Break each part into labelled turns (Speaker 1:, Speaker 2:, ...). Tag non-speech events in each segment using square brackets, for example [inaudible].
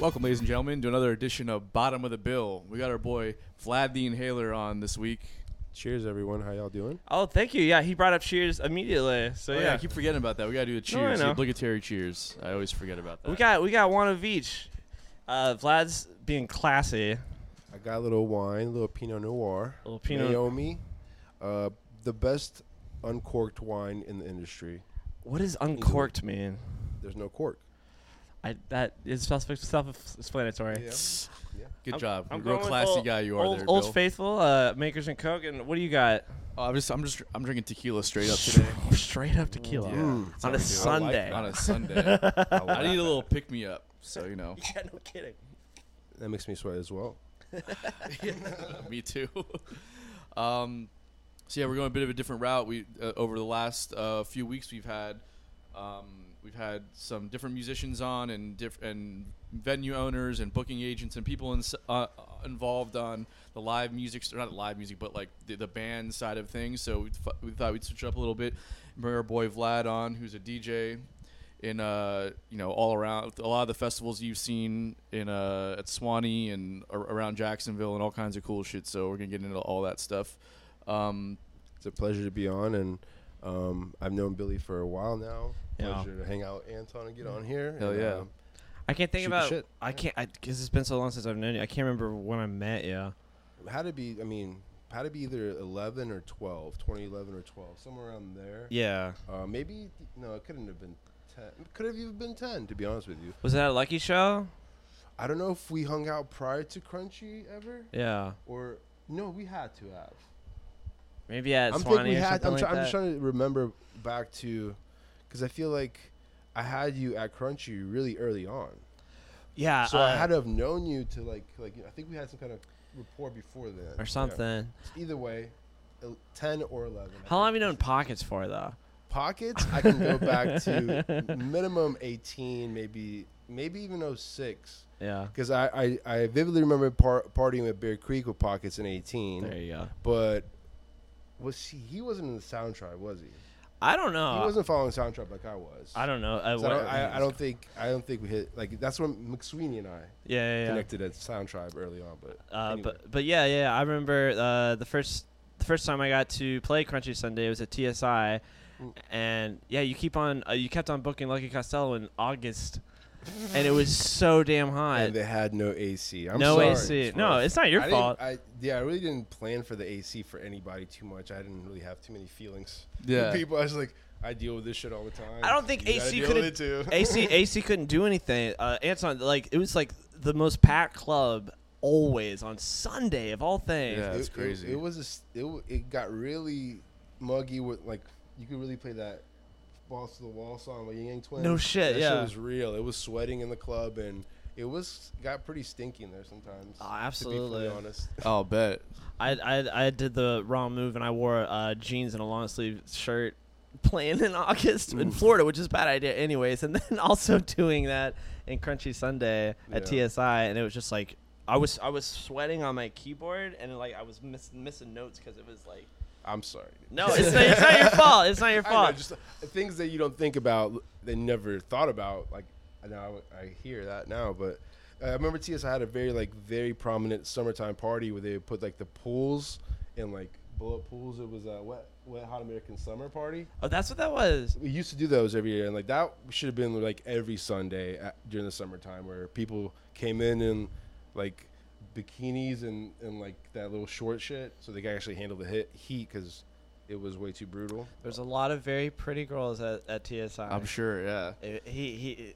Speaker 1: Welcome, ladies and gentlemen, to another edition of Bottom of the Bill. We got our boy Vlad the Inhaler on this week.
Speaker 2: Cheers, everyone. How y'all doing?
Speaker 3: Oh, thank you. Yeah, he brought up Cheers immediately. So
Speaker 1: Oh,
Speaker 3: yeah,
Speaker 1: yeah, I keep forgetting about that. We gotta do the
Speaker 3: No, I
Speaker 1: cheers, the
Speaker 3: know.
Speaker 1: obligatory cheers. I always forget about that.
Speaker 3: we got we got one of each. Uh, Vlad's being classy.
Speaker 2: I got a little wine, a little Pinot Noir.
Speaker 3: Little Pinot-
Speaker 2: Naomi, uh, the best uncorked wine in the industry.
Speaker 3: What does uncorked mean?
Speaker 2: There's no cork.
Speaker 3: I that is self self-explanatory.
Speaker 2: [laughs]
Speaker 1: good
Speaker 3: I'm-
Speaker 1: job.
Speaker 3: I'm
Speaker 1: Real
Speaker 3: going with
Speaker 1: classy
Speaker 3: old-
Speaker 1: guy you are
Speaker 3: old,
Speaker 1: there,
Speaker 3: Old
Speaker 1: Bill.
Speaker 3: Faithful, uh, Makers and Coke, and what do you got?
Speaker 1: Oh, I'm just, I'm just, I'm drinking tequila straight up today.
Speaker 3: [laughs] Straight up tequila
Speaker 1: Yeah, Mm. that's
Speaker 3: on a
Speaker 1: how
Speaker 2: we do it.
Speaker 3: Sunday.
Speaker 1: on a
Speaker 3: [laughs]
Speaker 1: Sunday. I need a little pick me up, so you know,
Speaker 3: yeah, no kidding.
Speaker 2: That makes me sweat as well.
Speaker 1: me too. [laughs] um, so yeah, we're going a bit of a different route. We uh, over the last uh, few weeks we've had um, we've had some different musicians on and diff- and venue owners and booking agents and people in, uh, involved on the live music or not live music but like the, the band side of things. So we, th- we thought we'd switch up a little bit, bring our boy Vlad on, who's a DJ. In uh, you know, all around a lot of the festivals you've seen in uh at Swanee and ar- around Jacksonville and all kinds of cool shit. So we're gonna get into all that stuff. Um,
Speaker 2: It's a pleasure to be on, and um, I've known Billy for a while now.
Speaker 3: Yeah.
Speaker 2: Pleasure to hang out with Anton and get on here.
Speaker 1: Hell
Speaker 2: and,
Speaker 1: yeah.
Speaker 2: um,
Speaker 3: I can't think
Speaker 2: Shoot the
Speaker 3: about.
Speaker 2: shit.
Speaker 3: I can't because it's been so long since I've known you. I can't remember when I met you.
Speaker 2: had to be, I mean, had to be either 11 or 12, 2011 or 12, somewhere around there.
Speaker 3: Yeah,
Speaker 2: Uh, maybe, no, it couldn't have been 10. Could have even been 10, to be honest with you.
Speaker 3: was that a Lucky Show?
Speaker 2: I don't know if we hung out prior to Crunchy ever,
Speaker 3: Yeah,
Speaker 2: or no, we had to have.
Speaker 3: maybe at
Speaker 2: I'm
Speaker 3: Swanee
Speaker 2: thinking we
Speaker 3: or
Speaker 2: had.
Speaker 3: something
Speaker 2: I'm,
Speaker 3: like
Speaker 2: try- I'm
Speaker 3: that.
Speaker 2: just trying to remember back to, because I feel like I had you at Crunchy really early on,
Speaker 3: yeah,
Speaker 2: so I
Speaker 3: uh,
Speaker 2: had to have known you to like like I think we had some kind of rapport before then Yeah.
Speaker 3: or something.
Speaker 2: Either way, el- ten or eleven. I
Speaker 3: How long have
Speaker 2: think.
Speaker 3: you known Pockets for though?
Speaker 2: Pockets, I can go
Speaker 3: [laughs]
Speaker 2: back to minimum eighteen, maybe maybe even 06.
Speaker 3: Yeah.
Speaker 2: Because I, I, I vividly remember par- partying at Bear Creek with Pockets in 18.
Speaker 3: There you go.
Speaker 2: But was he? He wasn't in the sound tribe, was he?
Speaker 3: I don't
Speaker 2: he
Speaker 3: know.
Speaker 2: wasn't following sound tribe like I was.
Speaker 3: Uh, I don't know. Uh, I,
Speaker 2: So I don't, I, I don't think I don't think we hit like that's when McSweeney and I
Speaker 3: Yeah, yeah, yeah.
Speaker 2: connected at Sound Tribe early on. But
Speaker 3: Uh,
Speaker 2: anyway.
Speaker 3: But but yeah, yeah. I remember uh, the first the first time I got to play Crunchy Sunday was at TSI,
Speaker 2: Mm.
Speaker 3: and yeah, you keep on uh, you kept on booking Lucky Costello in August, and it was so damn hot.
Speaker 2: and they had no AC. I'm
Speaker 3: no
Speaker 2: sorry.
Speaker 3: AC.
Speaker 2: It's
Speaker 3: No,
Speaker 2: rough.
Speaker 3: it's not your
Speaker 2: I didn't-
Speaker 3: fault.
Speaker 2: I, yeah, I really didn't plan for the AC for anybody too much. I didn't really have too many feelings. with
Speaker 1: Yeah.
Speaker 2: people. I was like, I deal with this shit all the time.
Speaker 3: I don't think
Speaker 2: You gotta
Speaker 3: AC
Speaker 2: deal
Speaker 3: could
Speaker 2: with it
Speaker 3: have
Speaker 2: too.
Speaker 3: AC
Speaker 2: [laughs]
Speaker 3: AC couldn't do anything. Uh, Anton, like it was like the most packed club always on Sunday of all things.
Speaker 1: Yeah. That's
Speaker 2: it, it-
Speaker 1: crazy.
Speaker 2: It, was a, s- it, w- it got really muggy with like you could really play that balls to the wall song by Ying Yang Twins.
Speaker 3: No shit,
Speaker 2: That
Speaker 3: yeah.
Speaker 2: shit was real. It was sweating in the club and it was got pretty stinky in there sometimes.
Speaker 3: Oh,
Speaker 2: To be fully
Speaker 3: absolutely.
Speaker 2: honest,
Speaker 1: I'll bet.
Speaker 3: I, I I did the wrong move and I wore uh, jeans and a long sleeve shirt playing in [laughs] August
Speaker 2: Mm.
Speaker 3: in Florida, which is a bad idea anyways. And then [laughs] also doing that in Crunchy Sunday at
Speaker 2: Yeah.
Speaker 3: TSI, and it was just like I was I was sweating on my keyboard and like I was miss, missing notes because it was like
Speaker 2: I'm sorry. [laughs]
Speaker 3: no, it's not, it's not your fault. It's not your
Speaker 2: I know,
Speaker 3: fault.
Speaker 2: just uh, things that you don't think about, they never thought about. Like I know I, I hear that now, but uh, I remember TSI had a very like very prominent summertime party where they would put like the pools and like bullet pools. It was a wet wet hot American summer party.
Speaker 3: oh, that's what that was.
Speaker 2: We used to do those every year, and like that should have been like every Sunday at, during the summertime where people came in and like bikinis and and like that little short shit, so they could actually handle the hit heat because it was way too brutal.
Speaker 3: There's a lot of very pretty girls at, at TSI.
Speaker 1: I'm sure. Yeah.
Speaker 3: It- he he.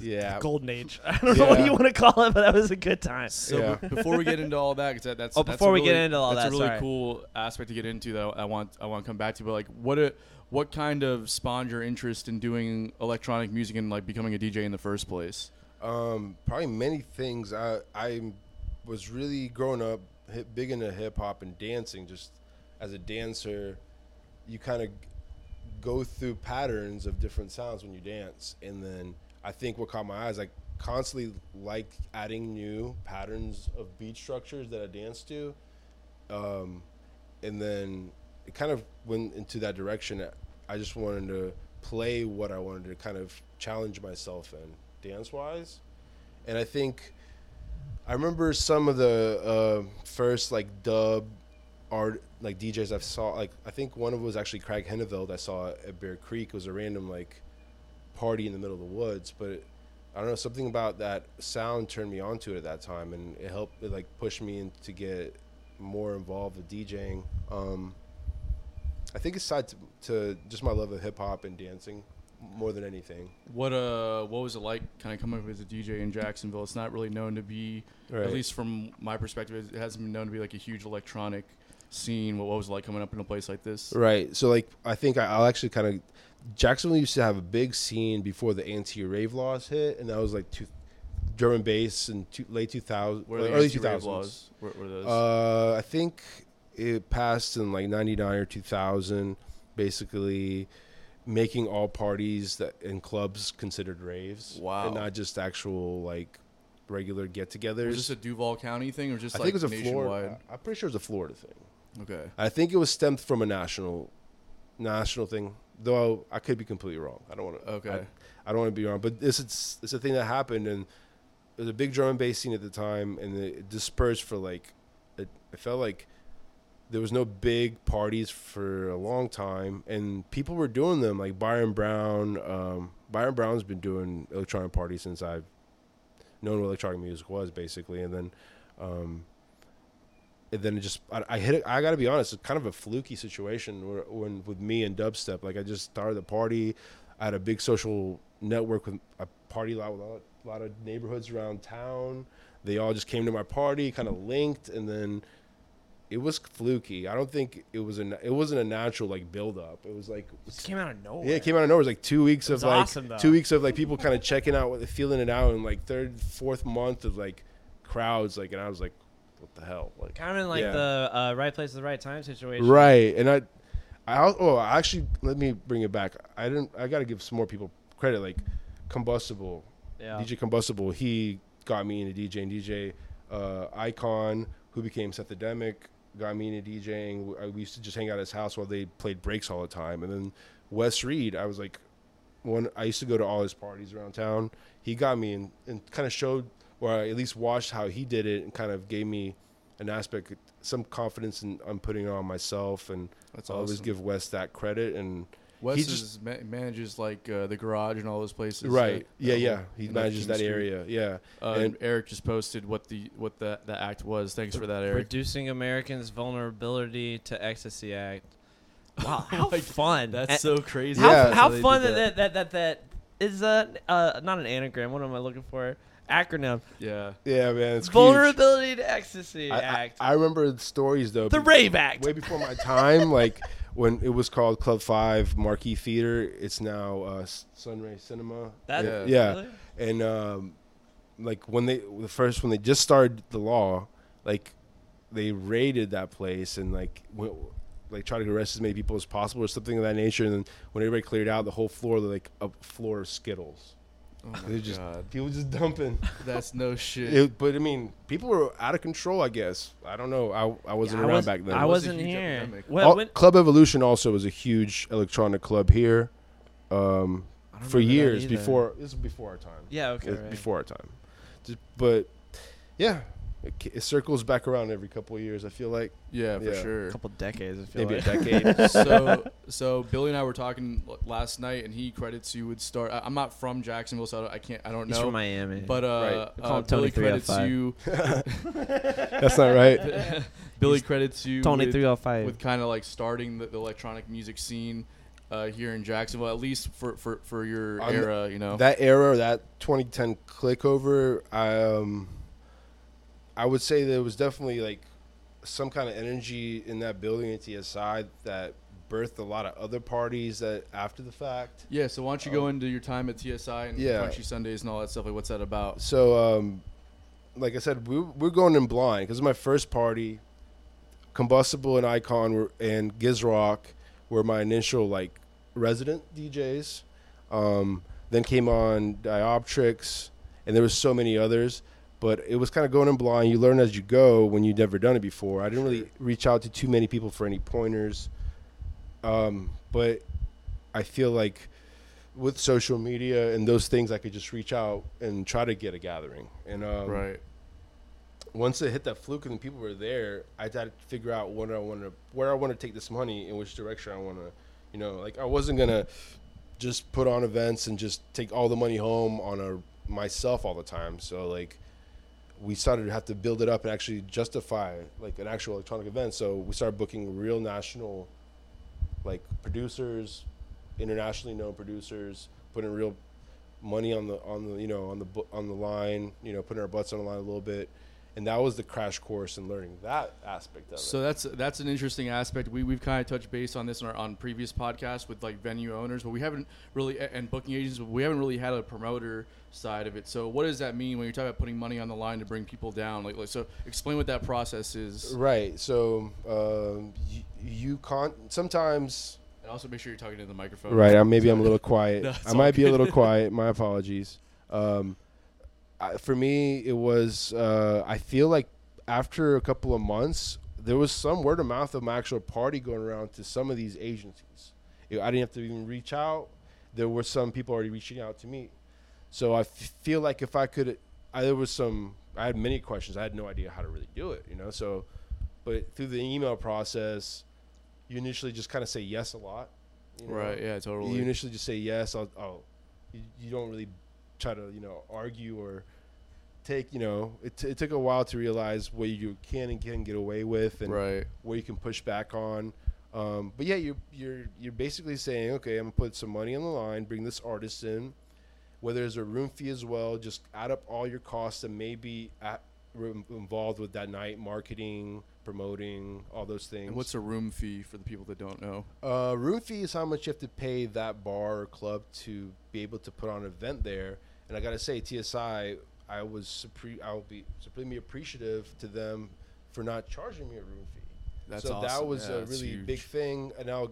Speaker 2: Yeah,
Speaker 3: Golden age. [laughs] I don't know what
Speaker 2: Yeah.
Speaker 3: you want to call it, but that was a good time.
Speaker 1: So
Speaker 2: Yeah.
Speaker 1: be- before we get into all that, 'cause that- that's
Speaker 3: Oh,
Speaker 1: that's
Speaker 3: before
Speaker 1: a
Speaker 3: we
Speaker 1: really,
Speaker 3: get into all
Speaker 1: that's
Speaker 3: that,
Speaker 1: a really
Speaker 3: sorry.
Speaker 1: cool aspect to get into that I want I want to come back to. But like, what a, what kind of spawned your interest in doing electronic music and like becoming a DJ in the first place?
Speaker 2: Um, probably many things. I I was really growing up hip, big into hip hop and dancing. Just as a dancer, you kind of go through patterns of different sounds when you dance, and then I think what caught my eyes, I constantly like adding new patterns of beat structures that I dance to, um, and then it kind of went into that direction. I just wanted to play what I wanted to kind of challenge myself in dance wise, and I think I remember some of the uh, first like dub art like DJs I saw. Like I think one of them was actually Craig Henneveld I saw at Bear Creek. It was a random like party in the middle of the woods, but it, I don't know something about that sound turned me on to it at that time, and it helped it, like push me in to get more involved with DJing. Um, I think it's tied to, to just my love of hip hop and dancing more than anything.
Speaker 1: What uh, what was it like? Kind of coming up as a DJ in Jacksonville. It's not really known to be,
Speaker 2: Right.
Speaker 1: at least from my perspective, it hasn't been known to be like a huge electronic scene. What, what was it like coming up in a place like this?
Speaker 2: Right. So like I think I, I'll actually kind of Jacksonville used to have a big scene before the anti-rave laws hit, and that was like two, drum and bass in two, late two thousand,
Speaker 1: Where are the
Speaker 2: early two
Speaker 1: anti-rave
Speaker 2: thousands.
Speaker 1: laws? Where, were those?
Speaker 2: Uh, I think it passed in like ninety nine or two thousand, basically making all parties that in clubs considered raves.
Speaker 1: Wow.
Speaker 2: And not just actual like regular get-togethers.
Speaker 1: was this a Duval County thing or just
Speaker 2: I
Speaker 1: like
Speaker 2: think it was a Florida.
Speaker 1: nationwide?
Speaker 2: I'm pretty sure it was a Florida thing.
Speaker 1: Okay.
Speaker 2: I think it was stemmed from a national, national thing. Though I could be completely wrong. I don't want to.
Speaker 1: Okay.
Speaker 2: I, I don't want to be wrong. But this it's it's a thing that happened, and there was a big drum and bass scene at the time, and it dispersed for like, it, it felt like there was no big parties for a long time, and people were doing them. Like Byron Brown, um, Byron Brown's been doing electronic parties since I've known what electronic music was, basically, and then. Um, and then it just I, I hit it. I gotta be honest, it's kind of a fluky situation where, when with me and dubstep. Like I just started the party, I had a big social network with a party lot with a lot, lot of neighborhoods around town. They all just came to my party, kind of linked, and then it was fluky. I don't think it was a it wasn't a natural like build up. It was like
Speaker 3: This came out of nowhere.
Speaker 2: yeah, it came out of nowhere. It was like two weeks
Speaker 3: It
Speaker 2: of
Speaker 3: was
Speaker 2: like
Speaker 3: awesome, though.
Speaker 2: two weeks of like people kind of checking out, what feeling it out, and like third, fourth month of like crowds. Like, and I was like, what the hell? Like,
Speaker 3: Kind of like
Speaker 2: Yeah.
Speaker 3: the uh, right place at the right time situation.
Speaker 2: Right, and I, I al- oh I actually let me bring it back. I didn't. I got to give some more people credit. Like Combustible,
Speaker 3: Yeah.
Speaker 2: DJ Combustible, he got me into DJing. DJ uh, Icon, who became Sethademic, got me into DJing. W- I- We used to just hang out at his house while they played breaks all the time. And then Wes Reed, I was like, one. I used to go to all his parties around town. He got me and and kind of showed, or I at least watched how he did it, and kind of gave me an aspect, some confidence in I'm putting it on myself. And
Speaker 1: That's
Speaker 2: I always
Speaker 1: awesome.
Speaker 2: give Wes that credit. And
Speaker 1: Wes
Speaker 2: he
Speaker 1: is,
Speaker 2: just
Speaker 1: ma- manages like uh, the garage and all those places. that-
Speaker 2: right, yeah,
Speaker 1: that
Speaker 2: yeah.
Speaker 1: whole-
Speaker 2: He
Speaker 1: and
Speaker 2: manages
Speaker 1: King
Speaker 2: that
Speaker 1: Street.
Speaker 2: area, yeah.
Speaker 1: Uh,
Speaker 2: and-
Speaker 1: and Eric just posted what the what the, the act was. Thanks for that, Eric.
Speaker 3: Reducing Americans' Vulnerability to
Speaker 2: [laughs]
Speaker 3: Ecstasy Act. Wow, how fun!
Speaker 1: That's
Speaker 3: A-
Speaker 1: so crazy.
Speaker 3: How,
Speaker 2: Yeah.
Speaker 3: how
Speaker 1: they did
Speaker 3: fun that that that that, that is a uh, not an anagram. What am I looking for? Acronym.
Speaker 1: Yeah.
Speaker 2: Yeah, man, it's huge.
Speaker 3: Vulnerability to Ecstasy
Speaker 2: I, I-
Speaker 3: Act.
Speaker 2: I remember the stories though.
Speaker 3: the
Speaker 2: be-
Speaker 3: Rave Act.
Speaker 2: way before my time. [laughs] like when it was called Club Five Marquee Theater. It's now uh, S- Sunray Cinema.
Speaker 3: That-
Speaker 2: yeah,
Speaker 3: really?
Speaker 2: yeah. and um, like when they the first when they just started the law, like they raided that place and like went, like tried to arrest as many people as possible or something of that nature. And then when everybody cleared out, the whole floor like a floor of Skittles.
Speaker 1: Oh my
Speaker 2: They're just
Speaker 1: God.
Speaker 2: people just dumping.
Speaker 1: That's
Speaker 2: [laughs]
Speaker 1: no shit.
Speaker 2: It, but I mean, people were out of control. I guess I don't know. I, I wasn't
Speaker 3: I
Speaker 2: around
Speaker 3: was-
Speaker 2: back then.
Speaker 3: I
Speaker 1: It was a
Speaker 3: wasn't
Speaker 1: huge
Speaker 3: here.
Speaker 1: epidemic.
Speaker 3: When-
Speaker 2: Al-
Speaker 3: when-
Speaker 2: club Evolution also was a huge electronic club here, um,
Speaker 3: I don't
Speaker 2: for
Speaker 3: remember that
Speaker 2: years
Speaker 3: either.
Speaker 2: before. This was before our time.
Speaker 3: Yeah. Okay.
Speaker 2: It-
Speaker 3: right.
Speaker 2: before our time. Just- but yeah, it, c- it circles back around every couple of years. I feel like
Speaker 1: yeah, for
Speaker 2: yeah. [laughs]
Speaker 1: sure.
Speaker 3: a couple decades. I feel
Speaker 2: maybe
Speaker 3: like.
Speaker 2: a
Speaker 3: [laughs]
Speaker 2: decade.
Speaker 1: so so Billy and I were talking l- last night, and he credits you with start. I, I'm not from Jacksonville, so I, don't, I can't. I don't
Speaker 3: He's
Speaker 1: know.
Speaker 3: from Miami.
Speaker 1: but uh,
Speaker 3: Right. Call
Speaker 1: uh
Speaker 3: him
Speaker 1: Billy
Speaker 3: Tony
Speaker 1: credits
Speaker 3: 305.
Speaker 1: you.
Speaker 2: That's not
Speaker 3: [laughs]
Speaker 2: right.
Speaker 1: Billy credits you.
Speaker 3: Tony
Speaker 1: with,
Speaker 3: three hundred five.
Speaker 1: with kind of like starting the, the electronic music scene uh, here in Jacksonville, at least for for, for your
Speaker 2: I'm-
Speaker 1: era. You know.
Speaker 2: That era, that 2010 click over, um, I would say there was definitely like some kind of energy in that building at TSI that birthed a lot of other parties that after the fact.
Speaker 1: yeah. So why don't you go into your time at TSI and
Speaker 2: Oh. Yeah.
Speaker 1: Crunchy Sundays and all that stuff? Like, what's that about?
Speaker 2: So, um, like I said, we we're going in blind because my first party, Combustible and Icon were, and Gizrock were my initial like resident DJs. Um, then came on Dioptrix, and there was so many others. But it was kind of going in blind. You learn as you go when you've never done it before. I didn't really reach out to too many people for any pointers, um, but I feel like with social media and those things, I could just reach out and try to get a gathering. And um,
Speaker 1: right.
Speaker 2: once it hit that fluke and the people were there, I had to figure out what I want to, where I want to take this money, in which direction I want to, you know, like I wasn't gonna just put on events and just take all the money home on a myself all the time. So like, we started to have to build it up and actually justify like an actual electronic event. So we started booking real national, like producers, internationally known producers, putting real money on the on the you know on the bu- on the line, you know, putting our butts on the line a little bit, and that was the crash course in learning that aspect of
Speaker 1: So
Speaker 2: it.
Speaker 1: that's that's an interesting aspect. We we've kind of touched base on this in our, on previous podcasts with like venue owners, but we haven't really and booking agents. But we haven't really had a promoter side of it. So what does that mean when you're talking about putting money on the line to bring people down? Like, like so, explain what that process is,
Speaker 2: Right. So um, you, you can't sometimes.
Speaker 1: and also make sure you're talking to the microphone.
Speaker 2: Right. I, maybe
Speaker 1: [laughs]
Speaker 2: I'm a little quiet.
Speaker 1: No, it's
Speaker 2: I
Speaker 1: all
Speaker 2: might be a
Speaker 1: good.
Speaker 2: little quiet. My apologies. Um, I, for me, it was. Uh, I feel like after a couple of months, there was some word of mouth of my actual party going around to some of these agencies. It- I didn't have to even reach out. There were some people already reaching out to me. So I f- feel like if I could, I, there was some. I had many questions. I had no idea how to really do it. You know. So, but through the email process, you initially just kind of say yes a lot. You know?
Speaker 1: Right. Yeah. Totally.
Speaker 2: You initially just say yes. I'll, I'll you, you don't really try to you know argue or take you know it, t- it took a while to realize what you can and can get away with and
Speaker 1: right.
Speaker 2: where you can push back on. Um, but yeah, you're you're you're basically saying, okay, I'm gonna put some money on the line, bring this artist in, whether there's a room fee as well. Just add up all your costs that may be at, were involved with that night, marketing, promoting, all those things.
Speaker 1: And what's a room fee for the people that don't know?
Speaker 2: Uh, room fee is how much you have to pay that bar or club to be able to put on an event there. And I gotta say, TSI, I was supre- I'll be supremely appreciative to them for not charging me a room fee.
Speaker 1: That's
Speaker 2: so that
Speaker 1: awesome.
Speaker 2: was
Speaker 1: Yeah,
Speaker 2: a
Speaker 1: that's
Speaker 2: really
Speaker 1: huge.
Speaker 2: big thing. And now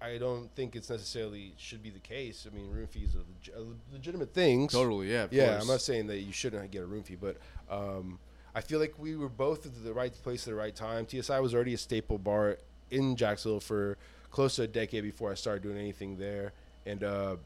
Speaker 2: I don't think it's necessarily should be the case. I mean, room fees are leg- a legitimate things.
Speaker 1: Totally. Yeah. Of
Speaker 2: Yeah,
Speaker 1: course.
Speaker 2: I'm not saying that you shouldn't get a room fee, but um, I feel like we were both at the right place at the right time. TSI was already a staple bar in Jacksonville for close to a decade before I started doing anything there, and uh,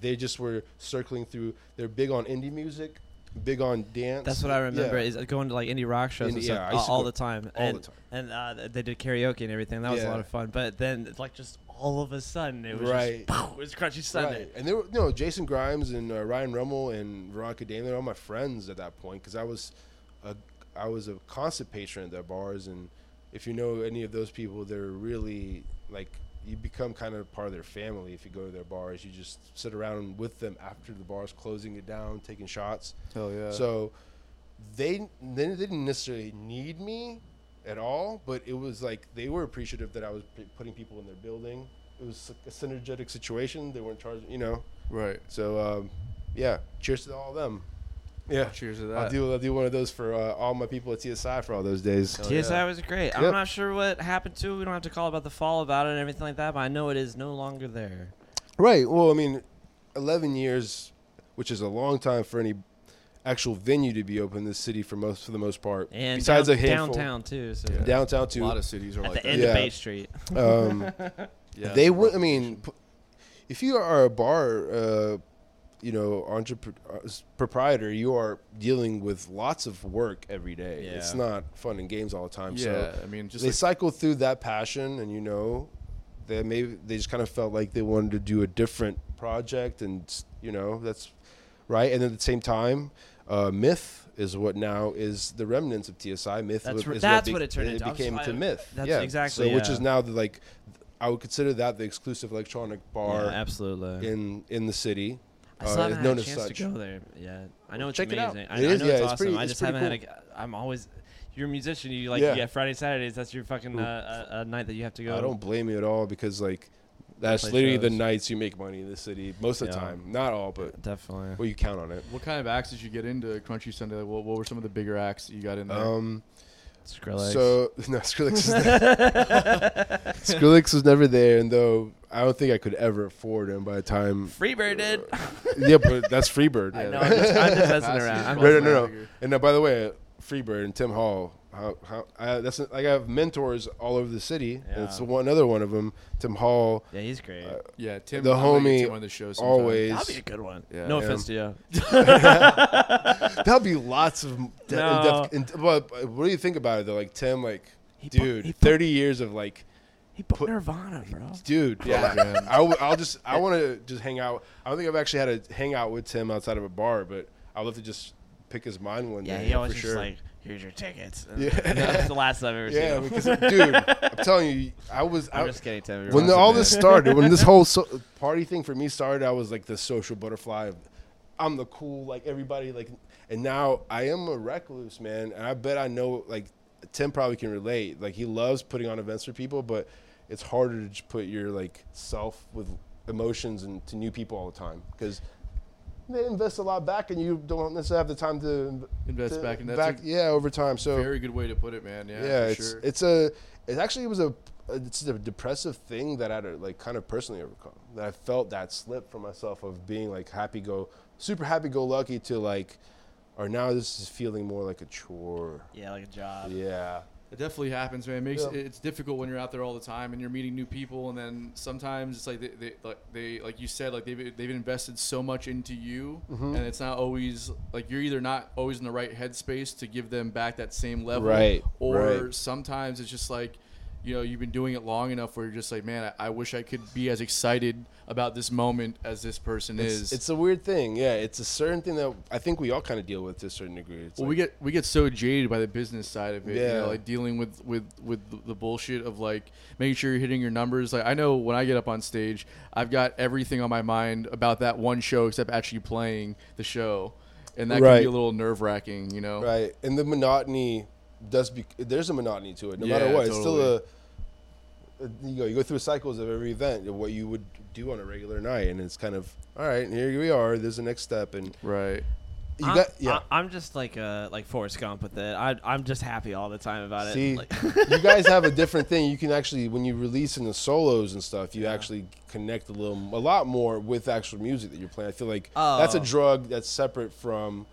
Speaker 2: they just were circling through. They're big on indie music, big on dance.
Speaker 3: That's what I remember
Speaker 2: Yeah.
Speaker 3: is going to like indie rock shows and
Speaker 2: Indie-
Speaker 3: stuff
Speaker 2: yeah, I
Speaker 3: all,
Speaker 2: used to
Speaker 3: all
Speaker 2: go
Speaker 3: the time.
Speaker 2: all
Speaker 3: and,
Speaker 2: the time.
Speaker 3: And uh, th- they did karaoke and everything. That was a
Speaker 2: Yeah.
Speaker 3: lot of fun. But then, like, just all of a sudden, it was
Speaker 2: Right.
Speaker 3: just, pow, [laughs] it was Crunchy Sunday.
Speaker 2: Right. And there were, you know, Jason Grimes and uh, Ryan Rummel and Veronica Damon, all my friends at that point, because I was, a, I was a constant patron at their bars, and if you know any of those people, they're really like you become kind of part of their family if you go to their bars. You just sit around with them after the bars closing it down, taking shots.
Speaker 1: Hell yeah.
Speaker 2: So they they didn't necessarily need me at all, but it was like they were appreciative that I was p- putting people in their building. It was a synergetic situation. They weren't charging, you know.
Speaker 1: right.
Speaker 2: So um, yeah, cheers to all of them. Yeah,
Speaker 1: Cheers to that.
Speaker 2: I'll do I'll do one of those for uh, all my people at TSI for all those days.
Speaker 1: Hell
Speaker 3: TSI
Speaker 1: yeah.
Speaker 3: was great. I'm
Speaker 2: Yep.
Speaker 3: not sure what happened to it. We don't have to call about the fall about it and everything like that, but I know it is no longer there.
Speaker 2: Right. Well, I mean, eleven years, which is a long time for any actual venue to be open in this city for most for the most part.
Speaker 3: And
Speaker 2: besides
Speaker 3: down-
Speaker 2: a handful,
Speaker 3: downtown, too. So
Speaker 2: downtown
Speaker 1: a lot
Speaker 2: too.
Speaker 1: of cities are
Speaker 3: At
Speaker 1: like
Speaker 3: the
Speaker 1: that.
Speaker 3: end
Speaker 2: Yeah.
Speaker 3: of Bay Street.
Speaker 2: Um,
Speaker 1: Yeah.
Speaker 2: they would. I mean, p- if you are a bar, uh, you know, entrepre- uh, s- proprietor, you are dealing with lots of work every day. It's
Speaker 3: Yeah.
Speaker 2: not fun and games all the time.
Speaker 1: Yeah.
Speaker 2: So
Speaker 1: I mean, just
Speaker 2: they
Speaker 1: like
Speaker 2: cycle through that passion, and you know, they maybe they just kind of felt like they wanted to do a different project, and s- you know, that's right. And at the same time, uh, Myth is what now is the remnants of TSI. Myth
Speaker 3: That's
Speaker 2: was,
Speaker 3: r-
Speaker 2: is
Speaker 3: that's
Speaker 2: bec-
Speaker 3: what it turned
Speaker 2: It
Speaker 3: into. I was-
Speaker 2: became
Speaker 3: I-
Speaker 2: to Myth.
Speaker 3: that's
Speaker 2: yeah.
Speaker 3: exactly,
Speaker 2: So which
Speaker 3: yeah.
Speaker 2: is now the like. I would consider that the exclusive electronic bar
Speaker 3: yeah, absolutely.
Speaker 2: in in the city.
Speaker 3: I
Speaker 2: uh,
Speaker 3: still haven't
Speaker 2: it's
Speaker 3: had
Speaker 2: known
Speaker 3: a
Speaker 2: as
Speaker 3: chance
Speaker 2: such.
Speaker 3: to go there. Yeah, I know it's
Speaker 2: Check it out.
Speaker 3: amazing. I,
Speaker 2: It
Speaker 3: I
Speaker 2: is,
Speaker 3: know
Speaker 2: yeah,
Speaker 3: it's
Speaker 2: it's
Speaker 3: awesome.
Speaker 2: pretty-
Speaker 3: I
Speaker 2: it's
Speaker 3: just
Speaker 2: pretty
Speaker 3: haven't had a. I'm always. You're a musician. You like
Speaker 2: Yeah.
Speaker 3: yeah. Friday Saturdays. That's your fucking uh, a, a night that you have to go.
Speaker 2: I don't blame you at all because like that's
Speaker 3: play
Speaker 2: literally the
Speaker 3: shows.
Speaker 2: nights you make money in the city most of the
Speaker 3: Yeah.
Speaker 2: time. Not all, but
Speaker 3: Definitely.
Speaker 2: well, you count on it.
Speaker 1: what kind of acts did you get into Crunchy Sunday? What, what were some of the bigger acts that you got in there?
Speaker 2: Um,
Speaker 3: Skrillex.
Speaker 2: so [laughs] no, Skrillex was,
Speaker 3: [laughs]
Speaker 2: never, Skrillex was never there, and though I don't think I could ever afford him by the time.
Speaker 3: Freebird did.
Speaker 2: [laughs] yeah, but that's
Speaker 3: [laughs]
Speaker 1: [laughs]
Speaker 2: Freebird.
Speaker 3: I know. I'm just, I'm just messing
Speaker 1: Massive
Speaker 3: around. I'm
Speaker 1: Right,
Speaker 2: Right, no,
Speaker 3: just
Speaker 1: no,
Speaker 2: no, no. And now, by the way, Freebird and Tim Hall how, how I, that's like I have mentors all over the city.
Speaker 3: Yeah.
Speaker 2: And it's one other one of them, Tim Hall.
Speaker 3: Yeah, he's great.
Speaker 2: Uh,
Speaker 1: Yeah, Tim.
Speaker 2: The
Speaker 1: I'm gonna get
Speaker 2: homie
Speaker 1: Tim on the show sometime.
Speaker 2: Always.
Speaker 3: That'd be a good one.
Speaker 1: Yeah.
Speaker 3: no
Speaker 1: Yeah.
Speaker 3: offense to
Speaker 2: [laughs]
Speaker 3: you.
Speaker 2: That'll be lots
Speaker 3: [laughs]
Speaker 2: of de-
Speaker 3: No.
Speaker 2: in-depth. In- but what do you think about it though? Like Tim, like
Speaker 3: He bu-
Speaker 2: dude,
Speaker 3: he bu-
Speaker 2: thirty years of like,
Speaker 3: He booked
Speaker 2: Put-
Speaker 3: Nirvana,
Speaker 2: [laughs]
Speaker 3: bro.
Speaker 2: dude.
Speaker 1: Yeah,
Speaker 2: like,
Speaker 1: man.
Speaker 2: I w- I'll just I want to just hang out. I don't think I've actually had a hangout with Tim outside of a bar, but I'd love to just pick his mind one
Speaker 3: Yeah,
Speaker 2: day.
Speaker 3: he always
Speaker 2: for
Speaker 3: just
Speaker 2: sure.
Speaker 3: like, here's your tickets.
Speaker 2: [laughs]
Speaker 3: [laughs]
Speaker 2: Yeah.
Speaker 3: That's the last I've
Speaker 2: [laughs]
Speaker 3: ever
Speaker 2: yeah,
Speaker 3: seen. him.
Speaker 2: because
Speaker 3: [laughs]
Speaker 2: dude, I'm telling you, I was
Speaker 3: I'm
Speaker 2: I,
Speaker 3: just kidding, Tim. you're
Speaker 2: when the,
Speaker 3: awesome,
Speaker 2: all
Speaker 3: man.
Speaker 2: this started, when this whole so- party thing for me started, I was like the social butterfly. of- I'm the cool, like everybody, like, and now I am a recluse, man. And I bet I know, like, Tim probably can relate. Like, he loves putting on events for people, but it's harder to just put your like self with emotions and to new people all the time because they invest a lot back, and you don't necessarily have the time to
Speaker 1: Invest
Speaker 2: to-
Speaker 1: back, and that's a
Speaker 2: yeah, over time. So
Speaker 1: Very good way to put it, man. Yeah,
Speaker 2: yeah,
Speaker 1: for
Speaker 2: it's
Speaker 1: sure.
Speaker 2: it's a it actually was a it's a depressive thing that I had to like kind of personally overcome that I felt that slip for myself of being like happy go super happy go lucky to like or now this is feeling more like a chore.
Speaker 3: Yeah, like a job.
Speaker 2: Yeah.
Speaker 1: It definitely happens, man. It makes
Speaker 2: Yeah.
Speaker 1: it's difficult when you're out there all the time and you're meeting new people, and then sometimes it's like they, they like they like you said like they've they've invested so much into you,
Speaker 2: Mm-hmm.
Speaker 1: and it's not always like you're either not always in the right headspace to give them back that same level,
Speaker 2: Right,
Speaker 1: Or
Speaker 2: right.
Speaker 1: sometimes it's just like. You know, you've been doing it long enough where you're just like, man, I, I wish I could be as excited about this moment as this person
Speaker 2: It's,
Speaker 1: is.
Speaker 2: it's a weird thing. Yeah, it's a certain thing that I think we all kind of deal with to a certain degree. It's
Speaker 1: well,
Speaker 2: like-
Speaker 1: we get we get so jaded by the business side of it, you
Speaker 2: Yeah.
Speaker 1: know, like dealing with with with the bullshit of like making sure you're hitting your numbers. Like I know when I get up on stage, I've got everything on my mind about that one show except actually playing the show, and that can
Speaker 2: Right.
Speaker 1: be a little nerve wracking, you know.
Speaker 2: Right, and the monotony does be. There's a monotony to it, no
Speaker 1: Yeah,
Speaker 2: matter what.
Speaker 1: totally.
Speaker 2: It's still a. a- You go, you go through cycles of every event, of what you would do on a regular night, and it's kind of all right. Here we are. There's the next step, and
Speaker 1: Right.
Speaker 2: you
Speaker 3: I'm,
Speaker 2: got yeah.
Speaker 3: I, am just like uh like Forrest Gump with it. I I'm just happy all the time about
Speaker 2: See,
Speaker 3: it.
Speaker 2: [laughs]
Speaker 3: Like,
Speaker 2: you guys have a different thing. You can actually, when you release in the solos and stuff, you actually connect a little, a lot more with actual music that you're playing. I feel like that's a
Speaker 3: Oh.
Speaker 2: drug that's separate from.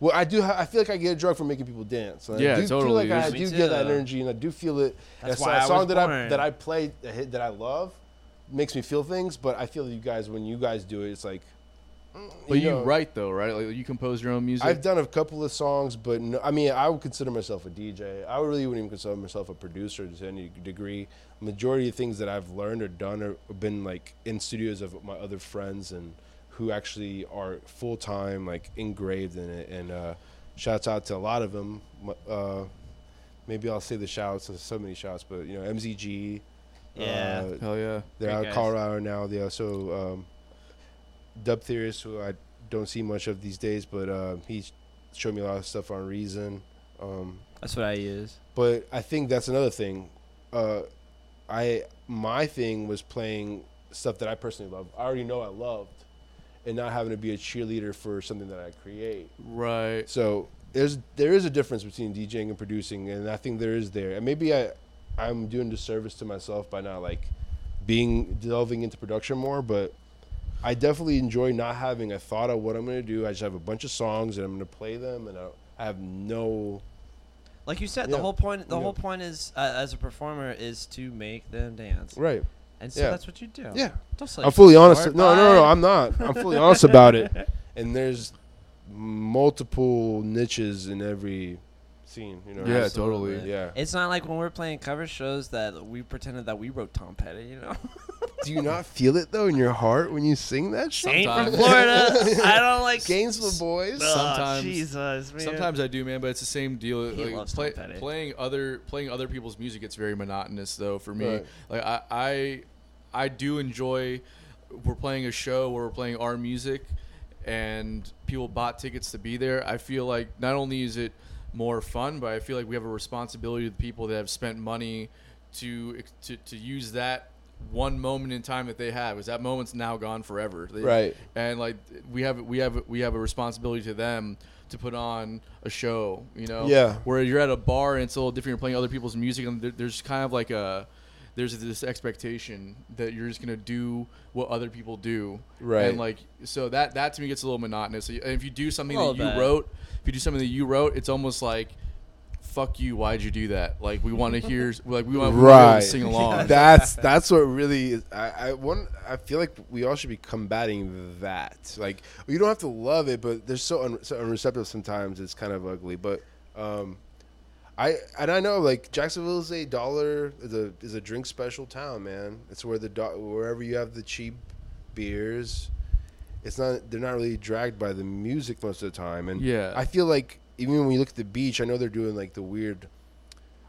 Speaker 2: Well, I do. ha- I feel like I get a drug from making people dance. And
Speaker 1: Yeah,
Speaker 2: I do
Speaker 1: totally.
Speaker 2: Feel like I
Speaker 3: Me
Speaker 2: do
Speaker 3: too.
Speaker 2: get that energy, and I do feel it. And
Speaker 3: That's
Speaker 2: a so-
Speaker 3: why
Speaker 2: a
Speaker 3: I
Speaker 2: song
Speaker 3: was
Speaker 2: that I
Speaker 3: born.
Speaker 2: that I play a hit that I love makes me feel things. But I feel you guys when you guys do it, it's like. mm,
Speaker 1: But you,
Speaker 2: know,
Speaker 1: write though, right? Like you compose your own music.
Speaker 2: I've done a couple of songs, but no, I mean, I would consider myself a DJ. I really wouldn't even consider myself a producer to any degree. Majority of things that I've learned or done are- have been like in studios of my other friends and who actually are full time, like engraved in it. And uh, shouts out to a lot of them. Uh, maybe I'll say the shouts. There's so many shouts, but you know, MZG.
Speaker 3: Yeah.
Speaker 2: uh,
Speaker 1: Hell yeah.
Speaker 2: they're
Speaker 3: Great
Speaker 2: out
Speaker 3: guys.
Speaker 2: of Colorado now. They also um, Dub Theorist, who I don't see much of these days, but uh, he sh- showed me a lot of stuff on Reason. Um,
Speaker 3: that's what I use.
Speaker 2: but I think that's another thing. Uh, I my thing was playing stuff that I personally love. I already know I loved, and not having to be a cheerleader for something that I create.
Speaker 1: Right.
Speaker 2: So there's there is a difference between DJing and producing, and I think there is there. And maybe I I'm doing disservice to myself by not like being delving into production more, but I definitely enjoy not having a thought of what I'm gonna do. I just have a bunch of songs and I'm gonna play them, and I, I have no
Speaker 3: Like you said, the
Speaker 2: Yeah.
Speaker 3: whole point the
Speaker 2: Yeah.
Speaker 3: whole point is uh, as a performer is to make them dance,
Speaker 2: right.
Speaker 3: and so
Speaker 2: Yeah.
Speaker 3: that's what you do.
Speaker 2: Yeah,
Speaker 3: Don't say
Speaker 2: I'm fully
Speaker 3: you're
Speaker 2: honest.
Speaker 3: smart.
Speaker 2: No, no, no,
Speaker 3: Bye.
Speaker 2: I'm not. I'm fully honest about it. And there's multiple niches in every scene. You know.
Speaker 1: Yeah,
Speaker 3: Absolutely.
Speaker 1: totally.
Speaker 2: Yeah.
Speaker 3: It's not like when we're playing cover shows that we pretended that we wrote Tom Petty,
Speaker 1: [laughs]
Speaker 3: you know.
Speaker 2: Do you not feel it though in your heart when you sing that shit?
Speaker 3: Ain't from
Speaker 1: Sometimes.
Speaker 3: Florida.
Speaker 1: [laughs]
Speaker 3: I don't like
Speaker 2: Gainesville boys.
Speaker 3: Ugh,
Speaker 1: Sometimes-
Speaker 3: Jesus, man.
Speaker 1: Sometimes I do, man, but it's the same deal.
Speaker 3: He
Speaker 1: like,
Speaker 3: loves
Speaker 1: play-
Speaker 3: Tom Petty.
Speaker 1: Playing other playing other people's music gets very monotonous, though, for me.
Speaker 2: Right.
Speaker 1: Like I, I, I do enjoy. We're playing a show where we're playing our music, and people bought tickets to be there. I feel like not only is it more fun, but I feel like we have a responsibility to the people that have spent money to to, to use that one moment in time that they have. Is that moment's now gone forever? They-
Speaker 2: Right.
Speaker 1: and like we have we have we have a responsibility to them to put on a show you know
Speaker 2: Yeah.
Speaker 1: where you're at a bar and it's a little different you're playing other people's music and there, there's kind of like a there's this expectation that you're just gonna do what other people do
Speaker 2: Right.
Speaker 1: and like so that that to me gets a little monotonous and if you do something
Speaker 3: A
Speaker 1: that
Speaker 3: little
Speaker 1: you
Speaker 3: bit.
Speaker 1: wrote if you do something that you wrote it's almost like fuck you, why'd you do that? Like we want to hear, like we want right. to
Speaker 2: [laughs]
Speaker 1: sing along.
Speaker 2: that's that's what really is. I, I want. I feel like we all should be combating that. Like you don't have to love it, but they're so, un, so unreceptive sometimes. It's kind of ugly, but. um I and I know like Jacksonville is a dollar is a is a drink special town, man. It's where the do- wherever you have the cheap beers, it's not they're not really dragged by the music most of the time. And
Speaker 1: Yeah.
Speaker 2: I feel like even when you look at the beach, I know they're doing like the weird.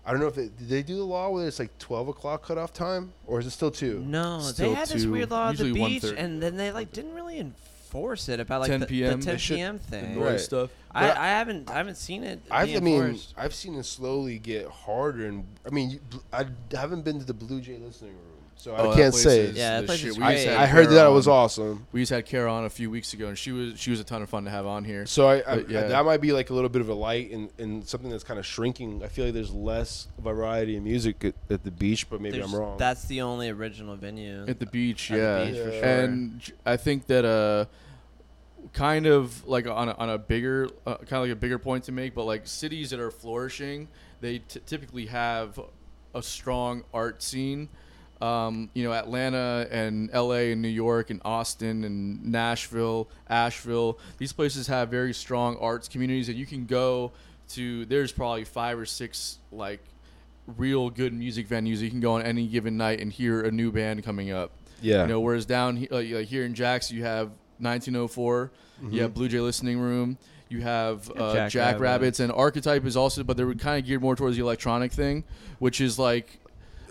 Speaker 2: I don't know if they, did they do the law where it's like twelve o'clock cutoff time, or is it still two?
Speaker 3: No,
Speaker 1: Still
Speaker 3: they had this
Speaker 1: two,
Speaker 3: weird law at the
Speaker 1: usually
Speaker 3: beach,
Speaker 1: 1:30.
Speaker 3: and then they like didn't really enforce it about like
Speaker 1: 10
Speaker 3: the,
Speaker 1: p.m.
Speaker 3: the
Speaker 1: They
Speaker 3: 10
Speaker 2: should-
Speaker 3: p.m.
Speaker 1: The
Speaker 3: thing.
Speaker 1: noise
Speaker 2: Right.
Speaker 1: stuff.
Speaker 3: I,
Speaker 2: But
Speaker 3: I haven't I haven't seen it.
Speaker 2: I've,
Speaker 3: be
Speaker 2: I mean,
Speaker 3: enforced.
Speaker 2: I've seen it slowly get harder, and I mean, you- I haven't been to the Blue Jay listening room, so
Speaker 1: Oh,
Speaker 2: I
Speaker 1: that
Speaker 2: can't
Speaker 1: place
Speaker 2: say.
Speaker 1: is
Speaker 3: Yeah, that
Speaker 1: the
Speaker 3: place
Speaker 1: shit.
Speaker 3: is
Speaker 1: We
Speaker 3: great.
Speaker 1: just had
Speaker 2: I heard
Speaker 1: Kara
Speaker 2: that
Speaker 1: on-
Speaker 2: was awesome.
Speaker 1: We just had Kara on a few weeks ago, and she was she was a ton of fun to have on here.
Speaker 2: So I, I,
Speaker 1: But, yeah.
Speaker 2: that might be like a little bit of a light and and something that's kind of shrinking. I feel like there's less variety in music at, at the beach, but maybe
Speaker 3: There's-
Speaker 2: I'm wrong.
Speaker 3: That's the only original venue.
Speaker 1: At the beach,
Speaker 3: At the
Speaker 1: yeah.
Speaker 3: beach,
Speaker 2: for Yeah. sure.
Speaker 1: And j- I think that uh, kind of like on a, on a bigger, uh, kind of like a bigger point to make, but like cities that are flourishing, they t- typically have a strong art scene. Um, you know, Atlanta and LA and New York and Austin and Nashville, Asheville, these places have very strong arts communities that you can go to. There's probably five or six like real good music venues you can go on any given night and hear a new band coming up.
Speaker 2: yeah,
Speaker 1: You know, whereas down he- like, like here in Jax, you have 1904,
Speaker 2: Mm-hmm.
Speaker 1: you have Blue Jay Listening Room, you have
Speaker 3: And
Speaker 1: uh,
Speaker 3: Jackrabbit.
Speaker 1: Jackrabbits, and Archetype is also, but they were kind of geared more towards the electronic thing, which is like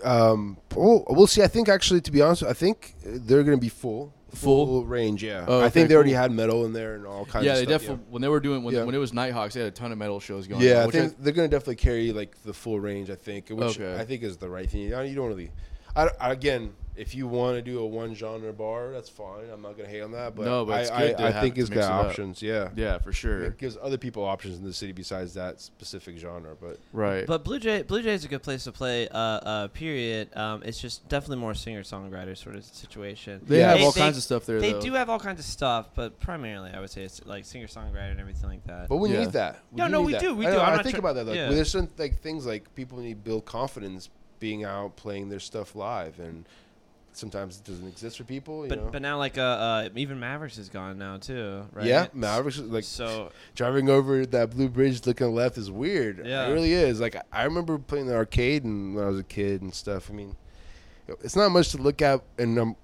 Speaker 2: um, oh, we'll see. I think actually, to be honest, I think they're gonna be full,
Speaker 1: Full?
Speaker 2: range. Yeah,
Speaker 1: Oh,
Speaker 2: I
Speaker 1: okay,
Speaker 2: think they already
Speaker 1: cool.
Speaker 2: had metal in there and all kinds.
Speaker 1: yeah,
Speaker 2: of
Speaker 1: they
Speaker 2: stuff,
Speaker 1: definitely when they were doing when,
Speaker 2: Yeah.
Speaker 1: when it was Nighthawks, they had a ton of metal shows going. on,
Speaker 2: Yeah, I
Speaker 1: which
Speaker 2: think they're gonna definitely carry like the full range. I think, which
Speaker 1: Okay.
Speaker 2: I think is the right thing. You don't, you don't really. I, I- again, if you want to do a one genre bar, that's fine. I'm not gonna hate on that. But,
Speaker 1: No, but
Speaker 2: I,
Speaker 1: it's
Speaker 2: I,
Speaker 1: good to
Speaker 2: I
Speaker 1: have-
Speaker 2: think
Speaker 1: to
Speaker 2: it's
Speaker 1: mix
Speaker 2: got
Speaker 1: it up.
Speaker 2: options. Yeah.
Speaker 1: yeah, for sure,
Speaker 2: It gives other people options in the city besides that specific genre. But
Speaker 1: right.
Speaker 3: But Blue Jay, Blue Jay is a good place to play. Uh, uh, period. Um, it's just definitely more singer songwriter sort of situation.
Speaker 1: they
Speaker 2: Yeah.
Speaker 1: have all
Speaker 3: they-
Speaker 1: kinds of stuff there.
Speaker 3: They
Speaker 1: though.
Speaker 3: do have all kinds of stuff, but primarily I would say it's like singer songwriter and everything like that.
Speaker 2: but we
Speaker 1: Yeah.
Speaker 2: need that. We
Speaker 3: No, no,
Speaker 2: need
Speaker 3: we
Speaker 2: that.
Speaker 3: do, we
Speaker 2: I
Speaker 3: do.
Speaker 2: know,
Speaker 3: I'm
Speaker 2: I
Speaker 3: not
Speaker 2: think
Speaker 3: tr-
Speaker 2: about that. Like,
Speaker 3: yeah.
Speaker 2: well, there's certain like things like people need to build confidence being out playing their stuff live, and sometimes it doesn't exist for people. You
Speaker 3: but,
Speaker 2: know?
Speaker 3: but now like uh, uh even Mavericks is gone now too, right?
Speaker 2: yeah, Mavericks like
Speaker 3: so
Speaker 2: driving over that blue bridge looking left is weird.
Speaker 3: Yeah.
Speaker 2: It really is. Like I remember playing the arcade and when I was a kid and stuff. I mean, it's not much to look at, and um,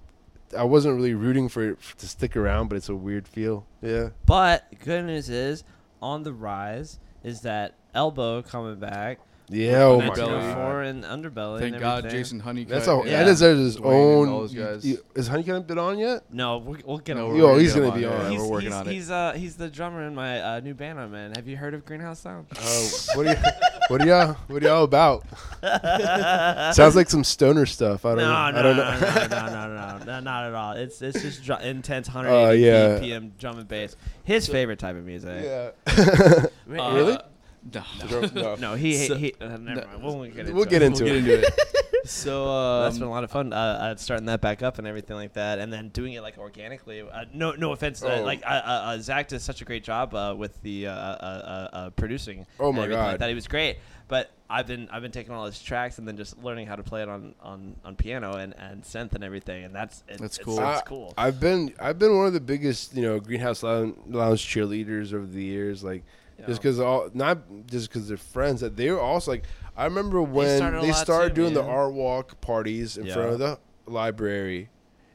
Speaker 2: I wasn't really rooting for it f- to stick around, but it's a weird feel. Yeah.
Speaker 3: but good news is on the rise is that elbow coming back.
Speaker 2: Yeah. Oh my
Speaker 1: Underbelly.
Speaker 2: god.
Speaker 3: 1904 and underbelly.
Speaker 1: Thank
Speaker 3: and
Speaker 1: God,
Speaker 3: everything.
Speaker 1: Jason Honeycutt.
Speaker 2: That's all.
Speaker 1: and
Speaker 2: That deserves his
Speaker 1: Dwayne and
Speaker 2: own.
Speaker 1: all those guys.
Speaker 2: you- is Honeycutt been
Speaker 1: [laughs]
Speaker 2: on yet?
Speaker 3: No, we'll, we'll get
Speaker 1: No,
Speaker 3: him.
Speaker 1: we're
Speaker 2: Yo, he's
Speaker 1: get him
Speaker 2: gonna be on.
Speaker 1: yeah,
Speaker 2: He's-
Speaker 1: We're working
Speaker 3: he's,
Speaker 1: on it.
Speaker 3: He's uh he's the drummer in my uh, new band I'm in. Have you heard of Greenhouse Sound?
Speaker 2: Uh, what are you? What are y'all? What are
Speaker 1: [laughs]
Speaker 2: y'all about? Sounds like some stoner stuff. I don't. know. I
Speaker 3: no, no,
Speaker 2: don't
Speaker 3: no,
Speaker 2: know.
Speaker 3: no, no, no, no, no, not at all. It's it's just dr- intense
Speaker 2: [laughs]
Speaker 3: 180
Speaker 2: Oh, yeah.
Speaker 3: BPM drum and bass. His favorite type of
Speaker 1: [laughs]
Speaker 2: [laughs]
Speaker 3: music.
Speaker 2: yeah.
Speaker 3: Ma-
Speaker 1: Uh,
Speaker 2: Really?
Speaker 1: No.
Speaker 2: No.
Speaker 3: No, he
Speaker 1: So-
Speaker 3: he. Uh, never mind. We'll get into
Speaker 2: We'll
Speaker 3: it.
Speaker 2: get into
Speaker 1: we'll
Speaker 2: it.
Speaker 1: get into it. So um,
Speaker 3: That's been a lot of fun. Uh, uh, starting that back up and everything like that, and then doing it like organically. Uh, no, no offense. Uh,
Speaker 2: Oh.
Speaker 3: like uh, uh, uh, Zach does such a great job uh, with the uh, uh, uh, uh, producing.
Speaker 2: Oh
Speaker 3: and
Speaker 2: my
Speaker 3: everything Like
Speaker 2: God.
Speaker 3: that he was great. But I've been I've been taking all his tracks and then just learning how to play it on on, on piano and, and synth and everything, and that's it,
Speaker 1: That's
Speaker 3: it's-
Speaker 1: cool.
Speaker 3: It's,
Speaker 2: I-
Speaker 3: cool.
Speaker 2: I've been I've been one of the biggest you know greenhouse lounge, lounge cheerleaders over the years, like
Speaker 3: Yeah.
Speaker 2: just because all not just because they're friends that they were also like I remember when they
Speaker 3: started a
Speaker 2: started,
Speaker 3: lot too,
Speaker 2: doing the
Speaker 3: man.
Speaker 2: art walk parties in
Speaker 3: Yeah.
Speaker 2: front of the library.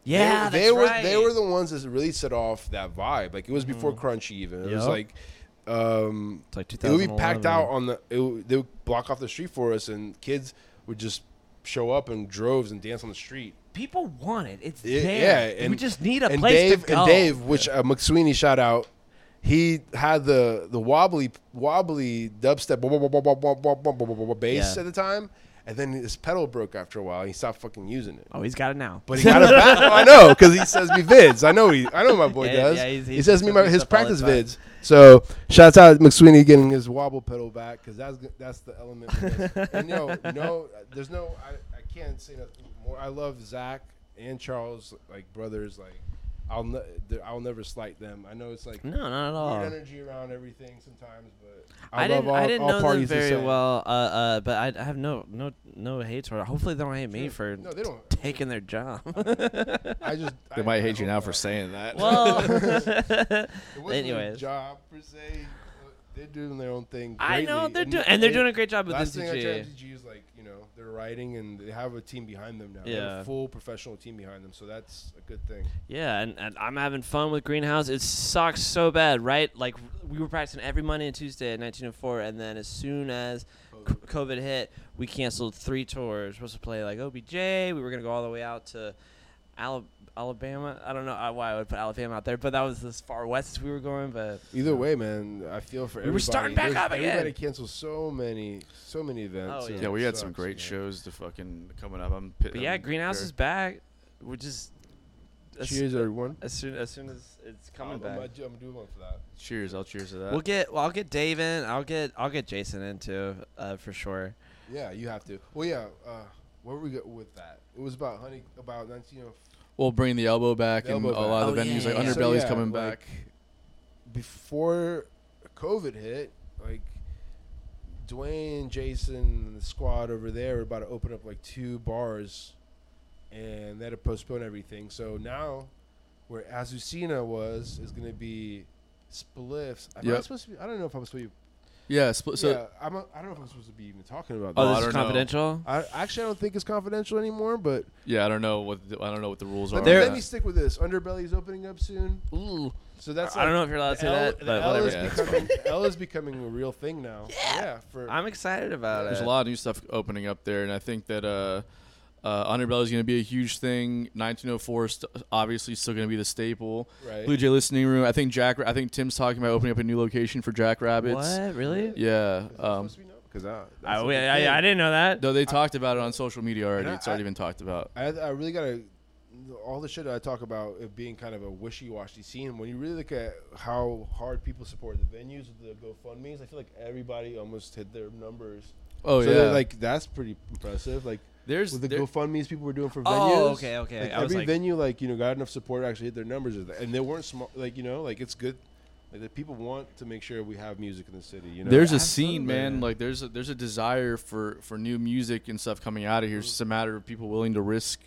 Speaker 3: yeah,
Speaker 2: they, they
Speaker 3: that's
Speaker 2: were
Speaker 3: right. Mm-hmm.
Speaker 2: they were the ones that really set off that vibe. Like it was before Crunchy even. It was
Speaker 3: Yup.
Speaker 2: like. Um,
Speaker 3: It's like
Speaker 2: it would be packed
Speaker 3: 2011.
Speaker 2: out on the. It would, they would block off the street for us, and kids would just show up in droves and dance on the street.
Speaker 3: People want it. It's
Speaker 2: Yeah,
Speaker 3: there.
Speaker 2: yeah,
Speaker 3: we
Speaker 2: and-
Speaker 3: just need a
Speaker 2: and
Speaker 3: place
Speaker 2: Dave,
Speaker 3: to go.
Speaker 2: And Dave, which uh, McSweeney shout out, he had the the wobbly wobbly dubstep blah, blah, blah, blah, blah, blah, blah, blah, blah, blah, bass
Speaker 3: Yeah.
Speaker 2: at the time, and then his pedal broke after a while. And he stopped fucking using it.
Speaker 3: oh, he's got it now.
Speaker 2: But he
Speaker 3: [laughs]
Speaker 2: got it back. I know because he sends me vids. I know he. I know my boy
Speaker 3: Yeah,
Speaker 2: does.
Speaker 3: yeah, he's-
Speaker 2: he
Speaker 3: he's
Speaker 2: sends me my,
Speaker 3: sending
Speaker 2: his
Speaker 3: stuff all the
Speaker 2: practice
Speaker 3: time.
Speaker 2: vids. So shouts out McSweeney getting his wobble pedal back because that's g- that's the element. for
Speaker 3: [laughs]
Speaker 2: this. and no, no, there's no. I, I can't say nothing more. I love Zach and Charles like brothers. Like I'll ne- th- I'll never slight them. I know it's like
Speaker 3: No, not at all.
Speaker 2: weird energy around everything sometimes, but
Speaker 3: I,
Speaker 2: love
Speaker 3: didn't,
Speaker 2: all,
Speaker 3: I didn't
Speaker 2: all
Speaker 3: know them
Speaker 2: parties the
Speaker 3: very
Speaker 2: same.
Speaker 3: well, uh, uh, but I, I have no no no hate toward. Hopefully, they don't hate me
Speaker 2: Sure.
Speaker 3: for
Speaker 2: No, they don't.
Speaker 3: taking their
Speaker 2: [laughs]
Speaker 3: job. [laughs]
Speaker 2: I just
Speaker 1: They
Speaker 2: I-
Speaker 1: might
Speaker 2: I
Speaker 1: hate you
Speaker 2: hope
Speaker 1: now
Speaker 2: not.
Speaker 1: for saying that.
Speaker 3: well,
Speaker 2: It wasn't really a
Speaker 3: anyways.
Speaker 2: job per se. They're doing their own thing.
Speaker 3: [laughs] I know what
Speaker 2: greatly,
Speaker 3: they're doing, and they're
Speaker 2: they-
Speaker 3: doing a great job with
Speaker 2: Last thing I tried
Speaker 3: MTG.
Speaker 2: at MTG is like you know they're writing and they have a team behind them now. They have
Speaker 3: Yeah.
Speaker 2: a full professional team behind them, so that's a good thing.
Speaker 3: Yeah, and, and I'm having fun with Greenhouse. It sucks so bad, right? Like we were practicing every Monday and Tuesday at 1904, and then as soon as c- COVID hit, we canceled three tours. We are supposed to play like OBJ. We were gonna go all the way out to Ala- Alabama. I don't know uh, why I would put Alabama out there, but that was as far west as we were going. But
Speaker 2: Either way, man, I feel for
Speaker 3: We
Speaker 2: everybody.
Speaker 3: were starting back
Speaker 2: There's-
Speaker 3: up again.
Speaker 2: Everybody canceled so many, so many events.
Speaker 3: Oh,
Speaker 2: and
Speaker 1: yeah, we
Speaker 2: it
Speaker 1: had some
Speaker 2: sucks,
Speaker 1: great
Speaker 2: man.
Speaker 1: shows to fucking coming up. I'm. pi-
Speaker 3: but yeah,
Speaker 1: I'm
Speaker 3: Greenhouse
Speaker 1: very-
Speaker 3: is back. We're just as,
Speaker 2: Cheers, everyone.
Speaker 3: as soon as soon as it's coming
Speaker 2: I'm,
Speaker 3: back.
Speaker 2: I'm gonna do one for that.
Speaker 1: Cheers! I'll cheers to that.
Speaker 3: We'll get well, I'll get Dave in. I'll get I'll get Jason in too, uh, for sure.
Speaker 2: Yeah, you have to. Well, yeah. Uh, where were we go with that? It was about honey, about 1904.
Speaker 1: We'll bring the elbow back
Speaker 2: The
Speaker 1: and
Speaker 2: elbow
Speaker 1: a
Speaker 2: back.
Speaker 1: lot of
Speaker 3: Oh,
Speaker 1: the
Speaker 3: yeah,
Speaker 1: venues like
Speaker 3: yeah, yeah.
Speaker 1: Underbelly's
Speaker 2: So, yeah,
Speaker 1: coming back.
Speaker 2: like, Before COVID hit, like Dwayne, Jason, and the squad over there were about to open up like two bars, and they had to postpone everything. So now, where Azucena was is going to be spliffs. Am I
Speaker 1: Yep.
Speaker 2: supposed to be? I don't know if I'm supposed to be.
Speaker 1: Yeah, split, so
Speaker 2: yeah, I'm. A, I don't know if I'm supposed to be even talking about
Speaker 1: Oh, I
Speaker 3: Oh,
Speaker 2: that.
Speaker 3: this
Speaker 1: don't
Speaker 3: is
Speaker 1: know.
Speaker 3: confidential.
Speaker 2: I actually I don't think it's confidential anymore, but
Speaker 1: yeah, I don't know what the, I don't know what the rules are.
Speaker 2: let
Speaker 1: on
Speaker 2: me,
Speaker 3: There-
Speaker 2: let
Speaker 1: that.
Speaker 2: me stick with this. Underbelly is opening up soon,
Speaker 3: Ooh,
Speaker 2: so that's
Speaker 3: I
Speaker 2: like
Speaker 3: don't know if you're allowed to say
Speaker 2: L-
Speaker 3: that,
Speaker 2: the
Speaker 3: but
Speaker 2: L
Speaker 3: whatever.
Speaker 2: Is
Speaker 1: Yeah, it's
Speaker 2: becoming, L is becoming a real thing now. Yeah. for
Speaker 3: I'm excited about
Speaker 1: There's
Speaker 3: it.
Speaker 1: a lot of new stuff opening up there, and I think that uh, uh, Underbelly is going to be a huge thing. 1904 is st- obviously still going to be the staple.
Speaker 2: right.
Speaker 1: Blue Jay Listening Room. I think Jack. I think Tim's talking about opening up a new location for Jackrabbits.
Speaker 3: What really?
Speaker 1: Yeah. Um,
Speaker 2: Because I,
Speaker 3: I, we- I, I didn't know that.
Speaker 1: though they talked about it on social media already.
Speaker 2: And I-
Speaker 1: It's already
Speaker 2: I-
Speaker 1: been talked about.
Speaker 2: I, I really gotta. All the shit that I talk about it being kind of a wishy-washy scene. When you really look at how hard people support the venues, the GoFundmes, I feel like everybody almost hit their numbers.
Speaker 1: Oh
Speaker 2: so
Speaker 1: yeah.
Speaker 2: they're like that's pretty impressive. Like
Speaker 1: there's
Speaker 2: with the
Speaker 1: there-
Speaker 2: GoFundmes people were doing for venues.
Speaker 3: Oh, okay, okay.
Speaker 2: Like,
Speaker 3: I was
Speaker 2: every
Speaker 3: like,
Speaker 2: venue, like you know, got enough support to actually hit their numbers, and they weren't small. Like you know, like it's good. Like the people want to make sure we have music in the city. You know,
Speaker 1: there's a
Speaker 3: Absolutely.
Speaker 1: scene, man. Like there's a, there's a desire for for new music and stuff coming out of here. It's
Speaker 3: Mm-hmm.
Speaker 1: just a matter of people willing to risk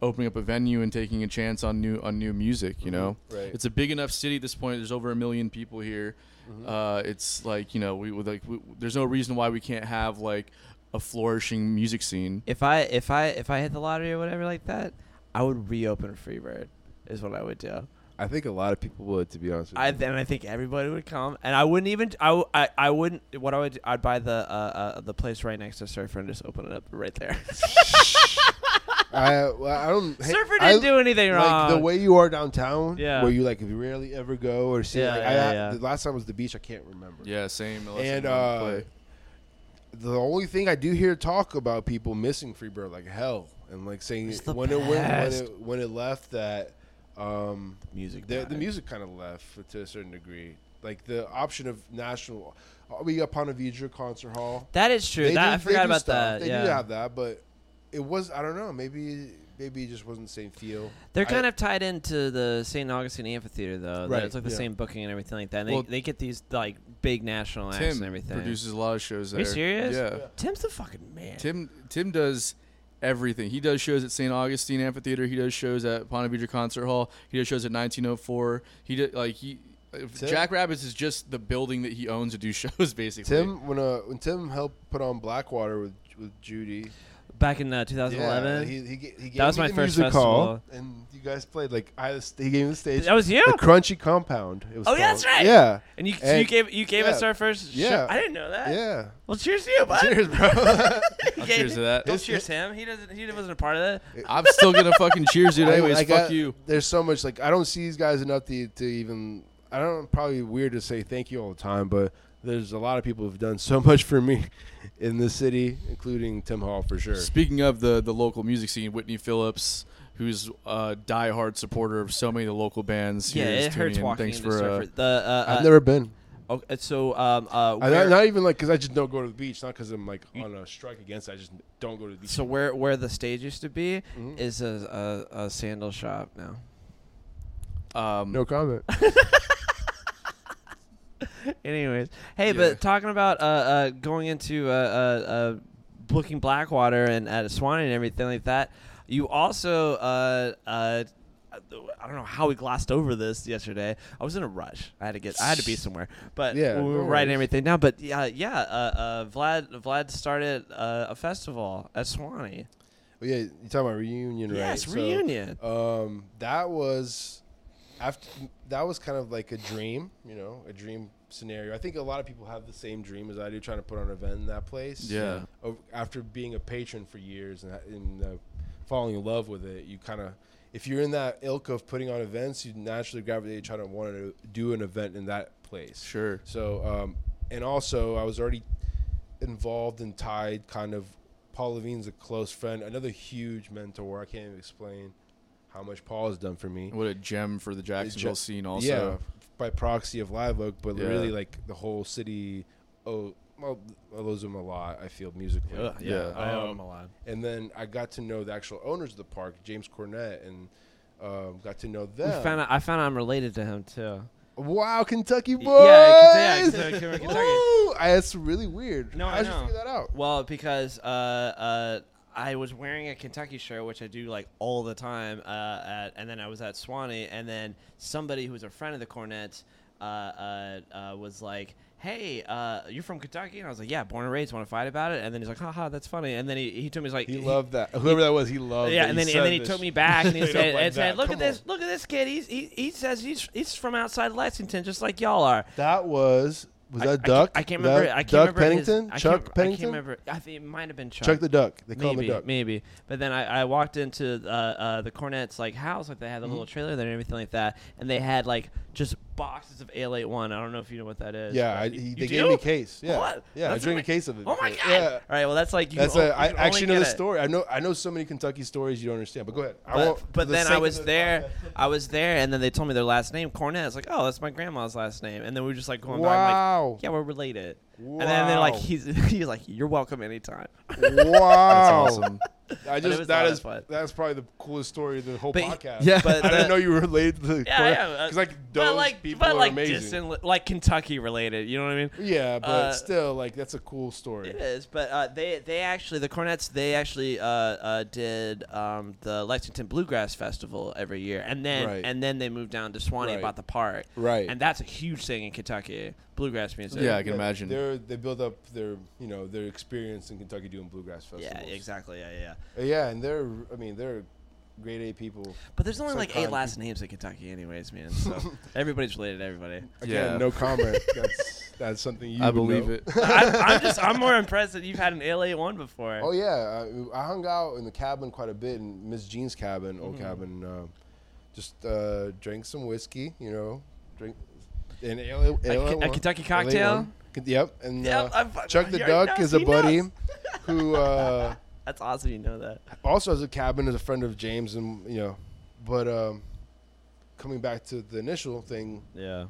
Speaker 1: opening up a venue and taking a chance on new on new music. You
Speaker 3: Mm-hmm.
Speaker 1: know,
Speaker 2: Right.
Speaker 1: it's a big enough city at this point. There's over a million people here.
Speaker 3: Mm-hmm.
Speaker 1: Uh, it's like you know we would like we, there's no reason why we can't have like a flourishing music scene.
Speaker 3: if I if I if I hit the lottery or whatever like that, I would reopen Freebird. Is what I would do.
Speaker 2: I think a lot of people would, to be honest. With
Speaker 3: I
Speaker 2: you.
Speaker 3: then I think everybody would come, and I wouldn't even. I, w- I, I wouldn't. What I would do, I'd buy the uh, uh the place right next to Surfer and just open it up right [laughs] there.
Speaker 2: I, well, I don't. hey,
Speaker 3: Surfer
Speaker 2: I-
Speaker 3: didn't do anything wrong.
Speaker 2: Like the way you are downtown,
Speaker 3: Yeah.
Speaker 2: where you like rarely ever go or see.
Speaker 3: Yeah,
Speaker 2: like,
Speaker 3: yeah,
Speaker 2: I,
Speaker 3: yeah.
Speaker 2: The last time was the beach. I can't remember.
Speaker 1: Yeah, same. unless
Speaker 2: and
Speaker 1: I'm gonna
Speaker 2: uh,
Speaker 1: play.
Speaker 2: the only thing I do hear talk about people missing Freebird like hell, and like saying
Speaker 3: It's the
Speaker 2: when it, when, when
Speaker 3: best.
Speaker 2: it when it left that um,
Speaker 3: music.
Speaker 2: the, the
Speaker 3: died.
Speaker 2: music kind of left to a certain degree. Like the option of national, we got Panavija concert hall.
Speaker 3: That is true. That, I forgot about
Speaker 2: stuff.
Speaker 3: that.
Speaker 2: They
Speaker 3: yeah.
Speaker 2: do have that, but it was I don't know. Maybe maybe it just wasn't the same feel.
Speaker 3: They're
Speaker 2: I-
Speaker 3: kind of tied into the St. Augustine Amphitheater, though. Right.
Speaker 2: Right,
Speaker 3: It's like the
Speaker 2: yeah.
Speaker 3: same booking and everything like that. And
Speaker 1: Well,
Speaker 3: they, they get these like big national acts
Speaker 1: Tim
Speaker 3: and everything.
Speaker 1: produces a lot of shows.
Speaker 3: Are
Speaker 1: There.
Speaker 3: you serious?
Speaker 1: Yeah.
Speaker 2: Yeah.
Speaker 3: Tim's the fucking man.
Speaker 1: Tim Tim does everything. He does shows at St. Augustine Amphitheater. He does shows at Ponte Vedra Concert Hall. He does shows at 1904. He did like he. If
Speaker 2: Tim-
Speaker 1: Jack Rabbits is just the building that he owns to do [laughs] shows, basically.
Speaker 2: Tim when uh when Tim helped put on Blackwater with with Judy.
Speaker 3: Back in uh, 2011.
Speaker 2: Yeah, he, he, ga- he gave
Speaker 3: was
Speaker 2: me
Speaker 3: my
Speaker 2: the
Speaker 3: first
Speaker 2: music
Speaker 3: festival.
Speaker 2: hall, and you guys played like I he gave me the stage.
Speaker 3: that was you.
Speaker 2: the Crunchy Compound. It was
Speaker 3: Oh,
Speaker 2: called.
Speaker 3: yeah, that's right.
Speaker 2: Yeah,
Speaker 3: and you so
Speaker 2: and-
Speaker 3: you gave you gave us
Speaker 2: yeah.
Speaker 3: our first. show.
Speaker 2: Yeah.
Speaker 3: I didn't know that.
Speaker 2: yeah.
Speaker 3: Well, cheers to you, bud. [laughs]
Speaker 2: Cheers, bro. [laughs]
Speaker 1: I'll cheers to that.
Speaker 3: Don't cheers him. He doesn't. He wasn't a part of that.
Speaker 1: I'm still gonna fucking cheers you
Speaker 2: [laughs] I-
Speaker 1: anyways.
Speaker 2: I
Speaker 1: fuck
Speaker 2: got-
Speaker 1: you.
Speaker 2: There's so much like I don't see these guys enough to, to even. I don't probably weird to say thank you all the time, but there's a lot of people who've done so [laughs] much for me in this city, including Tim Hall for sure.
Speaker 3: Uh,
Speaker 1: Speaking of the the local music scene, Whitney Phillips, who's a diehard supporter of so many of the local bands.
Speaker 3: Yeah,
Speaker 1: here is
Speaker 3: it hurts
Speaker 1: tuning in.
Speaker 3: walking
Speaker 1: Thanks
Speaker 3: into
Speaker 1: for uh,
Speaker 3: Surfer. The uh,
Speaker 2: I've
Speaker 3: uh,
Speaker 2: never been.
Speaker 3: okay, so um uh
Speaker 2: I,
Speaker 3: where-
Speaker 2: not, not even like because I just don't go to the beach. Not because I'm like on a strike against. it. I just don't go to the beach.
Speaker 3: so where
Speaker 2: Mm-hmm.
Speaker 3: where the stage used to be is a, a, a sandal shop now.
Speaker 1: Um,
Speaker 4: No comment.
Speaker 3: Anyways, hey,
Speaker 1: Yeah.
Speaker 3: but talking about uh, uh, going into uh, uh, uh, booking Blackwater and at Swan and everything like that, you also uh, uh, I don't know how we glossed over this yesterday. I was in a rush. I had to get I had to be somewhere, but
Speaker 4: Yeah,
Speaker 3: we
Speaker 4: no
Speaker 3: were writing
Speaker 4: worries.
Speaker 3: everything down. But yeah, yeah, uh, uh, Vlad Vlad started uh, a festival at Swanee.
Speaker 2: But yeah, you're talking about reunion, right?
Speaker 3: Yes,
Speaker 2: So,
Speaker 3: reunion.
Speaker 2: Um, that was after that was kind of like a dream, you know, a dream scenario. I think a lot of people have the same dream as I do, trying to put on an event in that place.
Speaker 1: Yeah.
Speaker 2: Of- After being a patron for years and, and uh, falling in love with it, you kind of, if you're in that ilk of putting on events, you naturally gravitate to try to want to do an event in that place.
Speaker 1: sure.
Speaker 2: So, um, and also, I was already involved and tied. Kind of, Paul Levine's a close friend, another huge mentor. I can't even explain how much Paul has done for me.
Speaker 1: What a gem for the Jacksonville scene, also.
Speaker 2: Yeah, by proxy of Live Oak, but
Speaker 1: Yeah.
Speaker 2: really like the whole city. Oh, well, I lose him a lot. I feel musically.
Speaker 3: Ugh,
Speaker 1: yeah.
Speaker 3: I owe
Speaker 2: Um,
Speaker 3: him a lot.
Speaker 2: And then I got to know the actual owners of the park, James Cornette, and um, got to know
Speaker 3: We
Speaker 2: them.
Speaker 3: found out, I found out I'm related to him too.
Speaker 2: wow, Kentucky boys!
Speaker 3: Yeah, Kentucky, yeah, Kentucky, Kentucky.
Speaker 2: [laughs] Woo! I, that's really weird.
Speaker 3: No, I
Speaker 2: How'd
Speaker 3: know.
Speaker 2: you figure that out?
Speaker 3: Well, because uh, uh, I was wearing a Kentucky shirt, which I do like all the time, uh, at, and then I was at Swanee, and then somebody who was a friend of the Cornets uh, uh, uh, was like, "Hey, uh, you're from Kentucky?" And I was like, "Yeah, born and raised. Want to fight about it?" And then he's like, "Haha, that's funny." And then he, he took me he's like,
Speaker 2: He, loved that. Whoever that was, he loved.
Speaker 3: yeah,
Speaker 2: that
Speaker 3: and
Speaker 2: he
Speaker 3: then,
Speaker 2: said
Speaker 3: and then he
Speaker 2: this.
Speaker 3: took me back
Speaker 2: [laughs]
Speaker 3: and he
Speaker 2: Straight
Speaker 3: said,
Speaker 2: up like
Speaker 3: and said
Speaker 2: that.
Speaker 3: "Look
Speaker 2: Come
Speaker 3: at this! Look at this kid. He's he, he says he's he's from outside Lexington, just like y'all are."
Speaker 2: That was was
Speaker 3: I-
Speaker 2: that
Speaker 3: I, can't-
Speaker 2: Duck?
Speaker 3: I can't
Speaker 2: That-
Speaker 3: remember. I can't
Speaker 2: Duck
Speaker 3: remember his-
Speaker 2: Pennington.
Speaker 3: I can't-
Speaker 2: Chuck
Speaker 3: I can't
Speaker 2: Pennington.
Speaker 3: remember. I think it might have been Chuck.
Speaker 2: Chuck the Duck. They call him
Speaker 3: maybe,
Speaker 2: the Duck.
Speaker 3: maybe. But then I, I walked into uh, uh, the Cornets like house, like they
Speaker 2: Mm-hmm.
Speaker 3: had the little trailer there and everything like that, and they had like just boxes of Ale Eight One. I don't know if you know what that is.
Speaker 2: Yeah,
Speaker 3: but
Speaker 2: I,
Speaker 3: you-
Speaker 2: he,
Speaker 3: you
Speaker 2: they
Speaker 3: do?
Speaker 2: gave me a case. Yeah,
Speaker 3: What?
Speaker 2: yeah,
Speaker 3: That's
Speaker 2: I drank
Speaker 3: ama-
Speaker 2: a case of it.
Speaker 3: Oh my god!
Speaker 2: before. Yeah.
Speaker 3: All right, well that's like you.
Speaker 2: That's
Speaker 3: can
Speaker 2: a,
Speaker 3: o-
Speaker 2: I
Speaker 3: you can only
Speaker 2: actually know
Speaker 3: get
Speaker 2: the
Speaker 3: it.
Speaker 2: story. I know I know so many Kentucky stories you don't understand. But go ahead. I
Speaker 3: But,
Speaker 2: won't,
Speaker 3: but
Speaker 2: for [laughs] the
Speaker 3: then
Speaker 2: sake
Speaker 3: I
Speaker 2: of
Speaker 3: was
Speaker 2: the-
Speaker 3: there. I was there, and then they told me their last name, Cornet. I was like, oh, that's my grandma's last name. And then we were just like going by. I'm
Speaker 2: Wow.
Speaker 3: like, yeah, we're related. And then they're like,
Speaker 2: Wow.
Speaker 3: he's [laughs] he's like, you're welcome anytime. [laughs]
Speaker 2: Wow.
Speaker 1: That's awesome.
Speaker 2: I
Speaker 3: was
Speaker 2: just that
Speaker 3: not
Speaker 2: is
Speaker 3: as fun.
Speaker 2: that's probably the coolest story of the whole
Speaker 3: But-
Speaker 2: podcast.
Speaker 4: yeah.
Speaker 3: But
Speaker 2: I
Speaker 3: the-
Speaker 2: didn't know you [laughs] were related to the
Speaker 3: Yeah, yeah, uh,
Speaker 2: because like those
Speaker 3: but like,
Speaker 2: people
Speaker 3: but
Speaker 2: are
Speaker 3: like
Speaker 2: amazing.
Speaker 3: distant, like Kentucky related. You know what I mean?
Speaker 2: Yeah, but
Speaker 3: Uh,
Speaker 2: still, like that's a cool story.
Speaker 3: It is, but uh, they they actually the Cornets they actually uh, uh, did um, the Lexington Bluegrass Festival every year, and then
Speaker 2: Right.
Speaker 3: and then they moved down to Swanee
Speaker 2: Right.
Speaker 3: about the park,
Speaker 2: Right.
Speaker 3: and that's a huge thing in Kentucky, bluegrass music.
Speaker 1: Yeah, I can
Speaker 2: But
Speaker 1: imagine.
Speaker 2: They're they build up their you know their experience in Kentucky doing bluegrass festivals.
Speaker 3: yeah, exactly, yeah, yeah. yeah.
Speaker 2: Uh, Yeah, and they're I mean they're grade A people.
Speaker 3: But there's only like eight
Speaker 2: Psychotic
Speaker 3: last names in Kentucky, anyways, man. So
Speaker 2: [laughs]
Speaker 3: everybody's related to everybody.
Speaker 2: Again,
Speaker 1: Yeah.
Speaker 2: no [laughs] comment. that's that's something you.
Speaker 1: I
Speaker 2: would
Speaker 1: believe
Speaker 2: know.
Speaker 1: it.
Speaker 3: I'm, I'm just I'm more impressed that you've had an LA one before.
Speaker 2: Oh yeah, I, I hung out in the cabin quite a bit in Miss Jean's cabin,
Speaker 3: Mm-hmm.
Speaker 2: old cabin. Uh, just uh, drank some whiskey, you know, drink and ale, ale
Speaker 3: Ke- a
Speaker 2: one-
Speaker 3: Kentucky
Speaker 2: ale
Speaker 3: cocktail?
Speaker 2: one. Yep, and
Speaker 3: Yep,
Speaker 2: uh,
Speaker 3: I'm-
Speaker 2: Chuck the
Speaker 3: you already
Speaker 2: Duck
Speaker 3: know,
Speaker 2: is a
Speaker 3: he
Speaker 2: buddy
Speaker 3: knows.
Speaker 2: [laughs] who. Uh,
Speaker 3: That's awesome. You know that.
Speaker 2: also as a cabin as a friend of James and you know, but um, coming back to the initial thing
Speaker 3: Yeah.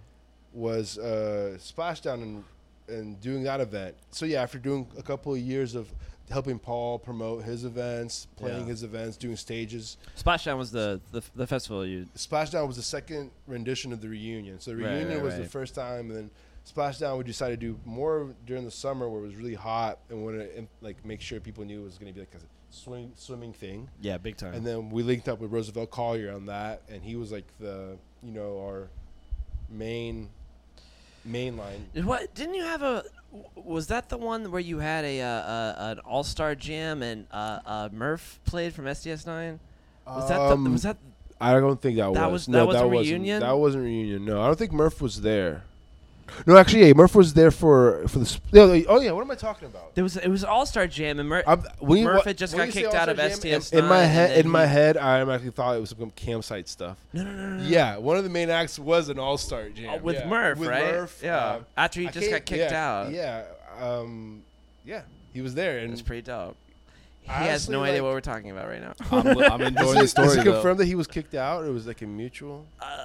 Speaker 2: was uh, Splashdown and and doing that event. So yeah, after doing a couple of years of helping Paul promote his events, playing
Speaker 3: Yeah.
Speaker 2: his events, doing stages,
Speaker 3: Splashdown was the the, the festival you.
Speaker 2: Splashdown was the second rendition of the reunion. So the
Speaker 3: Right,
Speaker 2: reunion
Speaker 3: right,
Speaker 2: was the
Speaker 3: right.
Speaker 2: first time, and then Splashdown we decided to do more during the summer where it was really hot and wanted to like make sure people knew it was going to be like a swim, swimming thing.
Speaker 3: Yeah, big time.
Speaker 2: And then we linked up with Roosevelt Collier on that, and he was like the you know our main main line.
Speaker 3: What didn't you have a? w- Was that the one where you had a uh, uh, an all star jam and uh, uh, Murph played from SDS Nine? Was that the,
Speaker 2: Um,
Speaker 3: was that?
Speaker 2: I don't think that,
Speaker 3: That
Speaker 2: was.
Speaker 3: was- that
Speaker 2: No,
Speaker 3: was a
Speaker 2: wasn't-
Speaker 3: reunion?
Speaker 2: That wasn't reunion. No, I don't think Murph was there. No, actually, yeah, Murph was there for for the. Sp- yeah, oh yeah, what am I talking about?
Speaker 3: There was it was all star jam and Murph.
Speaker 2: I'm- when you-
Speaker 3: Murph
Speaker 2: what-
Speaker 3: had just
Speaker 2: when
Speaker 3: got
Speaker 2: you say
Speaker 3: kicked out of
Speaker 2: All-Star Jam,
Speaker 3: STS
Speaker 2: In, in my
Speaker 3: nine, and
Speaker 2: head,
Speaker 3: then
Speaker 2: in my
Speaker 3: he-
Speaker 2: head, I actually thought it was some campsite stuff.
Speaker 3: No, no, no, no. no.
Speaker 2: Yeah, one of the main acts was an all-star jam
Speaker 3: Uh, with
Speaker 2: yeah.
Speaker 3: Murph,
Speaker 2: With
Speaker 3: right?
Speaker 2: Murph,
Speaker 3: yeah.
Speaker 2: uh,
Speaker 3: After he
Speaker 2: I
Speaker 3: just got
Speaker 2: can't-
Speaker 3: kicked
Speaker 2: yeah,
Speaker 3: out.
Speaker 2: Yeah, um, yeah, he was there, and
Speaker 3: It's pretty dope. He has
Speaker 2: Honestly,
Speaker 3: no idea
Speaker 2: like-
Speaker 3: what we're talking
Speaker 2: [laughs]
Speaker 3: about right now.
Speaker 1: I'm, I'm
Speaker 2: Does
Speaker 3: [laughs]
Speaker 1: enjoying
Speaker 2: it,
Speaker 1: the story.
Speaker 2: does it
Speaker 1: though.
Speaker 2: confirm that he was kicked out? Or was it like a mutual?
Speaker 3: Uh,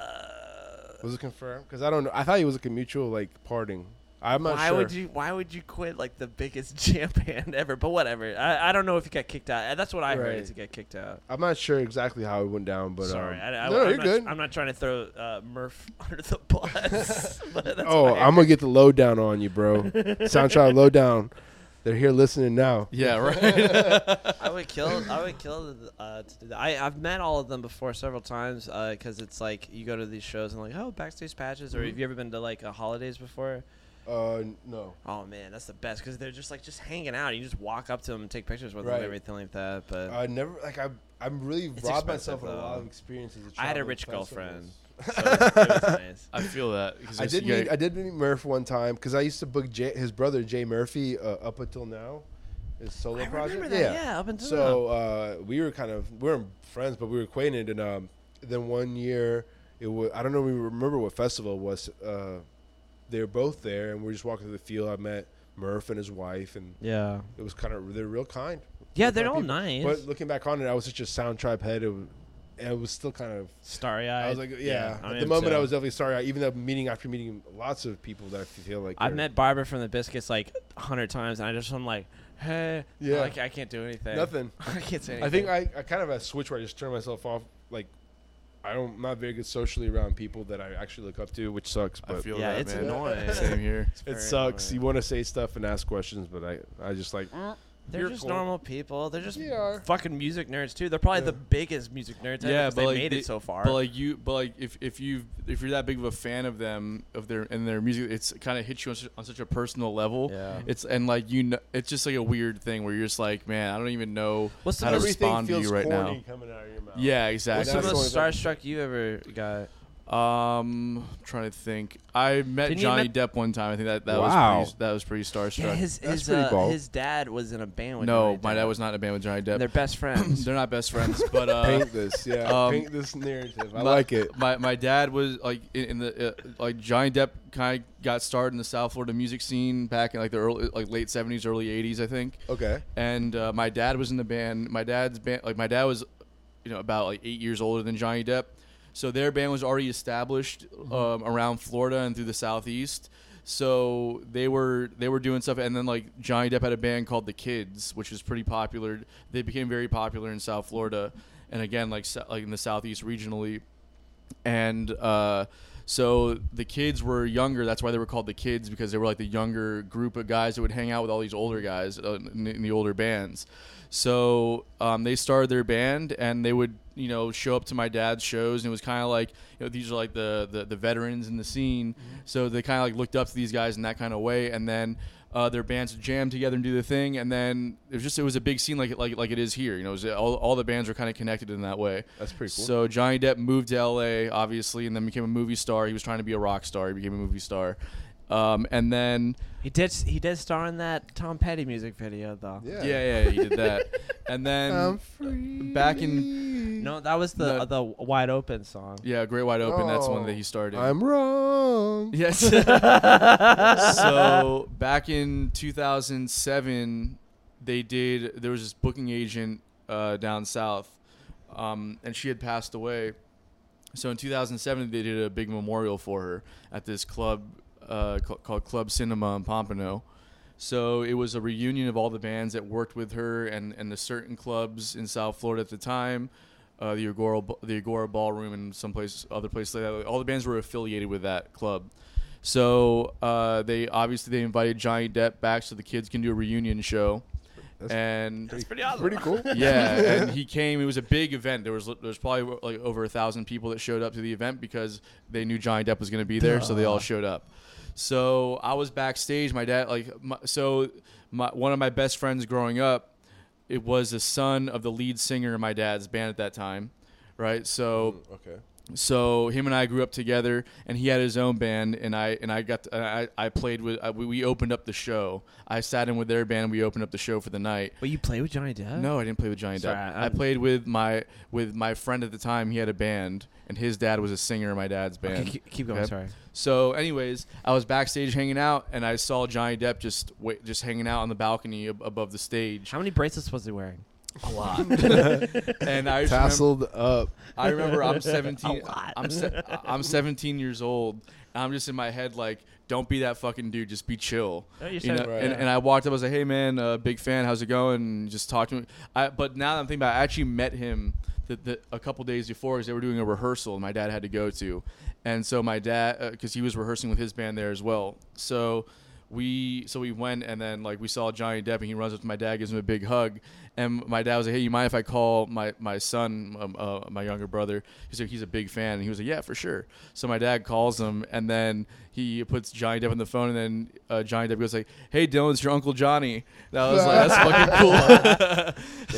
Speaker 2: Was it confirmed? Because I don't know. I thought he was like a mutual like parting. I'm not
Speaker 3: why
Speaker 2: sure.
Speaker 3: would you why would you quit like the biggest [laughs] jam band ever? But whatever. I, I don't know if you got kicked out. That's what I heard
Speaker 2: Right.
Speaker 3: is to get kicked out.
Speaker 2: I'm not sure exactly how it went down, but
Speaker 3: Sorry,
Speaker 2: um,
Speaker 3: I, I,
Speaker 2: no,
Speaker 3: I'm
Speaker 2: you're
Speaker 3: not,
Speaker 2: good.
Speaker 3: I'm not trying to throw uh, Murph [laughs] under the bus. [laughs] but that's
Speaker 2: oh,
Speaker 3: what I
Speaker 2: I'm gonna get the lowdown on you,
Speaker 3: [laughs]
Speaker 2: bro. Soundtrial lowdown. They're here listening now.
Speaker 1: [laughs] Yeah, right.
Speaker 3: I would kill. I would kill. Uh, to do that. I I've met all of them before several times because it's like you go to these shows and like oh backstage patches
Speaker 2: Mm-hmm.
Speaker 3: or have you ever been to like a holidays before?
Speaker 2: Uh, no.
Speaker 3: Oh man, that's the best because they're just like just hanging out. You just walk up to them and take pictures with them
Speaker 2: Right. Uh,
Speaker 3: and everything like that. But
Speaker 2: I never like I. I'm really
Speaker 3: It's
Speaker 2: robbed
Speaker 3: expensive,
Speaker 2: myself of a lot
Speaker 3: though.
Speaker 2: of experiences. at
Speaker 3: I had a
Speaker 2: traveling
Speaker 3: rich
Speaker 2: festivals.
Speaker 3: girlfriend. so it
Speaker 2: [laughs]
Speaker 3: was nice.
Speaker 1: I feel that. 'cause
Speaker 2: I
Speaker 1: it's-
Speaker 2: did
Speaker 1: you
Speaker 2: meet
Speaker 1: gotta-
Speaker 2: I did meet Murph one time because I used to book Jay, his brother Jay Murphy uh, up until now, his solo
Speaker 3: I
Speaker 2: project.
Speaker 3: remember that. Yeah, up until
Speaker 2: So uh, we were kind of we weren't friends, but we were acquainted. And um, then one year, it was I don't know. We remember what festival it was. Uh, they were both there, and we were just walking through the field. I met Murph and his wife, and
Speaker 3: yeah,
Speaker 2: it was kind of they're real kind.
Speaker 3: yeah,
Speaker 2: Real
Speaker 3: they're
Speaker 2: kind
Speaker 3: all
Speaker 2: people.
Speaker 3: nice.
Speaker 2: But looking back on it, I was such a sound tribe head. It was, it was still kind of
Speaker 3: Starry eyed.
Speaker 2: I was like, yeah.
Speaker 3: I uh,
Speaker 2: At the
Speaker 3: am
Speaker 2: moment, I
Speaker 3: too.
Speaker 2: was definitely sorry. I, even though meeting after meeting lots of people that I feel like
Speaker 3: I've
Speaker 2: are-
Speaker 3: met Barbara from the Biscuits like a hundred times, and I just I'm like, hey,
Speaker 2: Yeah.
Speaker 3: like I can't do anything.
Speaker 2: nothing.
Speaker 3: [laughs] I can't say anything.
Speaker 2: I think I, I kind of have a switch where I just turn myself off. Like, I don't, I'm not very good socially around people that I actually look up to, which sucks.
Speaker 1: I
Speaker 2: But
Speaker 1: feel
Speaker 3: yeah,
Speaker 1: that,
Speaker 3: it's
Speaker 1: man. [laughs]
Speaker 3: annoying.
Speaker 1: Same
Speaker 3: [laughs]
Speaker 1: here.
Speaker 2: it
Speaker 3: very
Speaker 2: sucks.
Speaker 3: annoying.
Speaker 2: You want to say stuff and ask questions, but I I just like
Speaker 3: They're
Speaker 2: You're
Speaker 3: just
Speaker 2: cool.
Speaker 3: normal people. They're just
Speaker 2: They are.
Speaker 3: fucking music nerds too. They're probably
Speaker 2: Yeah.
Speaker 3: the biggest music nerds. ever
Speaker 1: Yeah,
Speaker 3: 'cause
Speaker 1: but
Speaker 3: they
Speaker 1: like
Speaker 3: made
Speaker 1: they-
Speaker 3: it so far.
Speaker 1: But like you, but like if if you if you're that big of a fan of them of their and their music, it's kind of hits you on, su- on such a personal level.
Speaker 3: Yeah.
Speaker 1: It's and like you, know, it's just like a weird thing where you're just like, man, I don't even know
Speaker 3: What's the
Speaker 1: how to
Speaker 3: most-
Speaker 1: respond to you right now.
Speaker 2: coming out of your mouth.
Speaker 1: Yeah,
Speaker 3: what's
Speaker 1: exactly.
Speaker 3: the
Speaker 2: that's the
Speaker 3: most
Speaker 2: only
Speaker 3: starstruck you ever got?
Speaker 1: Um, I'm trying to think. I met
Speaker 3: Didn't you
Speaker 1: Johnny
Speaker 3: met-
Speaker 1: Depp one time. I think that that
Speaker 2: Wow.
Speaker 1: was pretty, that was pretty starstruck.
Speaker 3: Yeah, his
Speaker 2: That's
Speaker 3: his
Speaker 2: pretty
Speaker 3: uh,
Speaker 2: bold.
Speaker 3: his dad was in a band with.
Speaker 1: no,
Speaker 3: Johnny
Speaker 1: my dad
Speaker 3: Depp.
Speaker 1: was not in a band with Johnny [coughs]
Speaker 3: And they're
Speaker 1: Depp.
Speaker 3: best friends.
Speaker 1: [clears throat] They're not best friends, but uh,
Speaker 2: [laughs] Paint this, yeah.
Speaker 1: [laughs] Um,
Speaker 2: paint this narrative. I
Speaker 1: my-
Speaker 2: like it.
Speaker 1: my my dad was like in, in the uh, like Johnny Depp kind of got started in the South Florida music scene back in like the early like late seventies, early eighties, I think.
Speaker 2: Okay.
Speaker 1: And uh, my dad was in the band. My dad's band, like my dad was, you know, about like eight years older than Johnny Depp, so their band was already established um, around Florida and through the Southeast. So they were they were doing stuff, and then like Johnny Depp had a band called The Kids, which was pretty popular. They became very popular in South Florida, and again like so- like in the Southeast regionally and uh, so the kids were younger. That's why they were called the kids because they were like the younger group of guys that would hang out with all these older guys uh, in, in the older bands. So um, they started their band, and they would you know show up to my dad's shows, and it was kind of like you know these are like the the, the veterans in the scene.
Speaker 2: Mm-hmm.
Speaker 1: So they kind of like looked up to these guys in that kind of way, and then. Uh, their bands would jam together and do the thing, and then it was just it was a big scene like it like like it is here. You know, it was, all all the bands were kind of connected in that way.
Speaker 2: That's pretty cool.
Speaker 1: So Johnny Depp moved to LA, obviously, and then became a movie star. He was trying to be a rock star. He became a movie star, um, and then
Speaker 3: he did he did star in that Tom Petty music video though.
Speaker 1: yeah, yeah, he did that, and then
Speaker 2: Um,
Speaker 1: back in-
Speaker 3: No, that was the
Speaker 1: No.
Speaker 3: uh, the Wide Open song.
Speaker 1: yeah, Great Wide Open. That's one that he started.
Speaker 2: I'm wrong.
Speaker 1: [laughs] yes. so back in 2007, they did. There was this booking agent uh, down south, um, and she had passed away. So in 2007, they did a big memorial for her at this club uh, ca- called Club Cinema in Pompano. So it was a reunion of all the bands that worked with her and, and the certain clubs in South Florida at the time, uh, the Agora Ba- the Agora Ballroom and some place other places like that. All the bands were affiliated with that club. So uh, they obviously they invited Johnny Depp back so the kids can do a reunion show.
Speaker 2: That's-
Speaker 1: and
Speaker 3: pretty awesome.
Speaker 2: Pretty cool.
Speaker 1: yeah, and he came. It was a big event. There was there was probably like over a thousand people that showed up to the event because they knew Johnny Depp was going to be there, so they all showed up. So I was backstage. My dad, like, my, so my, one of my best friends growing up, it was the son of the lead singer in my dad's band at that time, right? So
Speaker 2: Okay.
Speaker 1: so him and I grew up together, and he had his own band, and I and I got to, I I played with I, we, we opened up the show. I sat in with their band. We opened up the show for the night.
Speaker 3: But you play with Johnny Depp?
Speaker 1: No, I didn't play with Johnny
Speaker 3: Sorry,
Speaker 1: Depp.
Speaker 3: I-
Speaker 1: I, played with my with my friend at the time. He had a band, and his dad was a singer in my dad's band.
Speaker 3: Okay, keep, keep going.
Speaker 1: Okay.
Speaker 3: Sorry.
Speaker 1: So, anyways, I was backstage hanging out, and I saw Johnny Depp just wait, just hanging out on the balcony ab- above the stage.
Speaker 3: How many bracelets was he wearing?
Speaker 1: a lot. [laughs] and I just remember,
Speaker 2: Tasseled up.
Speaker 1: I remember I'm 17.
Speaker 3: [laughs] A lot.
Speaker 1: I'm se- I'm 17 years old. And I'm just in my head like, don't be that fucking dude. Just be chill.
Speaker 3: No, you're
Speaker 1: You
Speaker 3: saying-
Speaker 1: know,
Speaker 2: Right.
Speaker 1: and, and I walked up. I was like, hey man, uh, big fan. How's it going? And just talked to him. I, but now that I'm thinking about, it, I actually met him the, the, a couple days before because they were doing a rehearsal. And my dad had to go to, and so my dad because he was rehearsing with his band there as well. So. We so we went and then like we saw Johnny Depp and he runs up to my dad gives him a big hug and my dad was like hey you mind if I call my my son um, uh, my younger brother he's like he's a big fan and he was like yeah for sure so my dad calls him and then he puts Johnny Depp on the phone and then uh, Johnny Depp goes like hey Dylan it's your uncle Johnny and I was like that's fucking cool [laughs]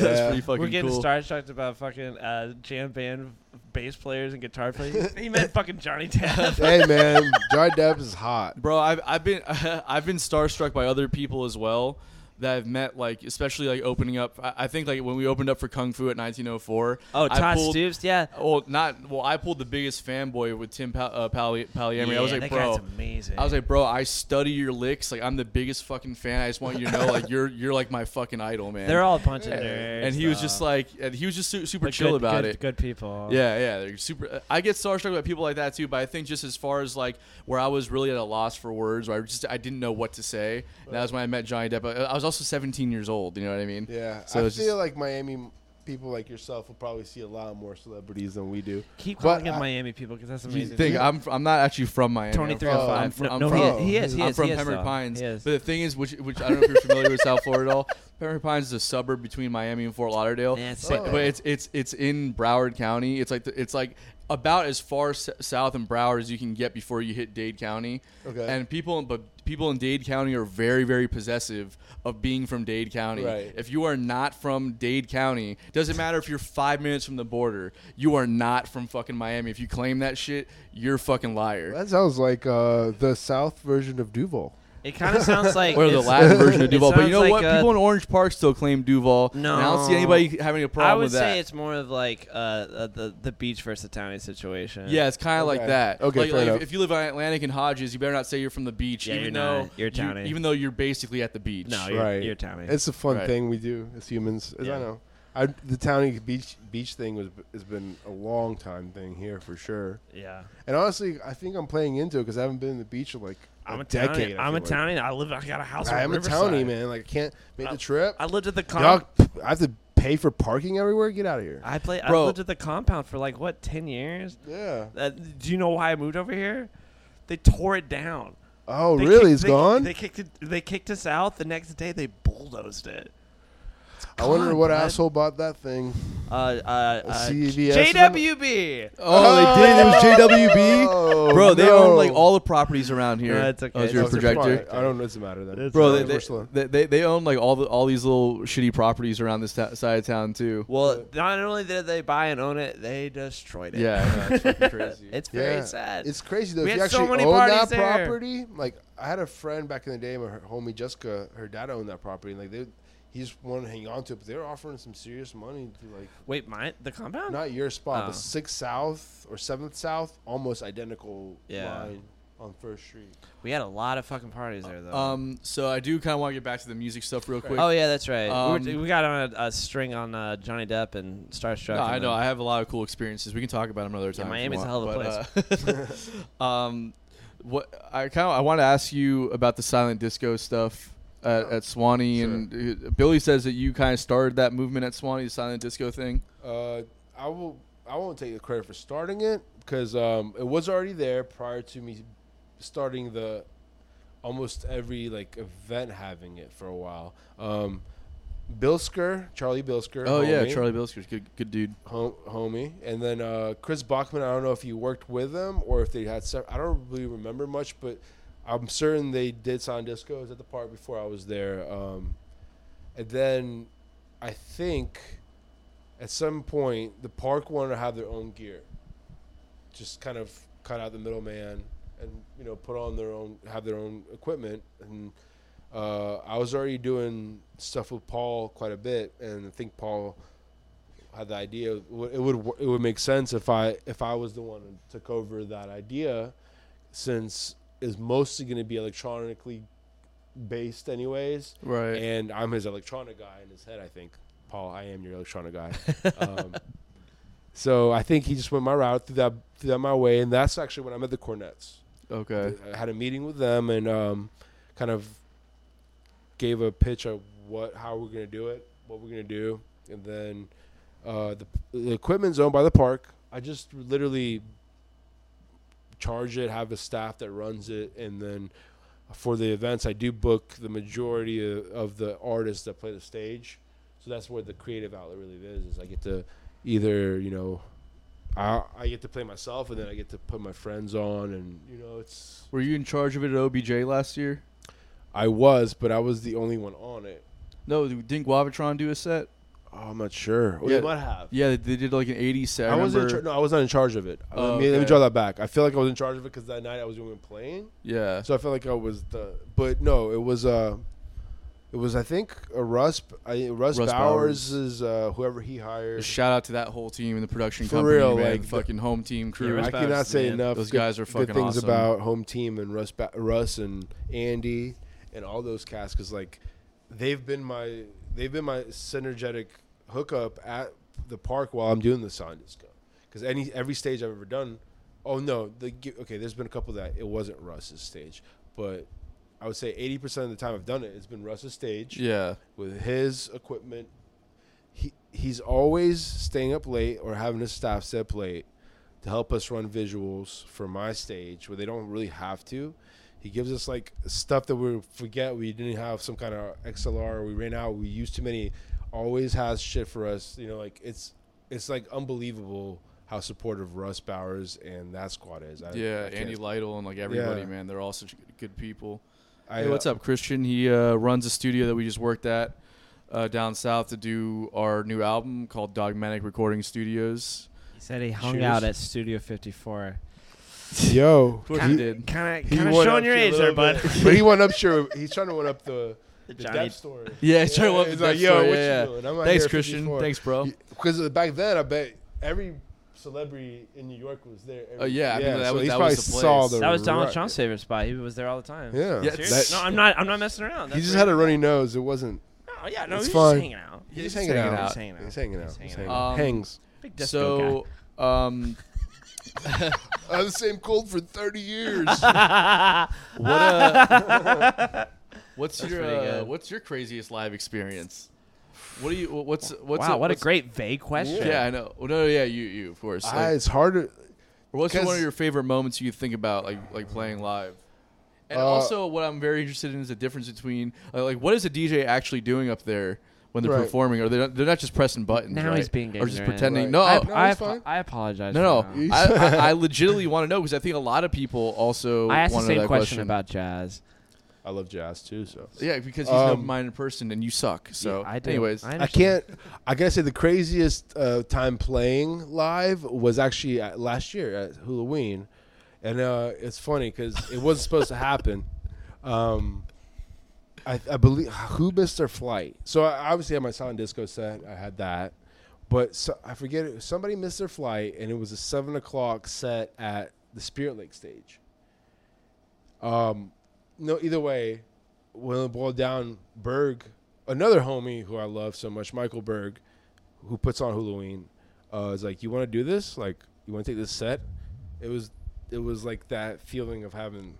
Speaker 1: that's
Speaker 2: Yeah.
Speaker 1: pretty fucking
Speaker 3: We're getting
Speaker 1: cool
Speaker 3: starstruck about fucking uh, jam band bass players and
Speaker 2: [laughs]
Speaker 3: guitar players. he meant fucking Johnny Depp.
Speaker 2: hey man, Johnny Depp is hot.
Speaker 1: Bro, I've I've been [laughs] I've been starstruck by other people as well that I've met, like especially like opening up. I, I think like when we opened up for Kung Fu at 1904.
Speaker 3: Oh,
Speaker 1: I
Speaker 3: Todd
Speaker 1: pulled-
Speaker 3: Stoops, yeah.
Speaker 1: Well, not well. I pulled the biggest fanboy with Tim Pal- uh, Pali- Pallieri. I was
Speaker 3: Yeah,
Speaker 1: like,
Speaker 3: that guy's
Speaker 1: bro.
Speaker 3: amazing.
Speaker 1: I was like, bro. I study your licks. Like, I'm the biggest fucking fan. I just want you to know, like, you're you're like my fucking idol, man.
Speaker 3: they're all a bunch of nerds.
Speaker 1: And he was just
Speaker 3: though.
Speaker 1: like, and he was just su- super
Speaker 3: But
Speaker 1: chill
Speaker 3: good-
Speaker 1: about
Speaker 3: good-
Speaker 1: it.
Speaker 3: Good people.
Speaker 1: Yeah, yeah, they're super. I get starstruck by people like that too, but I think just as far as like where I was really at a loss for words, where I just I didn't know what to say. and That was when I met Johnny Depp. I I was also 17 years old. You know what I mean?
Speaker 2: Yeah,
Speaker 1: So
Speaker 2: I feel
Speaker 1: it's just-
Speaker 2: like Miami people like yourself will probably see a lot more celebrities than we do.
Speaker 3: Keep
Speaker 2: But
Speaker 3: calling him
Speaker 2: I-
Speaker 3: Miami people because that's
Speaker 1: You
Speaker 3: amazing.
Speaker 1: think I'm I'm not actually from Miami.
Speaker 3: Tony
Speaker 1: I'm
Speaker 3: three
Speaker 1: from-
Speaker 3: hundred
Speaker 2: I'm
Speaker 3: five.
Speaker 2: from-
Speaker 3: No,
Speaker 2: I'm
Speaker 3: no,
Speaker 2: from-
Speaker 3: he is. He is. He
Speaker 1: I'm
Speaker 3: is,
Speaker 1: from
Speaker 3: he is,
Speaker 1: Pembroke
Speaker 3: though.
Speaker 1: Pines.
Speaker 3: He is.
Speaker 1: But the thing is, which which I don't know if you're familiar with South Florida at all. Pembroke Pines is a suburb between Miami and Fort Lauderdale.
Speaker 3: Yeah, it's
Speaker 1: but,
Speaker 3: sick
Speaker 1: but
Speaker 3: there.
Speaker 1: it's it's it's in Broward County. It's like the, it's like about as far s- south in Broward as you can get before you hit Dade County.
Speaker 2: Okay.
Speaker 1: And people, but people in Dade County are very very possessive of being from Dade County.
Speaker 2: Right.
Speaker 1: If you are not from Dade County, doesn't matter if you're five minutes from the border, you are not from fucking Miami. If you claim that shit, you're a fucking liar.
Speaker 2: That sounds like uh, the South version of Duval.
Speaker 3: It kind of
Speaker 1: [laughs]
Speaker 3: sounds like
Speaker 1: Or the
Speaker 3: it's- [laughs]
Speaker 1: Latin version
Speaker 3: it
Speaker 1: of Duval. But you
Speaker 3: sounds
Speaker 1: know
Speaker 3: like,
Speaker 1: what?
Speaker 3: uh,
Speaker 1: People in Orange Park still claim Duval. and I don't see
Speaker 3: No.
Speaker 1: anybody having a problem
Speaker 3: uh, I would
Speaker 1: with
Speaker 3: say
Speaker 1: that.
Speaker 3: it's more of like uh, uh, the the beach versus the townie situation.
Speaker 1: yeah, it's kind of like
Speaker 2: Okay.
Speaker 1: that.
Speaker 2: Okay,
Speaker 1: like,
Speaker 2: fair
Speaker 1: like,
Speaker 2: enough.
Speaker 1: if you live on Atlantic and Hodges, you better not say you're from the beach,
Speaker 3: Yeah,
Speaker 1: even
Speaker 3: you're
Speaker 1: though
Speaker 3: not. You're a
Speaker 1: you-
Speaker 3: townie.
Speaker 1: even though you're basically at the beach.
Speaker 3: No, Oh, you're,
Speaker 2: Right.
Speaker 3: you're townie.
Speaker 2: It's a fun
Speaker 1: Right.
Speaker 2: thing we do as humans. as
Speaker 3: Yeah.
Speaker 2: I know. I, the Townie Beach Beach thing was has been a long time thing here for sure.
Speaker 3: yeah.
Speaker 2: And honestly, I think I'm playing into it because I haven't been to the beach in like
Speaker 3: I'm a
Speaker 2: decade.
Speaker 3: townie.
Speaker 2: I
Speaker 3: I'm a
Speaker 2: feel like.
Speaker 3: townie. I live. I got a house.
Speaker 2: I
Speaker 3: in
Speaker 2: am a
Speaker 3: Riverside.
Speaker 2: townie, man. Like I can't make the trip.
Speaker 3: I lived at the
Speaker 2: Y'all,
Speaker 3: comp.
Speaker 2: I have to pay for parking everywhere. Get out of here.
Speaker 3: I play. I
Speaker 1: Bro.
Speaker 3: lived at the compound for like what ten years.
Speaker 2: Yeah.
Speaker 3: Uh, do you know why I moved over here? They tore it down.
Speaker 2: Oh,
Speaker 3: They
Speaker 2: really?
Speaker 3: kicked-
Speaker 2: It's
Speaker 3: they-
Speaker 2: gone.
Speaker 3: They kicked it. They kicked us out. The next day, they bulldozed it. It's
Speaker 2: I wonder
Speaker 3: gone,
Speaker 2: what
Speaker 3: bud.
Speaker 2: asshole bought that thing.
Speaker 3: Uh, uh,
Speaker 2: A E
Speaker 3: uh,
Speaker 2: CVS
Speaker 3: JWB.
Speaker 1: Oh, they did. It was
Speaker 2: [laughs]
Speaker 1: JWB.
Speaker 2: Oh,
Speaker 1: Bro, they
Speaker 2: no.
Speaker 1: own like all the properties around here.
Speaker 3: No, it's okay.
Speaker 1: Oh, is
Speaker 3: It's
Speaker 1: your
Speaker 2: Oh, it's a
Speaker 1: projector.
Speaker 2: product. I don't know. It's a matter then.
Speaker 3: It's
Speaker 1: Bro,
Speaker 2: Sorry,
Speaker 1: they,
Speaker 2: we're
Speaker 1: they,
Speaker 2: slow.
Speaker 1: they, they, they own like all the all these little shitty properties around this t- side of town too.
Speaker 3: Well, not only did they buy and own it, they destroyed it.
Speaker 1: Yeah,
Speaker 3: [laughs]
Speaker 1: I know, it's [laughs] fucking crazy.
Speaker 3: it's
Speaker 2: Yeah.
Speaker 3: very sad.
Speaker 2: It's crazy though.
Speaker 3: We
Speaker 2: if you
Speaker 3: had so
Speaker 2: actually
Speaker 3: many
Speaker 2: own
Speaker 3: parties
Speaker 2: that
Speaker 3: there.
Speaker 2: property, like I had a friend back in the day, my her- homie Jessica, her dad owned that property, and like they, he just wanted to hang on to it, but they were offering some serious money to like
Speaker 3: Wait, mine the compound?
Speaker 2: not your spot,
Speaker 3: Oh.
Speaker 2: but Sixth South or Seventh South, almost identical
Speaker 3: Yeah.
Speaker 2: line on First Street.
Speaker 3: We had a lot of fucking parties there though.
Speaker 1: Um, so I do kind of want to get back to the music stuff real quick.
Speaker 3: oh yeah, that's right. we, were,
Speaker 1: Um,
Speaker 3: we got on a, a string on uh, Johnny Depp and Starstruck.
Speaker 1: No, I
Speaker 3: and
Speaker 1: know.
Speaker 3: then-
Speaker 1: I have a lot of cool experiences. We can talk about them another time. if you
Speaker 3: Miami's a
Speaker 1: want,
Speaker 3: hell of
Speaker 1: but, uh, [laughs] um, what I kind of I want to ask you about the silent disco stuff at, at Swanee, and uh, Billy says that you kind of started that movement at Swanee, the silent disco thing.
Speaker 2: Uh, I will. I won't take the credit for starting it because um, it was already there prior to me starting the almost every like event having it for a while. Um, Bilsker, Charlie Bilsker.
Speaker 1: Oh yeah,
Speaker 2: homie-
Speaker 1: Charlie Bilsker's good, good dude.
Speaker 2: hom- homie, and then uh, Chris Bachman. I don't know if you worked with them or if they had stuff. I don't really remember much, but I'm certain they did sound disco. It was at the park before I was there, um, and then I think at some point the park wanted to have their own gear, just kind of cut out the middleman and you know put on their own have their own equipment and. Uh, I was already doing stuff with Paul quite a bit, and I think Paul had the idea it would it would wor- it would make sense if I if I was the one who took over that idea since it's mostly going to be electronically based anyways
Speaker 1: Right.
Speaker 2: and I'm his electronic guy in his head I think Paul, I am your electronic guy. um, so I think he just went my route through that through that my way, and that's actually when I met the Cornets.
Speaker 1: Okay.
Speaker 2: I had a meeting with them and um, kind of gave a pitch of what how we're gonna do it, what we're gonna do, and then uh, the, the equipment's owned by the park. I just literally charge it, have a staff that runs it, and then for the events, I do book the majority of, of the artists that play the stage. So that's where the creative outlet really is. Is I get to either you know. I, I get to play myself, and then I get to put my friends on, and you know it's
Speaker 1: Were you in charge of it at OBJ last year?
Speaker 2: I was, but I was the only one on it.
Speaker 1: No, didn't Guavatron do a set?
Speaker 2: Oh, I'm not sure.
Speaker 1: Yeah.
Speaker 2: We might have.
Speaker 1: Yeah, they- they did like an 80s set.
Speaker 2: I,
Speaker 1: I,
Speaker 2: wasn't. In
Speaker 1: remember.
Speaker 2: char- no, I was not in charge of it. Uh,
Speaker 1: Oh,
Speaker 2: let, me, let me
Speaker 1: okay.
Speaker 2: draw that back. I feel like I was in charge of it because that night I was doing playing,
Speaker 1: yeah.
Speaker 2: so I felt like I was the. But no, it was uh, it was I think a Russ, I, Russ,
Speaker 1: Russ
Speaker 2: Bowers, is uh, whoever he hired.
Speaker 1: Shout out to that whole team and the production
Speaker 2: For
Speaker 1: company,
Speaker 2: real,
Speaker 1: man.
Speaker 2: like,
Speaker 1: the fucking home team crew.
Speaker 3: Russ
Speaker 2: I
Speaker 3: Bowers,
Speaker 2: cannot say
Speaker 3: man.
Speaker 2: enough.
Speaker 1: Those
Speaker 2: good-
Speaker 1: guys are fucking
Speaker 2: good things
Speaker 1: awesome.
Speaker 2: about home team and Russ, ba- Russ and Andy and all those cats because like they've been my they've been my synergetic hookup at the park while I'm doing the sound disco because any every stage I've ever done. Oh no, the gi- okay. There's been a couple that it wasn't Russ's stage, but I would say 80% of the time I've done it, it's been Russ's stage
Speaker 1: yeah.
Speaker 2: with his equipment. He he's always staying up late or having his staff stay up late to help us run visuals for my stage where they don't really have to. He gives us like stuff that we forget we didn't have some kind of XLR we ran out we used too many. Always has shit for us. You know, like it's it's like unbelievable how supportive Russ Bowers and that squad is. I,
Speaker 1: Yeah,
Speaker 2: I can't-
Speaker 1: Andy Lytle and like everybody,
Speaker 2: Yeah.
Speaker 1: man. They're all such good- good people.
Speaker 2: I, uh,
Speaker 1: hey, what's up, Christian? He uh, runs a studio that we just worked at uh, down south to do our new album called Dogmatic Recording Studios.
Speaker 3: He said he hung
Speaker 2: Cheers.
Speaker 3: out at Studio 54.
Speaker 1: [laughs]
Speaker 2: Yo,
Speaker 1: Of course
Speaker 2: he-
Speaker 1: he did.
Speaker 3: Kind of,
Speaker 2: he
Speaker 3: kind of
Speaker 2: went
Speaker 3: showing
Speaker 2: up
Speaker 3: your
Speaker 2: you a
Speaker 3: age there,
Speaker 2: little
Speaker 3: bud.
Speaker 2: bit. but he
Speaker 1: [laughs]
Speaker 2: went up sure. He's trying to went up the the
Speaker 3: Johnny-
Speaker 2: depth story.
Speaker 1: Yeah, he's trying to up
Speaker 2: he's
Speaker 1: the
Speaker 2: like,
Speaker 1: depth
Speaker 2: "Yo,
Speaker 1: story,
Speaker 2: what
Speaker 1: yeah,
Speaker 2: you
Speaker 1: yeah.
Speaker 2: doing? I'm out here
Speaker 1: Thanks,
Speaker 2: at
Speaker 1: Christian.
Speaker 2: 54."
Speaker 1: Thanks, bro.
Speaker 2: Because back then, I bet every celebrity in New York was there. Every,
Speaker 1: Oh, yeah, I mean, that
Speaker 2: so
Speaker 1: was-
Speaker 2: he
Speaker 1: that
Speaker 2: probably
Speaker 1: was the place.
Speaker 2: saw the
Speaker 3: That was Donald
Speaker 2: ru-
Speaker 3: Trump's favorite spot. He was there all the time.
Speaker 2: Yeah,
Speaker 1: Yeah,
Speaker 3: Serious?
Speaker 1: That's-
Speaker 3: no, I'm not. I'm not messing around.
Speaker 2: he
Speaker 3: That's
Speaker 2: just
Speaker 3: where-
Speaker 2: had a runny nose. It wasn't.
Speaker 3: Oh yeah, no,
Speaker 2: It's
Speaker 3: he's
Speaker 2: fine.
Speaker 3: just hanging out.
Speaker 2: He's
Speaker 1: just
Speaker 2: just hanging
Speaker 1: hanging
Speaker 2: out.
Speaker 1: out.
Speaker 3: He's hanging out.
Speaker 2: He's hanging out.
Speaker 3: He's
Speaker 2: He's hanging
Speaker 3: hanging
Speaker 1: out.
Speaker 2: out.
Speaker 1: Um,
Speaker 2: Hangs.
Speaker 3: Big disco
Speaker 1: So, um,
Speaker 2: I had the same cold for
Speaker 1: [laughs]
Speaker 2: thirty years.
Speaker 3: guy.
Speaker 1: what uh, what's
Speaker 3: That's
Speaker 1: your
Speaker 3: pretty
Speaker 1: uh,
Speaker 3: good.
Speaker 1: what's your craziest live experience? What do you wha- what's what's
Speaker 3: wow, what a
Speaker 1: what's-
Speaker 3: great vague question.
Speaker 1: yeah I know well, no yeah you you of course
Speaker 2: I,
Speaker 1: like,
Speaker 2: it's harder.
Speaker 1: what's
Speaker 2: because-
Speaker 1: one of your favorite moments you think about like like playing live. And
Speaker 2: Uh,
Speaker 1: also, what I'm very interested in is the difference between uh, like what is a DJ actually doing up there when they're
Speaker 2: Right.
Speaker 1: performing? Or they are they're not just pressing buttons?
Speaker 3: Now
Speaker 1: right?
Speaker 3: he's being
Speaker 1: or just
Speaker 3: ignorant.
Speaker 1: pretending.
Speaker 2: Right.
Speaker 1: No,
Speaker 3: I,
Speaker 1: I-
Speaker 2: No,
Speaker 3: I,
Speaker 2: it's
Speaker 3: apo-
Speaker 2: fine.
Speaker 3: I apologize.
Speaker 1: No,
Speaker 3: for
Speaker 1: no.
Speaker 3: that.
Speaker 2: Yeah.
Speaker 1: I,
Speaker 2: [laughs]
Speaker 1: I, I legitimately want to know because I think a lot of people also
Speaker 3: I asked the
Speaker 1: wanna know
Speaker 3: same
Speaker 1: that
Speaker 3: question, about jazz.
Speaker 2: I love jazz too. So
Speaker 1: Yeah, because he's an
Speaker 2: Um,
Speaker 1: open-minded person and you suck. So,
Speaker 3: Yeah, I do.
Speaker 1: anyways,
Speaker 3: I,
Speaker 2: I
Speaker 3: understand.
Speaker 2: can't. I gotta say the craziest uh, time playing live was actually at, last year at Halloween, and uh, it's funny because it wasn't supposed to happen. Um, I, I believe who missed their flight. So I obviously had my silent disco set. I had that, but so, I forget it- somebody missed their flight, and it was a seven o'clock set at the Spirit Lake stage. Um, no, either way, when it boiled down, Berg, another homie who I love so much, Michael Berg, who puts on Halloween, uh, is like, "You want to do this? Like, you want to take this set?" It was, it was like that feeling of having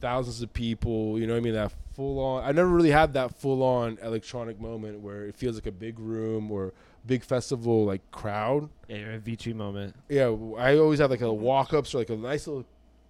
Speaker 2: thousands of people. You know what I mean? That full on. I never really had that full on electronic moment where it feels like a big room or big festival like crowd.
Speaker 3: Yeah, you're a Vici moment.
Speaker 2: Yeah, I always have like a walk ups or like a nice little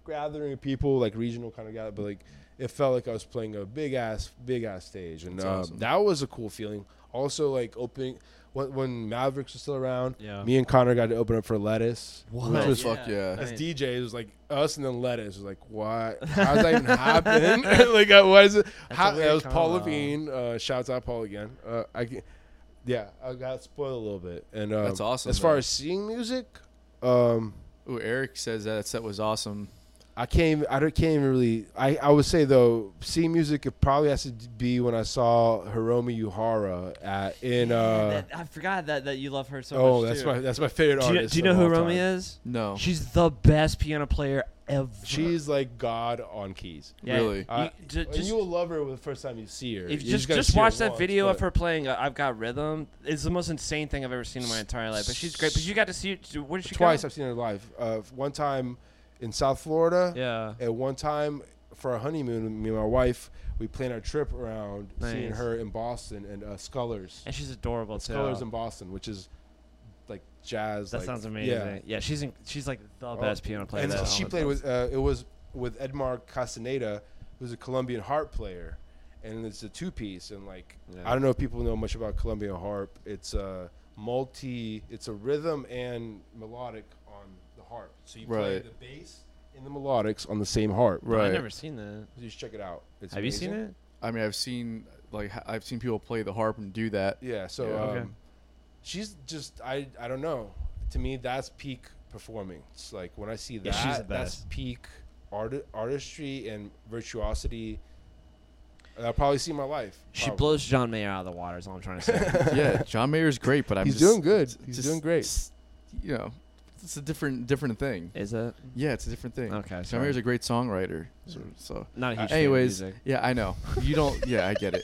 Speaker 2: gathering of people, like regional kind of gathering, but like it felt like I was playing a big ass, big ass stage, and
Speaker 1: That's
Speaker 2: um,
Speaker 1: awesome.
Speaker 2: that was a cool feeling. Also, like opening when, when Mavericks was still around,
Speaker 3: Yeah.
Speaker 2: me and Connor got to open up for Lettuce,
Speaker 1: Which
Speaker 2: which
Speaker 3: Wow.
Speaker 1: was
Speaker 2: was
Speaker 1: fuck yeah.
Speaker 2: as
Speaker 3: Right.
Speaker 2: DJs, it was like us and then Lettuce. It was like, what? How does that
Speaker 1: [laughs]
Speaker 2: even happen? [laughs] like, uh, what is it?
Speaker 3: That's
Speaker 2: How,
Speaker 3: a
Speaker 2: that
Speaker 3: weird
Speaker 2: was Paul
Speaker 3: combo.
Speaker 2: Levine. Uh, shouts out Paul again. Uh, I, g- yeah, I got spoiled a little bit, and um,
Speaker 1: That's awesome,
Speaker 2: As far
Speaker 1: though.
Speaker 2: as seeing music, um,
Speaker 1: Ooh, Eric says that set was awesome.
Speaker 2: I can't. Even, I don't, can't even really. I, I would say though, C music it probably has to be when I saw Hiromi Uhara at in. Uh,
Speaker 3: That- I forgot that, that you love her so
Speaker 2: oh,
Speaker 3: much.
Speaker 2: that's
Speaker 3: too.
Speaker 2: my that's my favorite
Speaker 3: Do you,
Speaker 2: artist.
Speaker 3: do you know
Speaker 2: of
Speaker 3: who
Speaker 2: all
Speaker 3: Romy
Speaker 2: time.
Speaker 3: is?
Speaker 1: No.
Speaker 3: She's the best piano player ever.
Speaker 2: She's like God on keys.
Speaker 3: Yeah,
Speaker 1: Really?
Speaker 3: you-
Speaker 2: I-
Speaker 3: ju-
Speaker 2: And
Speaker 3: just,
Speaker 2: Uh, you will love her the first time you see her.
Speaker 3: if
Speaker 2: You
Speaker 3: just,
Speaker 2: gotta
Speaker 3: just
Speaker 2: see her
Speaker 3: watch that
Speaker 2: once,
Speaker 3: video of
Speaker 2: but-
Speaker 3: her playing uh, I've Got Rhythm. It's the most insane thing I've ever seen in my entire life. But she's great. But you got to see her. Where did she
Speaker 2: Twice
Speaker 3: go?
Speaker 2: I've seen her live. Uh, one time in South Florida.
Speaker 3: Yeah.
Speaker 2: At one time for our honeymoon, me and my wife, we planned our trip around seeing
Speaker 3: Nice.
Speaker 2: her in Boston and uh, Scullers.
Speaker 3: And she's adorable, too.
Speaker 2: Scullers in Boston, which is like jazz.
Speaker 3: That
Speaker 2: like-
Speaker 3: sounds amazing.
Speaker 2: Yeah.
Speaker 3: Yeah, she's in, she's like the
Speaker 2: Oh,
Speaker 3: best piano player.
Speaker 2: And
Speaker 3: that
Speaker 2: she
Speaker 3: I'll
Speaker 2: played
Speaker 3: ever-
Speaker 2: with uh, it was with Edmar Castaneda, who's a Colombian harp player, and it's a two piece. And like
Speaker 3: Yeah.
Speaker 2: I don't know if people know much about Colombian harp. It's a multi. It's a rhythm and melodic on the harp. So you play
Speaker 1: Right.
Speaker 2: the bass and the melodics on the same harp.
Speaker 1: Right.
Speaker 3: I've never seen that.
Speaker 2: You should check it out. It's
Speaker 3: Have you seen
Speaker 2: amazing.
Speaker 3: it?
Speaker 1: I mean, I've seen like h- I've seen people play the harp and do that.
Speaker 2: Yeah. So
Speaker 1: Yeah.
Speaker 2: um,
Speaker 3: Okay.
Speaker 2: she's just I I don't know. To me, that's peak performing. It's like when I see that,
Speaker 3: Yeah, she's the
Speaker 2: that's
Speaker 3: best.
Speaker 2: peak art, artistry and virtuosity. that I'll probably see in my life.
Speaker 3: She
Speaker 2: probably.
Speaker 3: blows John Mayer out of the water. Is all I'm trying to
Speaker 2: [laughs]
Speaker 3: say.
Speaker 1: yeah, John Mayer's great, but I'm
Speaker 2: He's
Speaker 1: just-
Speaker 2: doing good.
Speaker 1: it's
Speaker 2: He's doing great.
Speaker 1: it's, You know, it's a different different thing.
Speaker 3: Is it?
Speaker 1: Yeah, it's a different thing.
Speaker 3: Okay,
Speaker 1: John
Speaker 3: sorry.
Speaker 1: Mayer's a great songwriter. So, so.
Speaker 3: Not
Speaker 1: Uh,
Speaker 3: a huge. fan of
Speaker 1: anyways,
Speaker 3: music.
Speaker 1: yeah, I know [laughs] you don't. Yeah, I get it.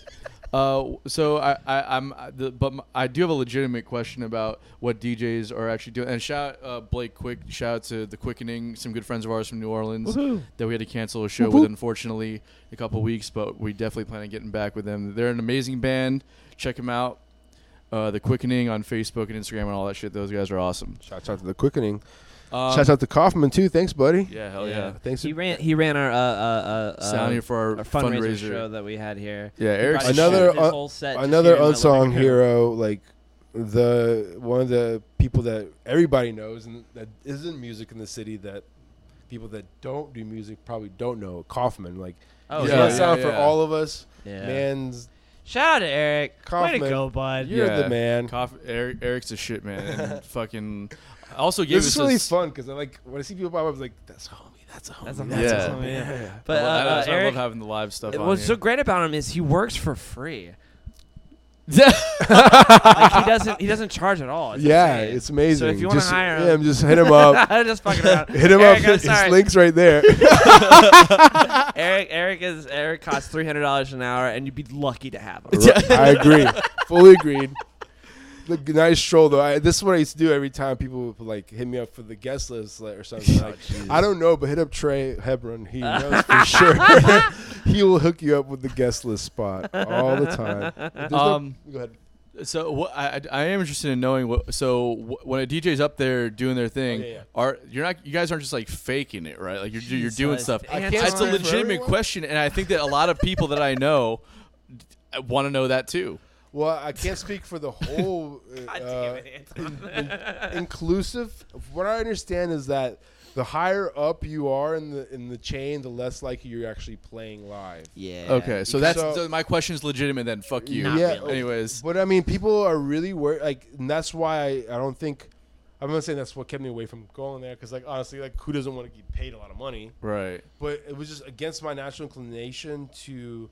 Speaker 1: Uh, w- so I, I I'm I- the, but m I do have a legitimate question about what DJs are actually doing. And shout uh, Blake Quick, shout out to the Quickening, some good friends of ours from New Orleans that we had to cancel a show with, unfortunately, a couple weeks. But we definitely plan on getting back with them. They're an amazing band. Check them out. Uh, the Quickening on Facebook and Instagram and all that shit. Those guys are awesome.
Speaker 2: Shouts out to the quickening.
Speaker 1: Um,
Speaker 2: Shouts out to Kaufman too. Thanks, buddy.
Speaker 1: Yeah, hell yeah.
Speaker 3: Yeah.
Speaker 2: Thanks.
Speaker 3: He ran. He ran our uh, uh, uh,
Speaker 1: Sound
Speaker 3: uh,
Speaker 1: here for our,
Speaker 3: our fundraiser,
Speaker 1: fundraiser.
Speaker 3: show that we had here.
Speaker 1: Yeah, Eric's
Speaker 2: Brought Another
Speaker 1: shit.
Speaker 2: un- another
Speaker 3: [laughs]
Speaker 2: unsung hero, like the one of the people that everybody knows and that isn't music in the city that people that don't do music probably don't know. Kaufman, like
Speaker 3: Oh
Speaker 2: he's
Speaker 1: Yeah,
Speaker 2: yeah,
Speaker 3: yeah,
Speaker 2: not
Speaker 1: yeah,
Speaker 2: sound for
Speaker 1: yeah.
Speaker 2: all of us.
Speaker 3: yeah.
Speaker 2: Man's
Speaker 3: Shout out to Eric. Way
Speaker 2: Kaufman.
Speaker 3: to go, bud.
Speaker 2: you're
Speaker 1: Yeah.
Speaker 2: the man.
Speaker 1: Cough, Eric, Eric's a shit man.
Speaker 2: [laughs]
Speaker 1: and fucking also gave
Speaker 2: This is
Speaker 1: us
Speaker 2: really
Speaker 1: this-
Speaker 2: fun because I like when I see people pop up, I'm like that's a homie, that's a homie,
Speaker 3: That's a-
Speaker 1: that's a Yeah.
Speaker 3: homie, yeah.
Speaker 1: I
Speaker 3: But uh,
Speaker 1: love-
Speaker 3: uh,
Speaker 1: that's why I
Speaker 3: Eric.
Speaker 1: love having the live stuff. on
Speaker 3: What's
Speaker 1: here.
Speaker 3: so great about him is he works for free.
Speaker 1: Yeah.
Speaker 3: [laughs] Like he doesn't. He doesn't charge at all. It's
Speaker 2: yeah,
Speaker 3: insane.
Speaker 2: it's amazing.
Speaker 3: So if you wanna
Speaker 2: Just-
Speaker 3: hire him-
Speaker 2: yeah, just hit him up.
Speaker 3: [laughs] just fucking around.
Speaker 2: Hit him
Speaker 3: Eric,
Speaker 2: up. [laughs]
Speaker 3: I'm
Speaker 2: His
Speaker 3: sorry.
Speaker 2: link's right
Speaker 3: [laughs]
Speaker 2: there.
Speaker 3: Eric, Eric is Eric costs three hundred dollars an hour, and you'd be lucky to have [laughs] him.
Speaker 2: Right. I agree. Fully agreed. The g- nice stroll though. I, this is what I used to do every time people would like hit me up for the guest list like, or something. Like, I don't know, but hit up Trey Hebron. He knows for sure. [laughs] he will hook you up with the guest list spot all the time. There's no-
Speaker 1: Um,
Speaker 2: go ahead.
Speaker 1: [laughs] so what I, I I am interested in knowing what. So wh- when a DJ's up there doing their thing,
Speaker 2: Oh, yeah, yeah.
Speaker 1: are you're not you guys aren't just like faking it, right? Like you're do- you're doing
Speaker 3: Jesus.
Speaker 1: stuff.
Speaker 3: I can't
Speaker 1: That's a
Speaker 3: speak for
Speaker 1: legitimate
Speaker 2: everyone.
Speaker 1: question, and I think that a lot of people that I know want to know that too.
Speaker 2: Well, I can't speak for the whole. Uh, [laughs] in- inclusive. What I understand is that the higher up you are in the in the chain, the less likely you're actually playing live.
Speaker 3: yeah.
Speaker 1: Okay, so that's
Speaker 2: So-
Speaker 1: so my question is legitimate. Then fuck you.
Speaker 3: Not
Speaker 2: Yeah.
Speaker 3: really.
Speaker 1: Anyways,
Speaker 2: But I mean, people are really worried. Like, and that's why I, I don't think. I'm not saying that's what kept me away from going there because, like, honestly, like, who doesn't want to get paid a lot of money?
Speaker 1: right.
Speaker 2: But it was just against my natural inclination to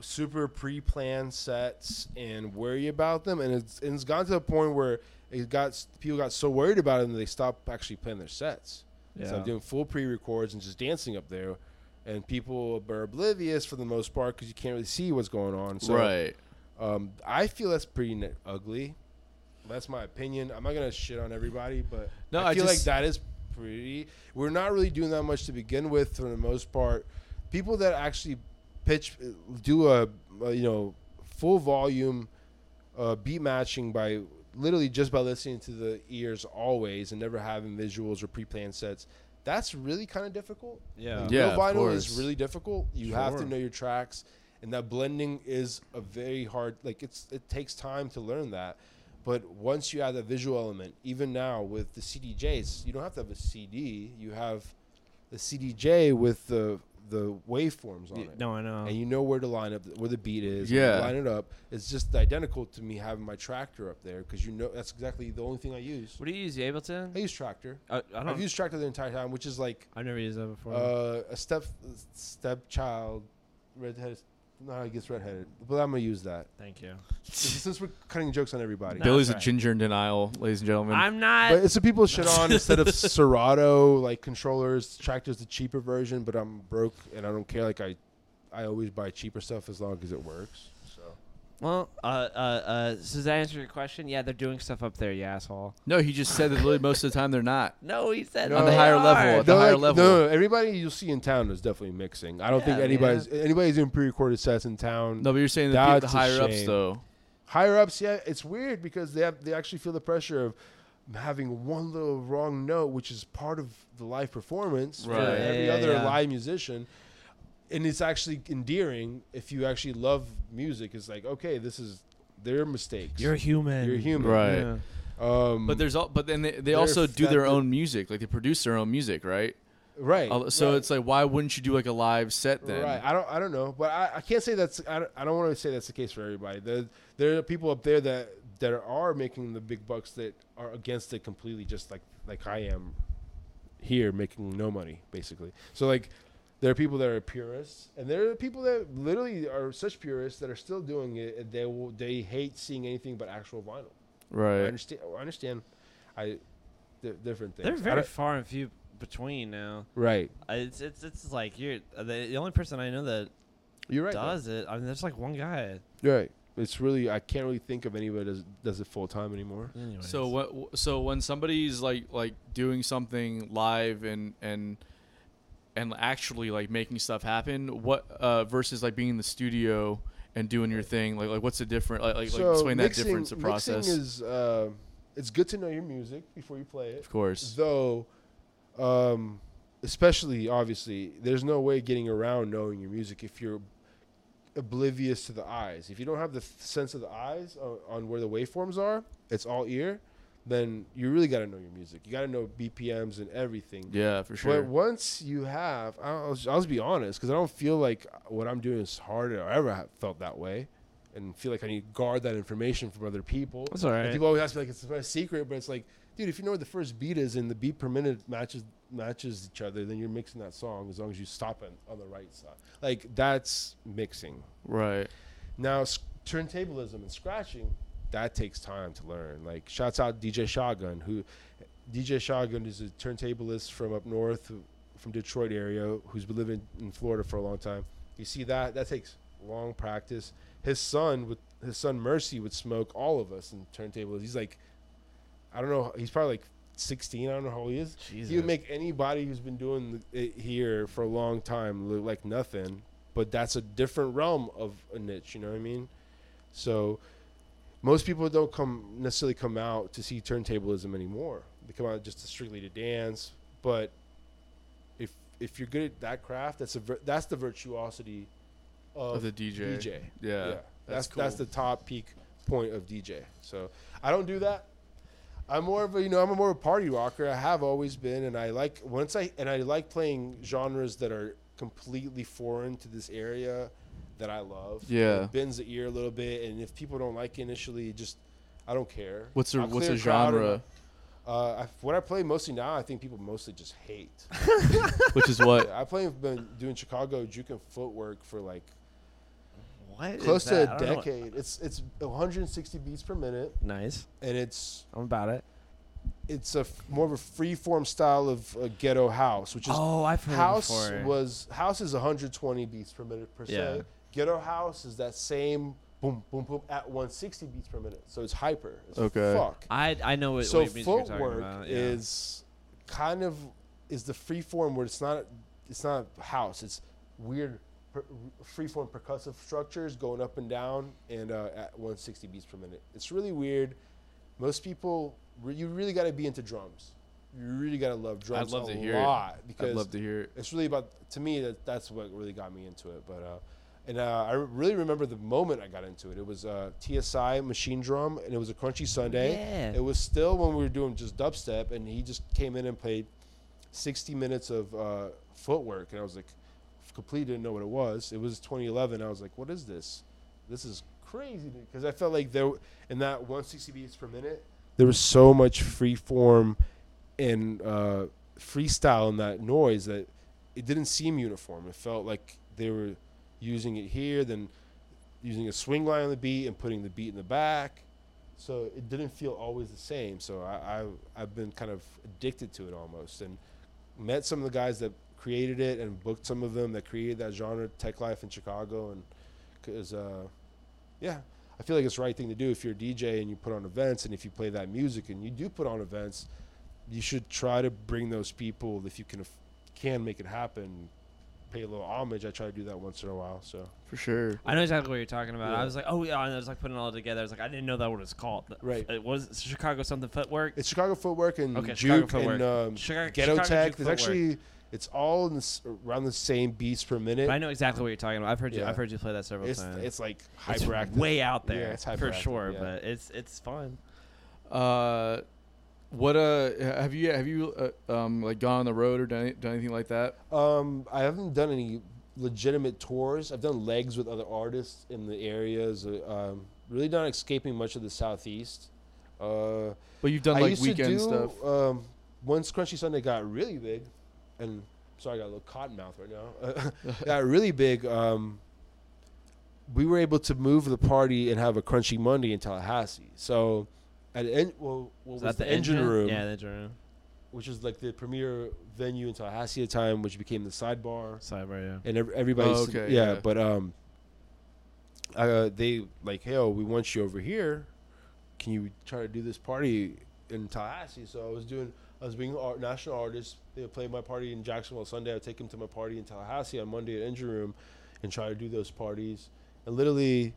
Speaker 2: super pre-plan sets and worry about them, and it's and it's gone to a point where it got people got so worried about it and they stopped actually playing their sets. So I'm
Speaker 3: Yeah.
Speaker 2: doing full pre-records and just dancing up there, and people are oblivious for the most part because you can't really see what's going on. So
Speaker 1: right.
Speaker 2: um, I feel that's pretty ne- ugly. That's my opinion. I'm not gonna shit on everybody, but
Speaker 1: No,
Speaker 2: I
Speaker 1: I
Speaker 2: feel like
Speaker 1: just-
Speaker 2: that is pretty. We're not really doing that much to begin with, for the most part. People that actually pitch do a, uh you know full volume uh, beat matching by literally just by listening to the ears always and never having visuals or pre-planned sets. That's really kind of difficult.
Speaker 3: Yeah.
Speaker 1: Yeah,
Speaker 2: Real
Speaker 1: of
Speaker 2: vinyl is
Speaker 1: course.
Speaker 2: really difficult. You have to
Speaker 3: Sure.
Speaker 2: know your tracks, and that blending is a very hard. Like it's it takes time to learn that, but once you add the visual element, even now with the CDJs, you don't have to have a CD. You have the CDJ with the the waveforms on
Speaker 3: Y-
Speaker 2: it.
Speaker 3: No, uh, I know.
Speaker 2: And you know where to line up, where the beat is. and
Speaker 1: Yeah.
Speaker 2: you Line it up. It's just identical to me having my tractor up there because you know that's exactly the only thing I use.
Speaker 3: what do you use? You Ableton?
Speaker 2: I use tractor.
Speaker 3: Uh, I don't.
Speaker 2: I've used tractor the entire time, which is like
Speaker 3: I've never used that before.
Speaker 2: uh, a step stepchild, redheaded. No, I guess redheaded, but I'm gonna use that
Speaker 3: Thank you.
Speaker 2: since since we're cutting jokes on everybody.
Speaker 3: No.
Speaker 1: Billy's a
Speaker 3: sorry.
Speaker 1: ginger in denial, ladies and gentlemen.
Speaker 3: I'm not.
Speaker 2: But it's the people shit
Speaker 1: [laughs]
Speaker 2: on instead of Serato like controllers. Tractor's the cheaper version, but I'm broke and I don't care. Like I, I always buy cheaper stuff as long as it works. So
Speaker 3: Well, uh, uh, uh, so does that answer your question? Yeah, they're doing stuff up there, you asshole.
Speaker 1: no, he just said that really most of the time they're not.
Speaker 3: No, he said
Speaker 2: No. On the
Speaker 3: they
Speaker 1: higher
Speaker 3: are.
Speaker 1: level, at the
Speaker 2: no,
Speaker 1: higher
Speaker 2: like,
Speaker 1: level.
Speaker 2: no, no, everybody you see in town is definitely mixing. I don't think
Speaker 3: Yeah,
Speaker 2: anybody's anybody's doing pre-recorded sets in town.
Speaker 1: No, but you're saying that the
Speaker 2: That's a
Speaker 1: higher ups
Speaker 2: shame.
Speaker 1: though.
Speaker 2: Higher ups, yeah, it's weird because they have, they actually feel the pressure of having one little wrong note, which is part of the live performance for
Speaker 1: Right.
Speaker 2: every
Speaker 3: Yeah, yeah,
Speaker 2: other
Speaker 3: yeah.
Speaker 2: live musician. And it's actually endearing if you actually love music. It's like, okay, this is their mistakes.
Speaker 3: You're human.
Speaker 2: You're human,
Speaker 1: Right.
Speaker 3: Yeah.
Speaker 2: Um,
Speaker 1: But there's all, but then they, they
Speaker 2: They're
Speaker 1: also do their
Speaker 2: affected-
Speaker 1: own music, like they produce their own music, right?
Speaker 2: right.
Speaker 1: Al- So
Speaker 2: right.
Speaker 1: it's like, why wouldn't you do like a live set then?
Speaker 2: Right. I don't. I don't know. But I, I can't say that's. I don't, I don't want to say that's the case for everybody. There, there are people up there that that are making the big bucks that are against it completely, just like like I am here making no money basically. So like. There are people that are purists, and there are people that literally are such purists that are still doing it. And they will, they hate seeing anything but actual vinyl. I
Speaker 1: Right.
Speaker 2: understand. I understand. I di- different things.
Speaker 3: They're
Speaker 2: I
Speaker 3: very
Speaker 2: don't-
Speaker 3: far and few between now.
Speaker 2: right.
Speaker 3: Uh, It's it's it's like you're the, the only person I know that
Speaker 2: You're right. though.
Speaker 3: does it. I mean, there's like one guy.
Speaker 2: You're right. It's really I can't really think of anybody that does, does it full time anymore.
Speaker 1: Mm.
Speaker 3: Anyways.
Speaker 1: So what? So when somebody's like like doing something live and and and actually like making stuff happen, what uh, versus like being in the studio and doing your thing, like like what's the difference? Like like, like explain that difference, the process.
Speaker 2: Mixing is uh, it's good to know your music before you play it.
Speaker 1: of course.
Speaker 2: Though, um, especially obviously, there's no way getting around knowing your music if you're oblivious to the eyes. If you don't have the th- sense of the eyes on, on where the waveforms are, it's all ear. Then you really got to know your music. You got to know BPMs and everything.
Speaker 1: Yeah, for sure.
Speaker 2: But once you have, I'll, I'll just- I'll just be honest, because I don't feel like what I'm doing is hard or ever ha- felt that way, and feel like I need to guard that information from other people.
Speaker 3: That's all
Speaker 2: And
Speaker 3: right.
Speaker 2: people always ask me like it's my secret, but it's like, dude, if you know what the first beat is and the beat per minute matches matches each other, then you're mixing that song as long as you stop on, on the right side. Like that's mixing.
Speaker 1: right.
Speaker 2: Now s- turntablism and scratching, that takes time to learn. Like shouts out DJ Shotgun, who DJ Shotgun is a turntablist from up north, who- from Detroit area, who's been living in Florida for a long time. You see that that takes long practice. His son with his son Mercy would smoke all of us in turntables. He's like, I don't know, he's probably like 16. I don't know how old he is.
Speaker 3: Jesus.
Speaker 2: He would make anybody who's been doing it here for a long time look like nothing, but that's a different realm of a niche. You know what I mean? So most people don't come necessarily come out to see turntablism anymore. They come out just to strictly to dance. But if if you're good at that craft, that's a vir- that's the virtuosity of,
Speaker 1: Of the DJ.
Speaker 2: DJ.
Speaker 1: Yeah.
Speaker 2: that's
Speaker 1: That's
Speaker 2: that's,
Speaker 1: cool.
Speaker 2: the top peak point of DJ. So I don't do that. I'm more of a you know I'm a more of a party rocker. I have always been, and I like once I and I like playing genres that are completely foreign to this area that I love.
Speaker 1: Yeah.
Speaker 2: it bends the ear a little bit, and if people don't like it initially, just I don't care.
Speaker 1: What's a
Speaker 2: I'll
Speaker 1: what's
Speaker 2: clear
Speaker 1: a
Speaker 2: crowd and-
Speaker 1: genre?
Speaker 2: Uh, I, what I play mostly now, I think people mostly just hate.
Speaker 1: Which is
Speaker 2: [laughs]
Speaker 1: what?
Speaker 2: I play been doing Chicago juke and footwork for like
Speaker 3: What is
Speaker 2: close to
Speaker 3: that?
Speaker 2: a
Speaker 3: I don't know what-
Speaker 2: decade. It's it's 160 beats per minute,
Speaker 3: Nice.
Speaker 2: and it's
Speaker 3: I'm about it.
Speaker 2: it's a f- more of a free form style of uh, ghetto house, which is
Speaker 3: Oh, I've heard
Speaker 2: house
Speaker 3: it before.
Speaker 2: was house is 120 beats per minute per se.
Speaker 3: Yeah.
Speaker 2: Ghetto house is that same boom boom boom at 160 beats per minute, so it's hyper. As
Speaker 1: Okay.
Speaker 2: Fuck.
Speaker 3: I I know what,
Speaker 2: so
Speaker 3: what music you're talking
Speaker 2: footwork
Speaker 3: about. yeah.
Speaker 2: is kind of is the free form where it's not it's not house it's weird per, free form percussive structures going up and down and uh, at 160 beats per minute it's really weird most people re- you really got to be into drums you really got to love drums
Speaker 1: love
Speaker 2: a
Speaker 1: to hear it.
Speaker 2: lot because
Speaker 1: I'd love to hear it.
Speaker 2: it's really about to me that that's what really got me into it but uh and uh, I really remember the moment I got into it. It was uh, TSI Machine Drum, and it was a Crunchy Sunday.
Speaker 3: Yeah.
Speaker 2: It was still when we were doing just dubstep, and he just came in and played 60 minutes of uh, footwork, and I was like, completely didn't know what it was. It was 2011. I was like, what is this? This is crazy because I felt like there in that 160 beats per minute, there was so much free form and uh, freestyle in that noise that it didn't seem uniform. It felt like they were using it here, then using a swing line on the beat and putting the beat in the back. So it didn't feel always the same. So I, I I've been kind of addicted to it almost, and met some of the guys that created it and booked some of them that created that genre, Tech Life in Chicago, and because uh, yeah, I feel like it's the right thing to do if you're a DJ and you put on events and if you play that music and you do put on events, you should try to bring those people if you can aff- can make it happen. Pay a little homage. I try to do that once in a while. So
Speaker 1: for sure.
Speaker 3: I know exactly what you're talking about.
Speaker 2: Yeah.
Speaker 3: I was like, oh yeah, and I was like putting it all together. I was like, I didn't know that what it's called.
Speaker 2: Right.
Speaker 3: It was Chicago something footwork.
Speaker 2: it's Chicago footwork and
Speaker 3: Okay, Chicago
Speaker 2: Juke
Speaker 3: Footwork.
Speaker 2: and um,
Speaker 3: Chicago-
Speaker 2: Ghetto
Speaker 3: Chicago
Speaker 2: Tech.
Speaker 3: Juke
Speaker 2: There's
Speaker 3: Footwork.
Speaker 2: actually it's all in this, around the same beats per minute.
Speaker 3: But I know exactly what you're talking about. I've heard you.
Speaker 2: Yeah.
Speaker 3: I've heard you play that several
Speaker 2: It's
Speaker 3: times.
Speaker 2: it's like
Speaker 3: It's
Speaker 2: hyperactive.
Speaker 3: way out there
Speaker 2: Yeah, it's
Speaker 3: for
Speaker 2: hyperactive,
Speaker 3: sure,
Speaker 2: yeah.
Speaker 3: but it's it's fun.
Speaker 1: Uh, what uh have you have you uh, um like gone on the road or done, any- done anything like that?
Speaker 2: Um, I haven't done any legitimate tours. I've done legs with other artists in the areas. uh, Um, really not escaping much of the southeast. Uh,
Speaker 1: But you've done
Speaker 2: I
Speaker 1: like
Speaker 2: used to
Speaker 1: weekend
Speaker 2: do,
Speaker 1: stuff.
Speaker 2: Um, once Crunchy Sunday got really big, and sorry, I got a little cotton mouth right now. [laughs] got really big. Um, we were able to move the party and have a Crunchy Monday in Tallahassee. So, at the en- well, what was
Speaker 3: Is that
Speaker 2: the, engine, room?
Speaker 3: Yeah, the engine room.
Speaker 2: which was like the premier venue in Tallahassee at the time, which became the sidebar
Speaker 3: Cyber, yeah.
Speaker 2: and ev- everybody's
Speaker 1: Oh, okay,
Speaker 2: yeah,
Speaker 1: yeah.
Speaker 2: but um uh they like hey oh, we want you over here can you try to do this party in Tallahassee so I was doing I was being a national artist they would play my party in Jacksonville Sunday I'd take them to my party in Tallahassee on Monday at Engine Room and try to do those parties and literally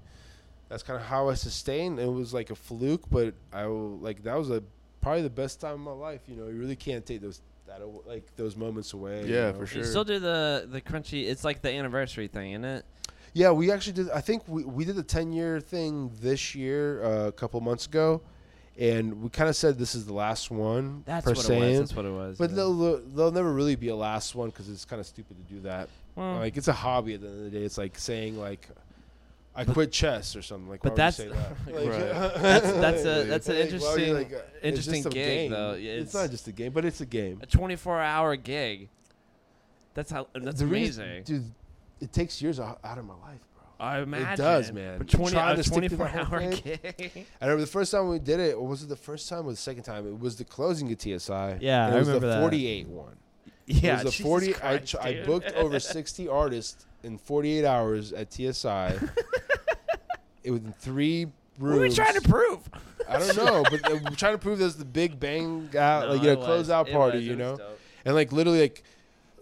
Speaker 2: that's kind of how I sustained it was like a fluke but I will, like that was a probably the best time of my life you know you really can't take those that aw- like those moments away you
Speaker 1: Yeah,
Speaker 2: know?
Speaker 1: for
Speaker 3: You
Speaker 1: sure.
Speaker 3: still do the the crunchy. It's like the anniversary thing, isn't it?
Speaker 2: Yeah, we actually did. I think we, we did the 10 year thing this year uh, a couple months ago. And we kind of said this is the last one.
Speaker 3: That's
Speaker 2: per
Speaker 3: what
Speaker 2: se.
Speaker 3: it was. That's what it was.
Speaker 2: But
Speaker 3: yeah.
Speaker 2: they'll, they'll never really be a last one because it's kind of stupid to do that.
Speaker 3: Well,
Speaker 2: Like, it's a hobby at the end of the day. It's like saying, like, I quit chess or something. Like,
Speaker 3: but
Speaker 2: why
Speaker 3: that's-
Speaker 2: would you say
Speaker 3: [laughs]
Speaker 2: that?
Speaker 1: Right.
Speaker 2: [laughs]
Speaker 3: that's that's a that's an
Speaker 2: Like, why would
Speaker 3: interesting
Speaker 2: you, like, uh, it's
Speaker 3: interesting
Speaker 2: just a
Speaker 3: gig
Speaker 2: game.
Speaker 3: though. Yeah,
Speaker 2: It's,
Speaker 3: It's,
Speaker 2: not just a game, but it's a game.
Speaker 3: a 24 hour gig. That's how. That's
Speaker 2: The
Speaker 3: amazing.
Speaker 2: reason- dude, it takes years out out of my life, bro.
Speaker 3: I imagine
Speaker 2: does, man.
Speaker 3: But 20,
Speaker 2: Trying
Speaker 3: a
Speaker 2: to stick to
Speaker 3: 24
Speaker 2: the whole
Speaker 3: hour
Speaker 2: thing. [laughs]
Speaker 3: gig.
Speaker 2: I remember the first time we did it, or was it the first time or the second time? It was the closing of TSI.
Speaker 3: Yeah,
Speaker 2: and it
Speaker 3: I
Speaker 2: was
Speaker 3: remember
Speaker 2: the
Speaker 3: that.
Speaker 2: 48 one.
Speaker 3: [laughs] yeah,
Speaker 2: it was the
Speaker 3: Jesus
Speaker 2: 40. I,
Speaker 3: Christ,
Speaker 2: tr- I
Speaker 3: dude.
Speaker 2: booked
Speaker 3: [laughs]
Speaker 2: over 60 artists in 48 hours at
Speaker 3: [laughs]
Speaker 2: TSI. it was in three
Speaker 3: What
Speaker 2: rooms.
Speaker 3: are we trying to prove?
Speaker 2: [laughs] I don't know, but they we're trying to prove this is the big bang out,
Speaker 3: No,
Speaker 2: like you know,
Speaker 3: it was.
Speaker 2: closeout
Speaker 3: It
Speaker 2: party,
Speaker 3: was. It
Speaker 2: you
Speaker 3: was
Speaker 2: know,
Speaker 3: dope.
Speaker 2: and like literally like,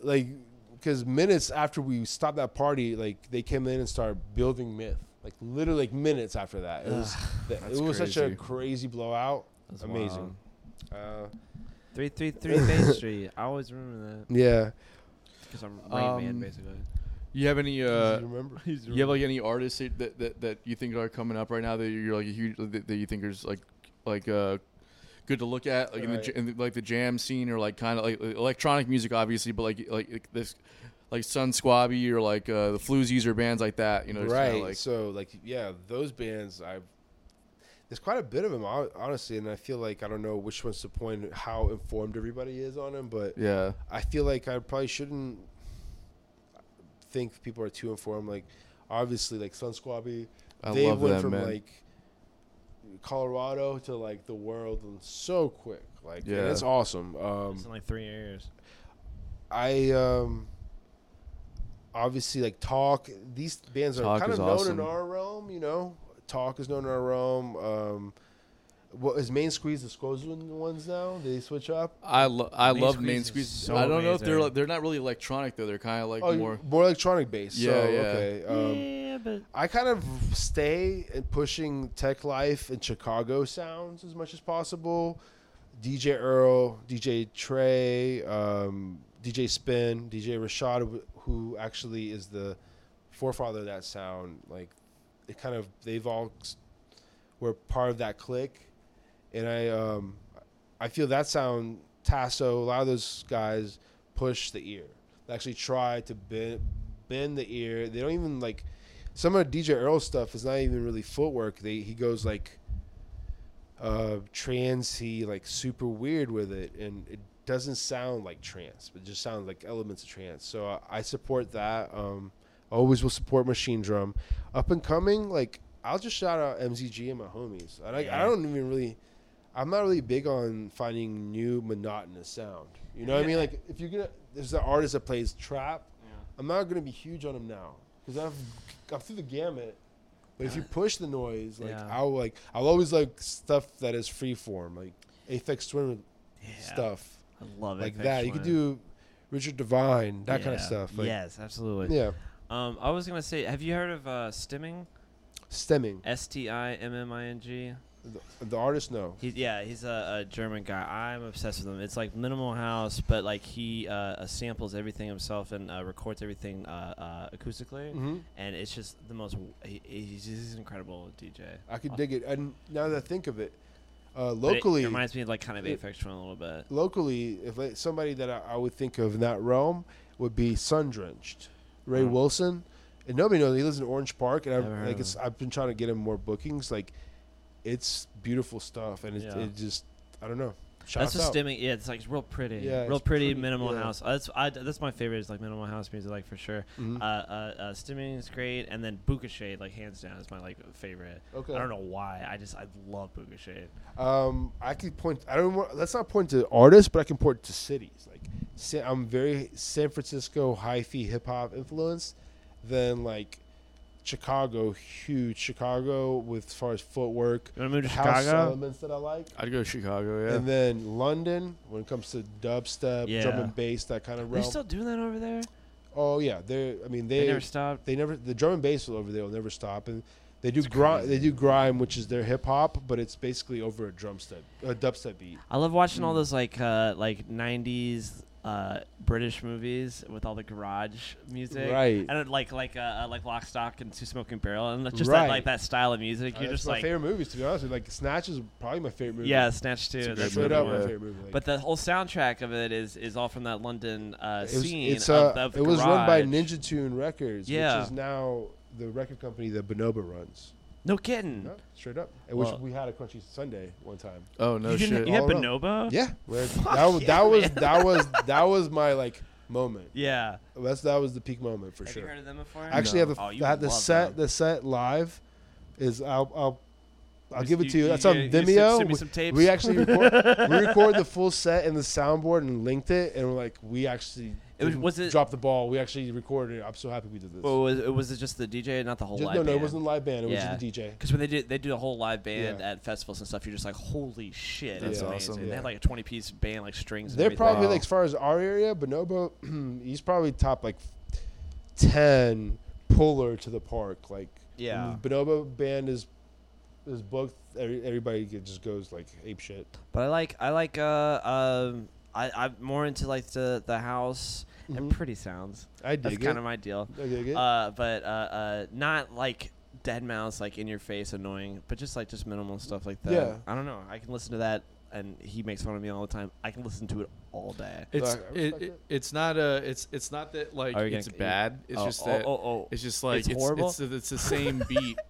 Speaker 2: like because minutes after we stopped that party, like they came in and started building myth. Like literally, like minutes after that,
Speaker 1: [sighs]
Speaker 2: it was th-
Speaker 1: That's
Speaker 2: it was such a
Speaker 1: crazy.
Speaker 2: crazy blowout.
Speaker 3: That's
Speaker 2: Amazing. Uh,
Speaker 3: Three three three
Speaker 2: [laughs]
Speaker 3: Main Street. I always remember that
Speaker 2: yeah.
Speaker 3: because I'm Rain
Speaker 1: Rain Man, Um,
Speaker 3: Man basically.
Speaker 1: you have any uh
Speaker 2: [laughs] Easy to remember?
Speaker 1: you have like any artists that, that- that that you think are coming up right now that you're like a huge that, that you think is like like uh good to look at like in the,
Speaker 2: Right.
Speaker 1: j- in the like the jam scene or like kind of like like, electronic music obviously but like like like this like Sun Squabby or like uh, the Floozies or bands like that you know just kinda
Speaker 2: right.
Speaker 1: like
Speaker 2: so like yeah, those bands I there's quite a bit of them hon- honestly, and I feel like I don't know which one's the point how informed everybody is on them, but
Speaker 1: yeah
Speaker 2: I feel like I probably shouldn't think people are too informed. Like obviously, like Sun Squabby,
Speaker 1: I
Speaker 2: they
Speaker 1: love
Speaker 2: went
Speaker 1: them
Speaker 2: from
Speaker 1: man
Speaker 2: like Colorado to like the world and so quick. Like yeah,
Speaker 1: Yeah.
Speaker 2: that's awesome. Um,
Speaker 3: like three years.
Speaker 2: I um obviously like talk these bands are
Speaker 1: Talk
Speaker 2: kind
Speaker 1: is
Speaker 2: of known
Speaker 1: awesome.
Speaker 2: in our realm, you know. Talk is known in our realm. Um what is Main Squeeze the Squozen ones now? They switch up.
Speaker 1: I lo- I
Speaker 3: Main
Speaker 1: love
Speaker 3: Squeeze
Speaker 1: Main
Speaker 3: is
Speaker 1: Squeeze
Speaker 3: so
Speaker 1: I don't know if they're
Speaker 3: amazing.
Speaker 1: like, they're not really electronic though they're kind of like
Speaker 2: oh,
Speaker 1: more
Speaker 2: more, more electronic based.
Speaker 1: Yeah,
Speaker 2: so
Speaker 1: yeah.
Speaker 2: okay. Um,
Speaker 3: yeah, but
Speaker 2: I kind of stay and pushing tech life and Chicago sounds as much as possible. DJ Earl, DJ Trey, um, DJ Spin, DJ Rashad, wh- who actually is the forefather of that sound. Like, it kind of they've all s- were part of that clique, and I um, I feel that sound Tasso, a lot of those guys push the ear. They actually try to bend, bend the ear. They don't even like some of DJ Earl stuff is not even really footwork. They he goes like uh trancey, like super weird with it, and it doesn't sound like trance, but it just sounds like elements of trance. So I, I support that. Um, always will support Machine Drum. Up and coming, like I'll just shout out MZG and my homies. I like I
Speaker 3: Yeah.
Speaker 2: don't even really. I'm not really big on finding new monotonous sound. You know what I mean? Like if you're gonna, there's an artist that plays trap. I'm not gonna be huge on him now because I've I'm through the gamut. But if you push the noise, like
Speaker 3: Yeah.
Speaker 2: I'll like I'll always like stuff that is freeform, like Aphex Twin
Speaker 3: Yeah.
Speaker 2: stuff
Speaker 3: I love it.
Speaker 2: like that. You could do Richard Devine, that kind of stuff. Like,
Speaker 3: yes, absolutely.
Speaker 2: Yeah.
Speaker 3: Um, I was gonna say, have you heard of uh, stimming?
Speaker 2: Stemming.
Speaker 3: S T I M M I N G.
Speaker 2: The, the artist, no.
Speaker 3: He, yeah, he's a, a German guy. I'm obsessed with him. It's like minimal house, but like he uh, uh, samples everything himself and uh, records everything uh, uh, acoustically,
Speaker 2: hmm
Speaker 3: and it's just the most. He, he's just an incredible DJ.
Speaker 2: I could
Speaker 3: Uh,
Speaker 2: dig it. And now that I think of it, uh,
Speaker 3: but it-
Speaker 2: locally,
Speaker 3: it, reminds me of like kind of
Speaker 2: it-
Speaker 3: Aphex Twin a little bit.
Speaker 2: locally, if I, somebody that I, I would think of in that realm would be Sundrenched, Ray
Speaker 3: Mm.
Speaker 2: Wilson, and nobody knows he lives in Orange Park, and
Speaker 3: Never
Speaker 2: I've
Speaker 3: heard
Speaker 2: like
Speaker 3: of
Speaker 2: it's, I've been trying to get him more bookings. Like, it's beautiful stuff, and it,
Speaker 3: Yeah.
Speaker 2: it just I don't know.
Speaker 3: That's
Speaker 2: Shouts
Speaker 3: just
Speaker 2: out.
Speaker 3: stimming. Yeah, it's like real pretty.
Speaker 2: Yeah,
Speaker 3: real
Speaker 2: it's
Speaker 3: pretty,
Speaker 2: pretty,
Speaker 3: minimal
Speaker 2: yeah.
Speaker 3: house. Uh, that's I, that's my favorite. Is like minimal house music, like for sure.
Speaker 2: Mhm.
Speaker 3: Uh, uh, uh, stimming is great, and then Buka Shade, like hands down, is my like favorite.
Speaker 2: okay.
Speaker 3: I don't know why. I just I love Buka Shade.
Speaker 2: Um, I could point. I don't. Want, let's not point to artists, but I can point to cities. Like, Sa- I'm very San Francisco hi-fi hip hop influenced, then like Chicago, huge Chicago with as far as footwork,
Speaker 3: You want to move to
Speaker 2: house uh,
Speaker 3: Chicago?
Speaker 2: elements that I like,
Speaker 1: I'd go to Chicago. Yeah.
Speaker 2: and then London when it comes to dubstep,
Speaker 3: Yeah.
Speaker 2: drum and bass, that kind of
Speaker 3: They're
Speaker 2: realm.
Speaker 3: still doing that over there.
Speaker 2: oh yeah, they're. I mean,
Speaker 3: They,
Speaker 2: they
Speaker 3: never stopped.
Speaker 2: they never the drum and bass over there will never stop and they do
Speaker 3: It's
Speaker 2: grime
Speaker 3: crazy.
Speaker 2: they do grime which is their hip hop but it's basically over a drum step a dubstep beat
Speaker 3: I love watching all
Speaker 1: Mm.
Speaker 3: those like uh, like '90s uh, British movies with all the garage music.
Speaker 2: right
Speaker 3: And it, like like uh, uh, like Lock, Stock, and Two Smoking Barrel, and just
Speaker 2: Right.
Speaker 3: that, like that style of music.
Speaker 2: Uh,
Speaker 3: You're
Speaker 2: that's
Speaker 3: just
Speaker 2: my
Speaker 3: like,
Speaker 2: favorite movies to be honest with you. like Snatch is probably my favorite movie
Speaker 3: yeah, Snatch
Speaker 1: It's a
Speaker 3: Two.
Speaker 1: great
Speaker 3: That's
Speaker 2: straight
Speaker 1: movie,
Speaker 2: up
Speaker 3: another
Speaker 2: my
Speaker 3: one.
Speaker 1: yeah.
Speaker 2: favorite movie like,
Speaker 3: But the whole soundtrack of it is is all from that London uh,
Speaker 2: it was,
Speaker 3: scene.
Speaker 2: it's,
Speaker 3: of,
Speaker 2: uh,
Speaker 3: of the
Speaker 2: it was run by
Speaker 3: garage.
Speaker 2: Ninja Tune Records
Speaker 3: Yeah.
Speaker 2: which is now the record company that Bonobo runs
Speaker 3: No kidding.
Speaker 2: no, straight up and
Speaker 3: Well-
Speaker 2: which we had a Crunchy Sunday one
Speaker 3: [laughs]
Speaker 2: time
Speaker 1: oh no
Speaker 3: you didn't,
Speaker 1: shit.
Speaker 3: You had
Speaker 2: All in all.
Speaker 3: Bonobo.
Speaker 2: yeah where- that was that was that was that was my like moment
Speaker 3: Yeah.
Speaker 2: that's that was the peak moment for
Speaker 3: Have
Speaker 2: sure
Speaker 3: you heard of them before?
Speaker 2: I actually
Speaker 1: No.
Speaker 2: have a,
Speaker 3: Oh, you
Speaker 2: I have the
Speaker 3: love
Speaker 2: set.
Speaker 3: them.
Speaker 2: The set live is I'll I'll, I'll
Speaker 3: Just-
Speaker 2: give it to you. That's on
Speaker 3: you sent-
Speaker 2: Vimeo.
Speaker 3: sent me
Speaker 2: We-
Speaker 3: some tapes.
Speaker 2: We actually
Speaker 3: [laughs]
Speaker 2: record, we record the full set and the soundboard and linked it, and we're like, we actually
Speaker 3: It was-
Speaker 2: didn't
Speaker 3: was it-
Speaker 2: drop the ball. We actually recorded it. I'm so happy we did this.
Speaker 3: Well, was, it- was it just the DJ, not the whole
Speaker 2: Just-
Speaker 3: live
Speaker 2: no,
Speaker 3: band?
Speaker 2: no, it wasn't the live band. It
Speaker 3: Yeah.
Speaker 2: was just the DJ.
Speaker 3: Because when they do they do a whole live band
Speaker 2: Yeah.
Speaker 3: at festivals and stuff, you're just like, holy shit,
Speaker 1: That's
Speaker 3: that's amazing.
Speaker 1: awesome.
Speaker 3: They
Speaker 2: Yeah.
Speaker 3: had like a 20 piece band, like strings. and
Speaker 2: They're
Speaker 3: everything.
Speaker 2: probably
Speaker 1: Wow.
Speaker 2: like as far as our area, Bonobo. [clears throat] he's probably top like ten puller to the park. Like
Speaker 3: Yeah.
Speaker 2: when the Bonobo band is is booked. Every, everybody get- just goes like ape shit.
Speaker 3: But I like I like uh um I I'm more into like the the house
Speaker 2: Mhm.
Speaker 3: and pretty sounds.
Speaker 2: I
Speaker 3: That's
Speaker 2: dig it.
Speaker 3: kind of my deal.
Speaker 2: I dig it.
Speaker 3: Uh, but uh, uh, not like dead mouse like in your face annoying, but just like just minimal stuff like that.
Speaker 2: Yeah.
Speaker 3: I don't know. I can listen to that, and he makes fun of me all the time. I can listen to it all day.
Speaker 1: It's
Speaker 2: Like, I
Speaker 1: it,
Speaker 2: respect
Speaker 1: it,
Speaker 2: it.
Speaker 1: it's not a it's it's not that like
Speaker 3: Are you
Speaker 1: it's
Speaker 3: gonna-
Speaker 1: bad. It's
Speaker 3: oh,
Speaker 1: just
Speaker 3: oh,
Speaker 1: that
Speaker 3: oh, oh.
Speaker 1: it's just like
Speaker 3: It's horrible?
Speaker 1: It's, it's the same beat. [laughs]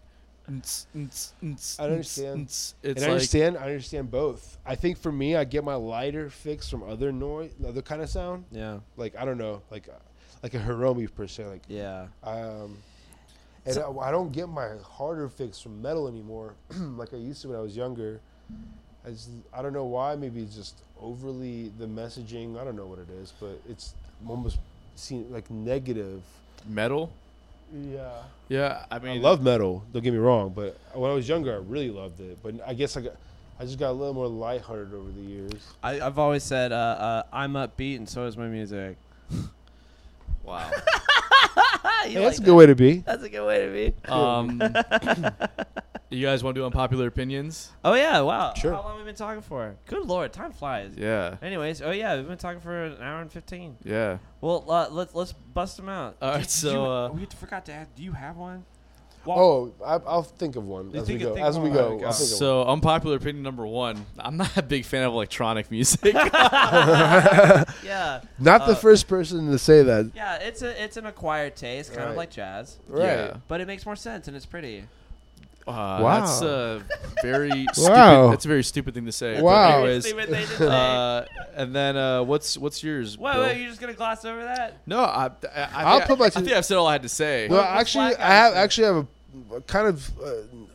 Speaker 1: Nts, nts, nts,
Speaker 2: I
Speaker 1: nts,
Speaker 2: don't understand.
Speaker 1: nts. It's
Speaker 2: and I
Speaker 1: like
Speaker 2: understand. I understand both. I think for me, I get my lighter fix from other noise, other kind of sound.
Speaker 3: yeah,
Speaker 2: Like I don't know, like uh, like a Hiromi per se. Like
Speaker 3: yeah.
Speaker 2: um, and I, I don't get my harder fix from metal anymore, [clears throat] like I used to when I was younger. I just, I don't know why. Maybe it's just overly the messaging. I don't know what it is, but it's almost seen like negative.
Speaker 1: metal.
Speaker 2: Yeah.
Speaker 1: Yeah, I
Speaker 2: I
Speaker 1: mean,
Speaker 2: love metal. Don't get me wrong, but when I was younger, I really loved it. But I guess I got, I just got a little more lighthearted over the years.
Speaker 3: I, I've always said uh, uh, I'm upbeat, and so is my music.
Speaker 1: Wow.
Speaker 3: Ah,
Speaker 2: Hey, that's a good way to be.
Speaker 3: That's a good way to
Speaker 1: [laughs]
Speaker 3: be.
Speaker 1: um, [laughs] you guys want to do unpopular opinions?
Speaker 3: Oh yeah, wow.
Speaker 2: Sure.
Speaker 3: How long have we been talking for? Good lord, time flies.
Speaker 1: Yeah.
Speaker 3: Anyways, oh yeah, we've been talking for an hour and fifteen.
Speaker 1: Yeah.
Speaker 3: Well, uh, let's let's bust them out.
Speaker 1: All right,
Speaker 3: Did
Speaker 1: so,
Speaker 3: you-
Speaker 1: uh,
Speaker 3: we forgot to ask. Do you have one? Well,
Speaker 2: Oh, I, I'll think of one as
Speaker 3: You
Speaker 2: we
Speaker 3: think of-
Speaker 2: go.
Speaker 3: think
Speaker 2: As we
Speaker 3: one.
Speaker 2: go,
Speaker 3: There you
Speaker 2: I'll
Speaker 3: go.
Speaker 2: think [laughs] of one. Oh
Speaker 1: So unpopular opinion number one. I'm not a big fan of electronic music.
Speaker 3: yeah,
Speaker 2: Not
Speaker 3: uh,
Speaker 2: the first person to say that.
Speaker 3: yeah. It's a it's an acquired taste, kind of
Speaker 2: Right.
Speaker 3: like jazz,
Speaker 2: Right.
Speaker 1: Yeah.
Speaker 3: but it makes more sense and it's pretty.
Speaker 1: Uh,
Speaker 2: Wow.
Speaker 1: That's a very
Speaker 2: [laughs] Wow.
Speaker 1: stupid. That's a very stupid thing to say. but
Speaker 2: Wow.
Speaker 1: Anyways,
Speaker 3: Seriously, what they did today.
Speaker 1: uh, and then uh, what's what's yours?
Speaker 3: Wait,
Speaker 1: Bill?
Speaker 3: wait, you're just gonna gloss over that?
Speaker 1: no, I, I, I
Speaker 2: I'll
Speaker 1: think
Speaker 2: put
Speaker 1: I,
Speaker 2: my
Speaker 1: I
Speaker 2: two-
Speaker 1: think I've said all I had to say.
Speaker 2: Well,
Speaker 3: Well, the
Speaker 2: actually,
Speaker 3: black
Speaker 2: I have
Speaker 3: guys-
Speaker 2: actually have a, a kind of uh,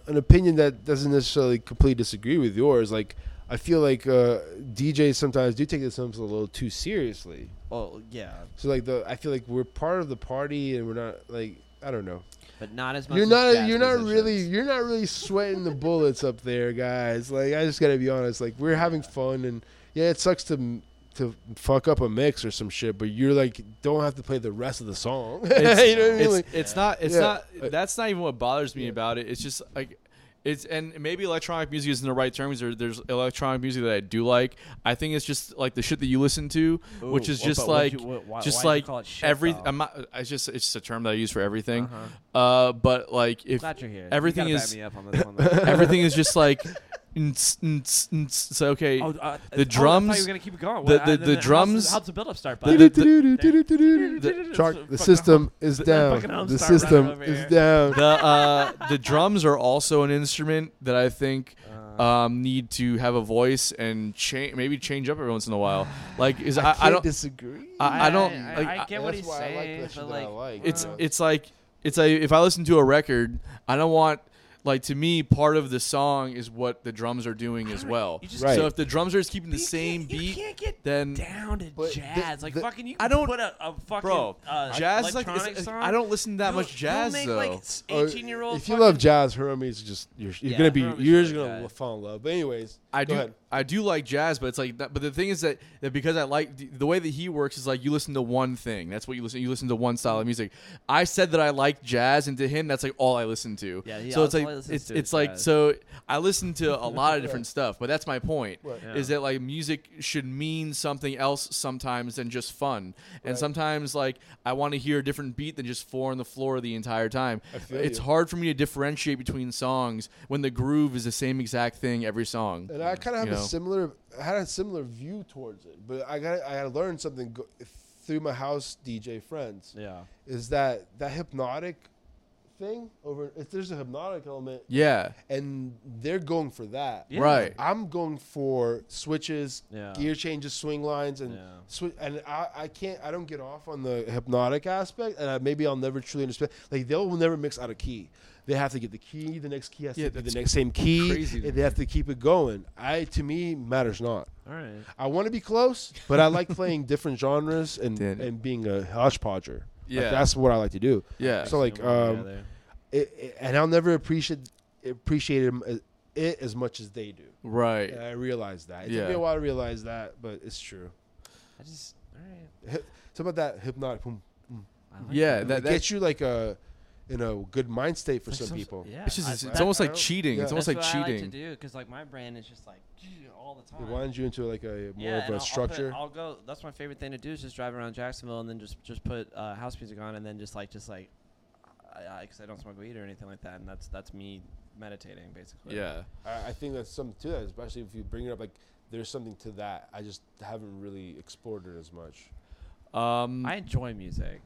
Speaker 2: an opinion that doesn't necessarily completely disagree with yours. Like, I feel like uh, DJs sometimes do take themselves a little too seriously.
Speaker 3: Well, yeah,
Speaker 2: So, like, the I feel like we're part of the party, and we're not like I don't know.
Speaker 3: but not as much.
Speaker 2: You're
Speaker 3: as
Speaker 2: not
Speaker 3: jazz
Speaker 2: you're not really
Speaker 3: musicians.
Speaker 2: you're not really sweating the bullets up there, guys. Like, I just gotta be honest. Like, we're having fun, and yeah, it sucks to. To fuck up a mix or some shit, but you're like don't have to play the rest of the song. [laughs]
Speaker 3: [laughs]
Speaker 1: It's,
Speaker 2: you know what I mean?
Speaker 1: it's,
Speaker 2: Like-
Speaker 1: it's not. It's
Speaker 2: Yeah. Uh,
Speaker 1: not. That's not even what bothers me about it. It's just like. It's and maybe electronic music isn't the right term. because There, there's electronic music that I do like. I think it's just like the shit that you listen to, which
Speaker 3: Ooh,
Speaker 1: is
Speaker 3: well,
Speaker 1: just
Speaker 3: but would
Speaker 1: like
Speaker 3: you- wh- why- why
Speaker 1: just
Speaker 3: do you
Speaker 1: like
Speaker 3: call it shit,
Speaker 1: every.
Speaker 3: though?
Speaker 1: I'm not. It's just it's just a term that I use for everything.
Speaker 3: Uh-huh.
Speaker 1: Uh, but like if
Speaker 3: Glad you're here. You
Speaker 1: everything
Speaker 3: gotta back
Speaker 1: is
Speaker 3: me up on this one, though.
Speaker 2: [laughs]
Speaker 1: everything is just like [laughs] ns- ns- ns- so okay
Speaker 3: Oh, uh,
Speaker 1: the
Speaker 3: oh, I thought
Speaker 1: drums-
Speaker 3: you were gonna keep it going.
Speaker 1: the-
Speaker 3: Well,
Speaker 1: the-
Speaker 3: uh,
Speaker 1: the
Speaker 3: then how's
Speaker 1: drums-
Speaker 3: How's the build-up start?
Speaker 1: the-
Speaker 3: bud?
Speaker 2: Shark, the
Speaker 3: Fucking
Speaker 2: system is
Speaker 3: the
Speaker 2: down.
Speaker 3: fucking home
Speaker 2: The
Speaker 3: star running
Speaker 2: system
Speaker 3: over here.
Speaker 2: is down.
Speaker 1: the uh, the drums are also an instrument that I think
Speaker 2: Uh.
Speaker 1: um, need to have a voice and change maybe change up every once in a
Speaker 2: [sighs]
Speaker 1: while. Like is I, I, don't
Speaker 2: disagree.
Speaker 1: I- I don't-
Speaker 3: I,
Speaker 1: like,
Speaker 3: I
Speaker 1: I-
Speaker 3: get what
Speaker 2: That's
Speaker 3: he's
Speaker 2: why I like
Speaker 3: saying,
Speaker 2: that shit
Speaker 3: but
Speaker 2: that I
Speaker 3: like,
Speaker 2: like,
Speaker 1: it's
Speaker 2: Wow.
Speaker 1: it's like it's like if I listen to a record, I don't want like to me part of the song is what the drums are doing as well.
Speaker 3: You just-
Speaker 2: Right.
Speaker 1: So if the drums are just keeping the
Speaker 3: You
Speaker 1: same
Speaker 3: can't- You
Speaker 1: beat,
Speaker 3: can't get
Speaker 1: then
Speaker 3: down to
Speaker 2: But the-
Speaker 3: jazz. like
Speaker 2: the-
Speaker 3: fucking, you.
Speaker 1: I
Speaker 3: can
Speaker 1: don't-
Speaker 3: put a, a fucking
Speaker 1: bro,
Speaker 3: uh,
Speaker 1: jazz is like is-
Speaker 3: electronic
Speaker 1: is-
Speaker 3: song.
Speaker 1: I don't listen to that
Speaker 3: You'll-
Speaker 1: much jazz
Speaker 3: you'll make
Speaker 1: though.
Speaker 3: Like s- eighteen-year-old.
Speaker 2: Oh, If you love jazz, Hermes is just you're, you're
Speaker 3: Yeah,
Speaker 2: gonna be
Speaker 3: Hiromi's
Speaker 2: you're
Speaker 3: really
Speaker 2: just gonna
Speaker 3: good.
Speaker 2: fall in love. But anyways,
Speaker 1: I
Speaker 2: go
Speaker 1: do.
Speaker 2: ahead.
Speaker 1: I do like jazz, but it's like. That, but the thing is that, that because I like the, the way that he works is like you listen to one thing. That's what you listen. You listen to one style of music. I said that I like jazz, and to him, that's like all I listen to.
Speaker 3: Yeah, he-
Speaker 1: So it's
Speaker 3: all he
Speaker 1: like
Speaker 3: listens
Speaker 1: it's
Speaker 3: to is
Speaker 1: it's like
Speaker 3: jazz.
Speaker 1: so I listen to a
Speaker 2: [laughs]
Speaker 1: lot of different stuff, but that's my point.
Speaker 2: Right.
Speaker 1: Is that like music should mean something else sometimes than just fun, and
Speaker 2: Right.
Speaker 1: sometimes like I want to hear a different beat than just four on the floor the entire time.
Speaker 2: I feel
Speaker 1: It's
Speaker 2: you.
Speaker 1: hard for me to differentiate between songs when the groove is the same exact thing every song.
Speaker 2: And I kind of have
Speaker 1: You
Speaker 2: a
Speaker 1: know.
Speaker 2: similar I had a similar view towards it, but I got I had learned something go, through my house DJ friends.
Speaker 3: Yeah.
Speaker 2: Is that that hypnotic thing over? If there's a hypnotic element,
Speaker 1: Yeah.
Speaker 2: and they're going for that.
Speaker 3: Yeah.
Speaker 1: Right.
Speaker 2: I'm going for switches,
Speaker 3: Yeah.
Speaker 2: gear changes, swing lines, and
Speaker 3: Yeah.
Speaker 2: swi- and I, I can't I don't get off on the hypnotic aspect, and I, maybe I'll never truly understand. Like they'll never mix out a key. They have to get the key. The next key has
Speaker 1: Yeah,
Speaker 2: to be
Speaker 1: that's
Speaker 2: the next same key.
Speaker 1: crazy to
Speaker 2: and they have to keep it going. I to me matters not.
Speaker 3: All right.
Speaker 2: I want to be close, but I
Speaker 1: [laughs]
Speaker 2: like playing different genres and
Speaker 1: Dude.
Speaker 2: and being a hodgepodger. Like,
Speaker 1: Yeah.
Speaker 2: that's what I like to do.
Speaker 1: Yeah.
Speaker 2: So like um, it, it- and I'll never appreciate appreciate him, uh, it as much as they do.
Speaker 1: right.
Speaker 2: And I realized that. It took
Speaker 1: Yeah.
Speaker 2: me a while to realize that, but it's true.
Speaker 3: I just. All right.
Speaker 2: Something about that hypnotic boom
Speaker 3: I like
Speaker 1: Yeah,
Speaker 3: that.
Speaker 1: that-
Speaker 2: it gets you like a in a good mind state for
Speaker 3: Like
Speaker 2: some,
Speaker 3: some-
Speaker 2: people.
Speaker 3: Yeah.
Speaker 1: It's just
Speaker 3: I-
Speaker 1: it's, it's
Speaker 3: that-
Speaker 1: almost
Speaker 2: I
Speaker 1: like
Speaker 2: don't-
Speaker 1: cheating.
Speaker 2: yeah.
Speaker 1: It's almost
Speaker 3: that's
Speaker 1: like
Speaker 3: what I like to
Speaker 1: cheating.
Speaker 3: do because like my brain is just like [sniffs] all the
Speaker 2: It
Speaker 3: time.
Speaker 2: winds you into like a more
Speaker 3: yeah, and
Speaker 2: of
Speaker 3: I'll-
Speaker 2: a structure.
Speaker 3: I'll, put, I'll go. That's my favorite thing to do is just drive around Jacksonville and then just just put uh, house music on and then just like just like, because I, 'cause I don't smoke weed or anything like that, and that's that's me meditating basically.
Speaker 1: Yeah.
Speaker 2: I, I think that's something to that, especially if you bring it up. Like there's something to that. I just haven't really explored it as much.
Speaker 1: Um.
Speaker 3: I enjoy music.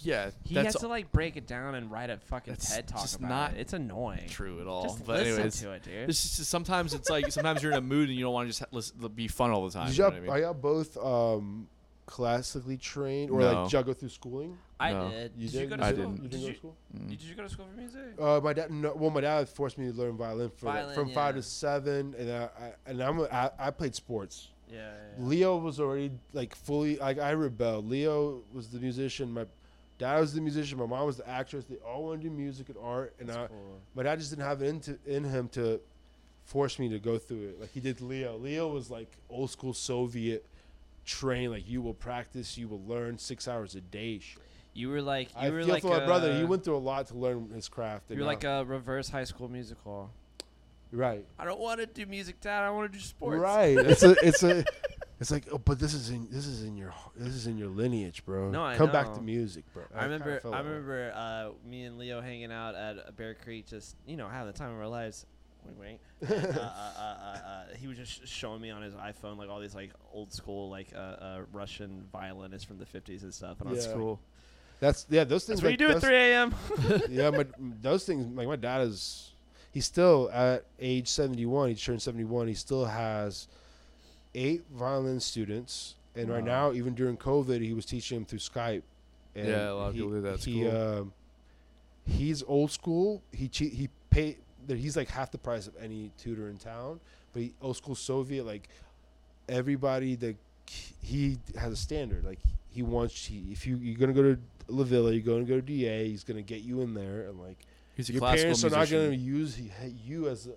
Speaker 1: yeah.
Speaker 3: He
Speaker 1: that's
Speaker 3: has to like break it down and write a fucking
Speaker 1: That's
Speaker 3: TED talk
Speaker 1: just
Speaker 3: about
Speaker 1: not
Speaker 3: it. It's annoying.
Speaker 1: true at all.
Speaker 3: Just
Speaker 1: but
Speaker 3: listen
Speaker 1: anyways,
Speaker 3: to it, dude.
Speaker 1: it's just, sometimes it's like sometimes you're in a mood and you don't want to just ha- listen, be fun all the time.
Speaker 2: Did
Speaker 1: You know
Speaker 2: y'all,
Speaker 1: what I
Speaker 2: Are
Speaker 1: mean?
Speaker 2: y'all both um, classically trained, or
Speaker 1: No.
Speaker 2: like did y'all go through schooling?
Speaker 3: I
Speaker 1: No.
Speaker 3: did.
Speaker 2: You
Speaker 3: did, you go to
Speaker 1: I
Speaker 3: school?
Speaker 1: didn't.
Speaker 2: You
Speaker 3: Did,
Speaker 2: didn't go
Speaker 3: you,
Speaker 2: to school?
Speaker 3: did you go to school for music?
Speaker 2: Uh, my dad. No, well, my dad forced me to learn violin, for like,
Speaker 3: Violin,
Speaker 2: from five to
Speaker 3: yeah.
Speaker 2: seven, and I, I and I'm a, I, I played sports.
Speaker 3: Yeah.
Speaker 2: Leo was already like fully like I rebelled. Leo was the musician. My dad was the musician. My mom was the actress. They all wanted to do music and art, and I, my dad just didn't have it into, in him to force me to go through it like he did Leo. Leo was like old school Soviet train. Like you will practice, you will learn six hours a day. shit.
Speaker 3: You were like you
Speaker 2: I
Speaker 3: were
Speaker 2: feel
Speaker 3: like uh,
Speaker 2: for my
Speaker 3: a,
Speaker 2: brother. He went through a lot to learn his craft.
Speaker 3: You
Speaker 2: and
Speaker 3: were
Speaker 2: now-
Speaker 3: like a reverse High School Musical.
Speaker 2: right.
Speaker 3: [laughs] I don't want to do music, Dad. I want to do sports.
Speaker 2: Right. It's a it's a It's like, oh, but this is in this is in your this is in your lineage, bro.
Speaker 3: No, I
Speaker 2: come back
Speaker 3: know.
Speaker 2: to music, bro.
Speaker 3: I
Speaker 2: kinda
Speaker 3: remember,
Speaker 2: felt
Speaker 3: I
Speaker 2: that way.
Speaker 3: remember uh, me and Leo hanging out at Bear Creek, just you know, having the time of our lives. Wink,
Speaker 2: [laughs]
Speaker 3: wink. And, uh, uh, uh, uh, uh, he was just sh- showing me on his iPhone like all these like old school like uh, uh, Russian violinists from the fifties and stuff, and I was
Speaker 2: Yeah.
Speaker 3: cool.
Speaker 2: That's yeah, those things.
Speaker 3: That's what you
Speaker 2: like,
Speaker 3: do at
Speaker 2: those-
Speaker 3: three a.m.
Speaker 2: [laughs] yeah, but those things like my dad is he's still at age 71, he turned 71, he still has eight violin students and right
Speaker 3: Wow.
Speaker 2: now even during COVID he was teaching them through Skype. And
Speaker 1: Yeah, a lot of
Speaker 2: he-
Speaker 1: people do that at
Speaker 2: He
Speaker 1: school.
Speaker 2: um, he's old school. He che- he pay that he's like half the price of any tutor in town, but he, old school Soviet like everybody that he has a standard. Like he wants he, if you you're gonna go to La Villa, you're gonna go to DA. He's gonna get you in there, and like
Speaker 1: He's a
Speaker 2: your
Speaker 1: classical
Speaker 2: parents are not
Speaker 1: musician.
Speaker 2: gonna use he- you as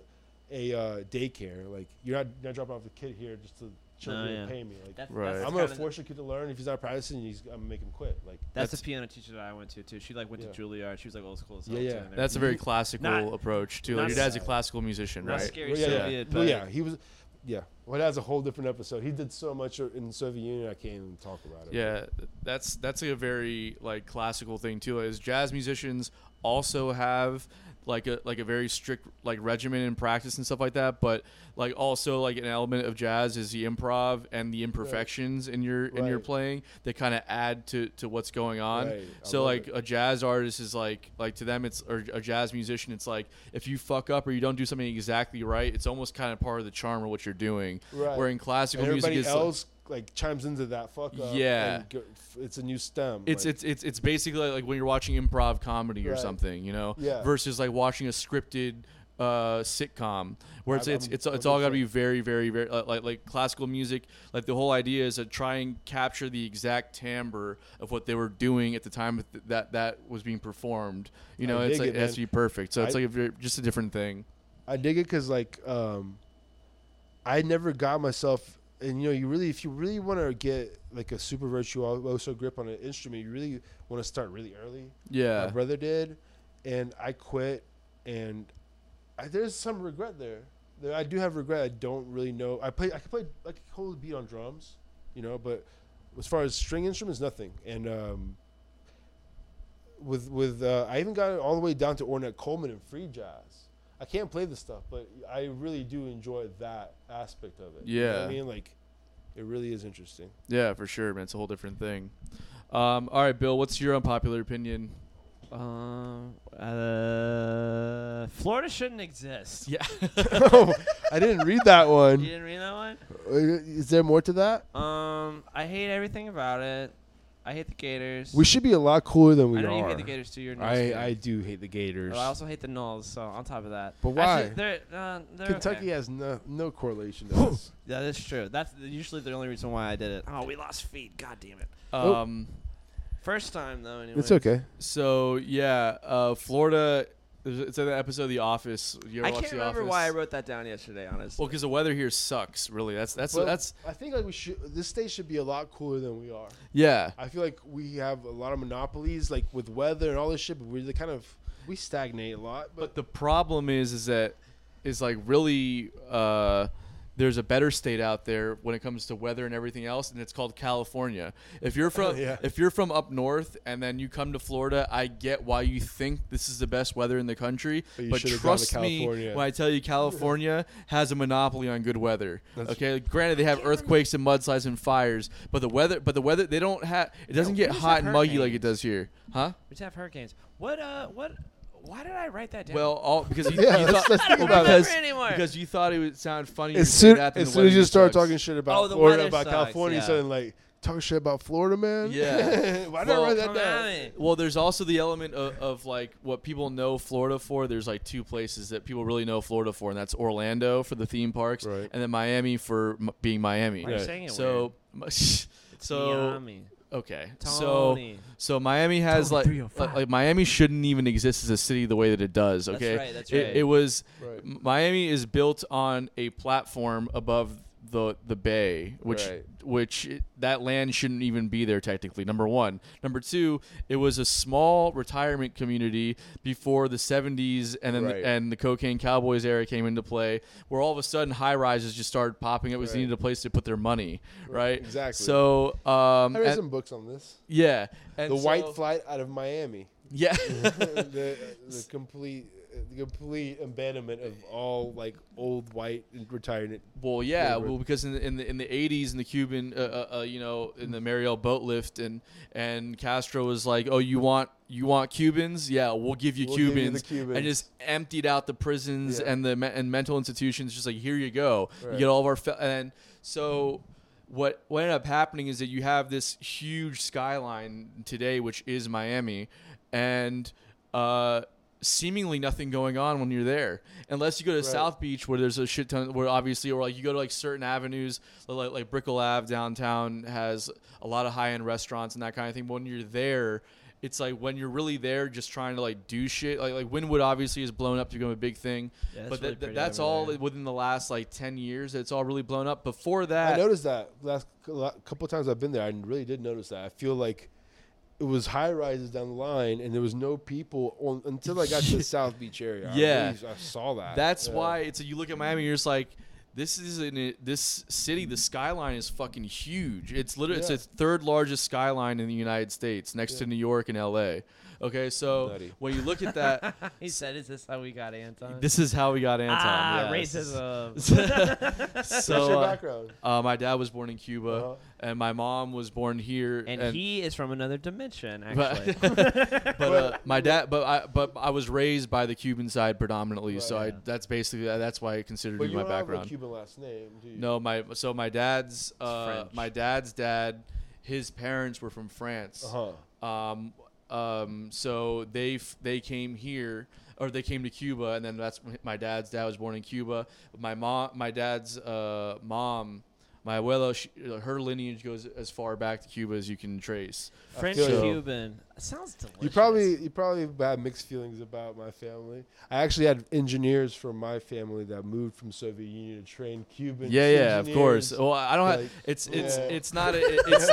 Speaker 2: a, a uh, daycare. Like you're not you're not dropping off the kid here just to chill
Speaker 3: No,
Speaker 2: here and
Speaker 3: yeah.
Speaker 2: pay me. Like
Speaker 3: That's,
Speaker 1: Right.
Speaker 3: that's
Speaker 2: I'm
Speaker 3: kind
Speaker 2: gonna
Speaker 3: of-
Speaker 2: force your kid to learn. If he's not practicing, he's, I'm gonna make him quit. Like
Speaker 3: That's,
Speaker 1: That's-
Speaker 3: the piano teacher that I went to too. She like went
Speaker 2: Yeah.
Speaker 3: to Juilliard. She was like old school. as
Speaker 2: Yeah,
Speaker 3: hell, too,
Speaker 2: yeah.
Speaker 3: and
Speaker 1: That's a very classical
Speaker 3: Not-
Speaker 1: approach too. Like
Speaker 3: not
Speaker 1: your dad's a
Speaker 2: s-
Speaker 1: classical musician,
Speaker 3: not
Speaker 1: right?
Speaker 3: scary.
Speaker 2: Well, yeah,
Speaker 3: Soviet,
Speaker 2: yeah. Well,
Speaker 3: but-
Speaker 2: yeah, he was. Yeah, well, that's a whole different episode. He did so much er, in the Soviet Union, I can't even talk about it.
Speaker 1: Yeah, that's that's a very like classical thing too. Is jazz musicians also have like a like a very strict like regimen and practice and stuff like that, but like also like an element of jazz is the improv and the imperfections in your in your
Speaker 2: Right.
Speaker 1: playing that kind of add to to what's going on.
Speaker 2: Right, I
Speaker 1: So
Speaker 2: love
Speaker 1: like
Speaker 2: it.
Speaker 1: a jazz artist is like like to them it's or a jazz musician it's like if you fuck up or you don't do something exactly right, it's almost kind of part of the charm of what you're doing.
Speaker 2: Right.
Speaker 1: Where in classical
Speaker 2: And everybody
Speaker 1: music is like-
Speaker 2: else like chimes into that fuck up.
Speaker 1: Yeah.
Speaker 2: and go, f- it's a new stem.
Speaker 1: It's
Speaker 2: like,
Speaker 1: it's it's it's basically like when you're watching improv comedy or
Speaker 2: Right.
Speaker 1: something, you know,
Speaker 2: Yeah.
Speaker 1: versus like watching a scripted uh, sitcom where it's
Speaker 2: I'm-
Speaker 1: it's
Speaker 2: I'm
Speaker 1: it's, it's all got to
Speaker 2: 100%
Speaker 1: be very very very uh, like like classical music. Like the whole idea is to try and capture the exact timbre of what they were doing at the time that that, that was being performed. You
Speaker 2: I
Speaker 1: know, it's
Speaker 2: dig
Speaker 1: like
Speaker 2: it,
Speaker 1: it has
Speaker 2: man.
Speaker 1: to be perfect. So it's
Speaker 2: I-
Speaker 1: like a, very- just a different thing.
Speaker 2: I dig it because like um, I never got myself. And you know, you really, if you really want to get like a super virtuoso grip on an instrument, you really want to start really early.
Speaker 1: Yeah,
Speaker 2: my brother did, and I quit, and I, there's some regret there. there. I do have regret. I don't really know. I play. I could play like a whole beat on drums, you know, but as far as string instruments, nothing. And um, with with uh, I even got it all the way down to Ornette Coleman and free jazz. I can't play this stuff, but I really do enjoy that aspect of it. You know what
Speaker 1: Yeah.
Speaker 2: I mean, like, it really
Speaker 1: [laughs]
Speaker 2: is interesting. [laughs]
Speaker 1: yeah, for sure, man. It's a whole different thing. Um, all right, Bill, what's your unpopular opinion?
Speaker 3: Um, uh, Florida shouldn't
Speaker 1: [laughs]
Speaker 3: exist.
Speaker 1: Yeah,
Speaker 2: I didn't read that
Speaker 3: You
Speaker 2: one. Uh,
Speaker 3: didn't read that one?
Speaker 2: Is there more to that?
Speaker 3: Um, I hate everything about it. I hate the Gators.
Speaker 2: We should be a lot cooler than we
Speaker 3: I know
Speaker 2: are.
Speaker 3: you hate the Gators too. You're a Knolls
Speaker 2: I,
Speaker 3: fan.
Speaker 2: I do hate the Gators.
Speaker 3: But I also hate the Knolls. So on top of that,
Speaker 2: But
Speaker 3: Actually,
Speaker 2: why?
Speaker 3: they're, uh, they're
Speaker 2: Kentucky
Speaker 3: okay.
Speaker 2: has no no correlation to us.
Speaker 3: That is true. That's usually the only reason why I did it. Oh, we lost feed. God damn it.
Speaker 2: Oh.
Speaker 1: um,
Speaker 3: First time though. Anyway.
Speaker 2: It's okay.
Speaker 1: So yeah, uh, Florida. there's- It's in the episode of The Office. You ever
Speaker 3: I
Speaker 1: watch
Speaker 3: can't
Speaker 1: The
Speaker 3: remember
Speaker 1: Office?
Speaker 3: why I wrote that down yesterday. Honestly.
Speaker 1: Well, because the weather here sucks. Really, that's that's that's
Speaker 2: I think like we should. This state should be a lot cooler than we are.
Speaker 1: yeah.
Speaker 2: I feel like we have a lot of monopolies, like with weather and all this shit. But we're the kind of we stagnate a lot. But,
Speaker 1: But the problem is, is that is like really uh, there's a better state out there when it comes to weather and everything else, and it's called California. If you're from
Speaker 2: [laughs] Yeah.
Speaker 1: if you're from up north and then you come to Florida, I get why you think this is the best weather in the country.
Speaker 2: But
Speaker 1: But,
Speaker 2: you should've gone to
Speaker 1: trust me
Speaker 2: California.
Speaker 1: when I tell you, California has a monopoly on good weather. okay, granted they have earthquakes and mudslides and fires, but the weather, but the weather they don't have. It doesn't
Speaker 3: we
Speaker 1: get
Speaker 3: just
Speaker 1: hot
Speaker 3: have
Speaker 1: and muggy like it
Speaker 3: hurricanes.
Speaker 1: does here, huh?
Speaker 3: We just have hurricanes. What? Uh. What? Why did I write that down?
Speaker 1: Well, all
Speaker 2: [laughs]
Speaker 1: because you,
Speaker 2: Yeah,
Speaker 1: you
Speaker 2: let's-
Speaker 1: thought
Speaker 2: let's think
Speaker 1: well,
Speaker 2: about
Speaker 1: because,
Speaker 3: it. Remember anymore.
Speaker 1: because you thought it would sound funny. to
Speaker 2: as
Speaker 1: say
Speaker 2: soon
Speaker 1: that than
Speaker 2: as,
Speaker 1: the
Speaker 2: soon as
Speaker 1: weather
Speaker 2: you start
Speaker 1: sucks.
Speaker 2: talking shit about
Speaker 3: Oh, the
Speaker 2: Florida,
Speaker 3: weather
Speaker 2: about
Speaker 3: sucks,
Speaker 2: California,
Speaker 3: yeah.
Speaker 2: suddenly like talking shit about Florida, man.
Speaker 1: Yeah.
Speaker 2: [laughs] why did
Speaker 1: Well,
Speaker 2: I write
Speaker 3: Come
Speaker 2: that
Speaker 3: at
Speaker 2: down?
Speaker 3: me.
Speaker 1: Well, there's also the element of, of like what people know Florida for. There's like two places that people really know Florida for, and that's Orlando for the theme parks,
Speaker 2: Right.
Speaker 1: and then Miami for m- being Miami.
Speaker 3: Why are you
Speaker 2: Right.
Speaker 3: saying it
Speaker 1: So, so
Speaker 3: Miami.
Speaker 1: okay,
Speaker 3: Tony.
Speaker 1: so so Miami has
Speaker 3: Tony
Speaker 1: like,
Speaker 3: 305.
Speaker 1: like like Miami shouldn't even exist as a city the way that it does.
Speaker 3: That's
Speaker 1: Okay,
Speaker 3: right, that's
Speaker 1: It,
Speaker 3: right.
Speaker 1: it was
Speaker 2: Right.
Speaker 1: M- Miami is built on a platform above the the bay, which
Speaker 2: Right.
Speaker 1: which it- that land shouldn't even be there technically. Number one, number two, it was a small retirement community before the '70s, and then
Speaker 2: Right.
Speaker 1: the, and the cocaine cowboys era came into play, where all of a sudden high rises just started popping up. because They
Speaker 2: Right.
Speaker 1: needed a place to put their money, right?
Speaker 2: exactly.
Speaker 1: So, um,
Speaker 2: I read
Speaker 1: and-
Speaker 2: some books on this.
Speaker 1: yeah, and
Speaker 2: the
Speaker 1: so-
Speaker 2: White Flight out of Miami.
Speaker 1: yeah. [laughs]
Speaker 2: the, the complete the complete abandonment of all like old white and retirement.
Speaker 1: Well, yeah,
Speaker 2: Labor.
Speaker 1: well, because in the, in the in the '80s, in the Cuban, uh, uh, uh, you know, in the Mariel boat lift, and and Castro was like, "Oh, you want you want Cubans? Yeah, we'll give you,
Speaker 2: We'll give you
Speaker 1: Cubans.
Speaker 2: the Cubans.
Speaker 1: and just emptied out the prisons
Speaker 2: Yeah.
Speaker 1: and the me- and mental institutions. Just like, here you go,
Speaker 2: Right.
Speaker 1: you get all of our fe- and so. What, what ended up happening is that you have this huge skyline today, which is Miami, and uh, seemingly nothing going on when you're there, unless you go to
Speaker 2: Right.
Speaker 1: South Beach where there's a shit ton. Where obviously, or like you go to like certain avenues, like like Brickell Ave downtown has a lot of high end restaurants and that kind of thing. But when you're there, it's like when you're really there, just trying to like do shit. Like like Winwood obviously has blown up to become a big thing,
Speaker 3: Yeah, that's
Speaker 1: but
Speaker 3: really
Speaker 1: that, that,
Speaker 3: pretty
Speaker 1: that's
Speaker 3: over
Speaker 1: all
Speaker 3: there.
Speaker 1: within the last like ten years. It's all really blown up. Before that,
Speaker 2: I noticed that last cou- la- couple times I've been there. I really did notice that. I feel like it was high rises down the line, and there was no people on, until I got
Speaker 1: [laughs]
Speaker 2: to the South Beach area. I
Speaker 1: Yeah.
Speaker 2: really- I saw that.
Speaker 1: That's
Speaker 2: Yeah.
Speaker 1: why it's a, you look at Miami, you're just like, this is an, this city. The skyline is fucking huge. It's literally
Speaker 2: Yeah.
Speaker 1: it's the third largest skyline in the United States, next to New York and L.A. Okay, so
Speaker 2: Nutty.
Speaker 1: when you look at
Speaker 2: [laughs]
Speaker 1: that,
Speaker 3: He said, "Is this how we got Anton?"
Speaker 1: this is how we got Anton.
Speaker 3: ah,
Speaker 1: yes.
Speaker 3: racism. [laughs]
Speaker 2: What's
Speaker 1: Um, [laughs] So
Speaker 2: your
Speaker 1: uh,
Speaker 2: background?
Speaker 1: uh, my dad was born in Cuba,
Speaker 2: Uh-huh.
Speaker 1: and my mom was born here,
Speaker 3: and, he is from another dimension,
Speaker 1: But-
Speaker 3: actually.
Speaker 1: [laughs]
Speaker 3: [laughs]
Speaker 1: but uh, my dad, but I, but I was raised by the Cuban side predominantly, so I
Speaker 3: Right.
Speaker 1: that's basically that's why I considered
Speaker 2: But
Speaker 1: me
Speaker 2: you
Speaker 1: my
Speaker 2: don't have a
Speaker 1: background.
Speaker 2: Cuban last name, do you?
Speaker 1: No, my so my dad's uh,
Speaker 3: French.
Speaker 1: my dad's dad, his parents were from France.
Speaker 2: Uh-huh.
Speaker 1: Um, um, so they f- they came here or they came to Cuba, and then that's when my dad's dad was born in Cuba. My mom, my dad's uh, mom, my abuela, she, her lineage goes as far back to Cuba as you can trace.
Speaker 3: French
Speaker 2: feel
Speaker 1: you.
Speaker 3: Cuban sounds delicious.
Speaker 2: You probably you probably have mixed feelings about my family. I actually had engineers from my family that moved from Soviet Union to train Cuban.
Speaker 1: Yeah, yeah, of
Speaker 2: engineers.
Speaker 1: course. Oh,
Speaker 2: [laughs]
Speaker 1: Well, I don't
Speaker 2: Like,
Speaker 1: have. It's it's
Speaker 2: yeah.
Speaker 1: it's not. A, it,
Speaker 2: [laughs]
Speaker 1: it's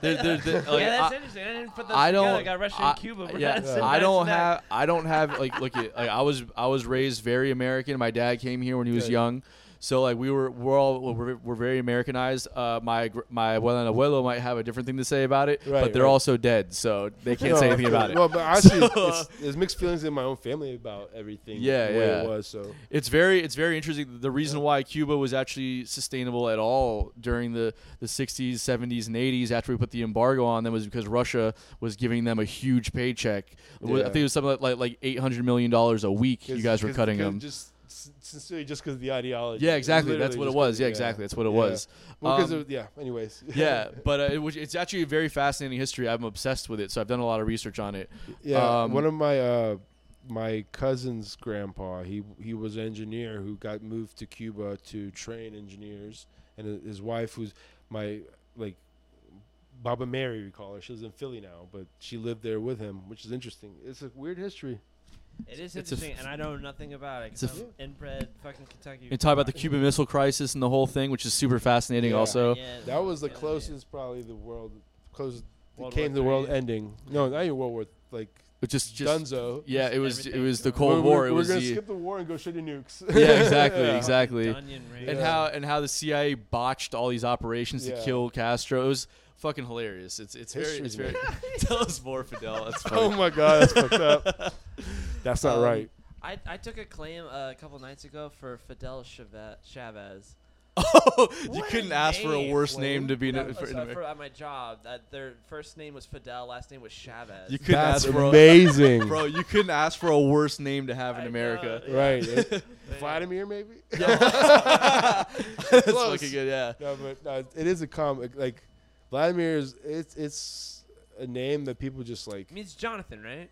Speaker 1: they're, they're, they're, like,
Speaker 3: yeah, that's
Speaker 1: I-
Speaker 3: interesting. I didn't put those
Speaker 1: I
Speaker 3: together.
Speaker 1: don't.
Speaker 3: I got Russia
Speaker 1: I-
Speaker 3: and Cuba. We're
Speaker 1: Yeah,
Speaker 3: not sitting
Speaker 1: I
Speaker 3: back
Speaker 1: don't
Speaker 3: to back.
Speaker 1: have. I don't have like look. At, like I was. I was raised very American. My dad came here when he was
Speaker 2: Good.
Speaker 1: young, so like we were. We're all. We're, we're very Americanized. Uh, my gr- my abuela and abuelo might have a different thing to say about it,
Speaker 2: Right,
Speaker 1: but they're
Speaker 2: right.
Speaker 1: also dead, so they can't
Speaker 2: No,
Speaker 1: say anything
Speaker 2: of course.
Speaker 1: about it.
Speaker 2: Well, but actually,
Speaker 1: [laughs]
Speaker 2: it's, there's mixed feelings in my own family about everything.
Speaker 1: Yeah,
Speaker 2: the way
Speaker 1: yeah.
Speaker 2: It was so.
Speaker 1: It's very it's very interesting. The reason why Cuba was actually sustainable at all during the the 60s, 70s, and 80s after we put the embargo on them was because Russia was giving them a huge paycheck. It was- I
Speaker 2: Yeah.
Speaker 1: think it was something like like, like 800 million dollars a week. You
Speaker 2: 'Cause-
Speaker 1: guys were
Speaker 2: 'cause-
Speaker 1: cutting
Speaker 2: 'cause
Speaker 1: them.
Speaker 2: Just s- sincerely, just because the ideology.
Speaker 1: Yeah, exactly.
Speaker 2: Literally
Speaker 1: That's what it
Speaker 2: just
Speaker 1: was.
Speaker 2: 'cause-
Speaker 1: Yeah, exactly. That's what it
Speaker 2: Yeah.
Speaker 1: was.
Speaker 2: Well, 'cause
Speaker 1: Um,
Speaker 2: it- yeah. Anyways. [laughs]
Speaker 1: yeah, but uh, it was, it's actually a very fascinating history. I'm obsessed with it, so I've done a lot of research on it.
Speaker 2: Yeah,
Speaker 1: Um,
Speaker 2: one of my uh, my cousin's grandpa. He he was an engineer who got moved to Cuba to train engineers, and his wife, who's my like Baba Mary, we call her. She lives in Philly now, but she lived there with him, which is interesting. It's a weird history.
Speaker 3: It is
Speaker 1: It's a f-
Speaker 3: interesting, and I know nothing about it.
Speaker 1: It's
Speaker 3: 'cause
Speaker 1: a
Speaker 3: I'm inbred fucking Kentucky.
Speaker 1: And talk about the Cuban Missile Crisis and the whole thing, which is super fascinating.
Speaker 2: Yeah.
Speaker 1: Also,
Speaker 3: Yeah,
Speaker 2: That was the
Speaker 3: yeah, yeah.
Speaker 2: closest, probably the world closest.
Speaker 3: World
Speaker 2: it came
Speaker 3: War
Speaker 2: to the world
Speaker 3: Three.
Speaker 2: ending. No, not even World War. Like
Speaker 1: It just just
Speaker 2: Dunzo.
Speaker 1: yeah, it was it
Speaker 3: Everything
Speaker 1: was the
Speaker 3: going
Speaker 1: Cold
Speaker 2: We're-
Speaker 1: War.
Speaker 2: We're,
Speaker 1: it was
Speaker 2: gonna
Speaker 1: the,
Speaker 2: skip the war and go straight to nukes. [laughs]
Speaker 1: yeah, exactly,
Speaker 2: Yeah.
Speaker 1: exactly.
Speaker 3: Dunyan Ranch.
Speaker 1: And
Speaker 2: Yeah.
Speaker 1: how and how the CIA botched all these operations to
Speaker 2: Yeah.
Speaker 1: kill Castro. It was fucking hilarious. It's it's very
Speaker 2: History,
Speaker 1: it's very. [laughs] Tell us more, Fidel.
Speaker 2: [laughs]
Speaker 1: That's funny.
Speaker 2: Oh my god, that's fucked up. [laughs] That's not
Speaker 3: Um,
Speaker 2: right.
Speaker 3: I, I took a claim uh, a couple nights ago for Fidel Chavez. Chavez.
Speaker 1: [laughs] Oh, you
Speaker 3: What a
Speaker 1: couldn't ask for a
Speaker 3: name,
Speaker 1: worse
Speaker 3: Wayne.
Speaker 1: name to be
Speaker 3: No,
Speaker 1: no, for,
Speaker 3: so
Speaker 1: in
Speaker 3: for-
Speaker 1: America.
Speaker 3: at my job, that their first name was Fidel, last name was Chavez.
Speaker 1: You couldn't
Speaker 2: That's
Speaker 1: ask for a, [laughs]
Speaker 2: amazing.
Speaker 1: bro. You couldn't ask for a worse name to have
Speaker 3: I
Speaker 1: in
Speaker 3: know,
Speaker 1: America. [laughs]
Speaker 3: yeah.
Speaker 2: Right.
Speaker 3: But-
Speaker 2: Vladimir, maybe?
Speaker 1: That's
Speaker 2: Close.
Speaker 1: fucking good. Yeah.
Speaker 2: no, but no, it is a comic. Like, Vladimir is, it's, it's a name that people just like.
Speaker 3: It means Jonathan, right?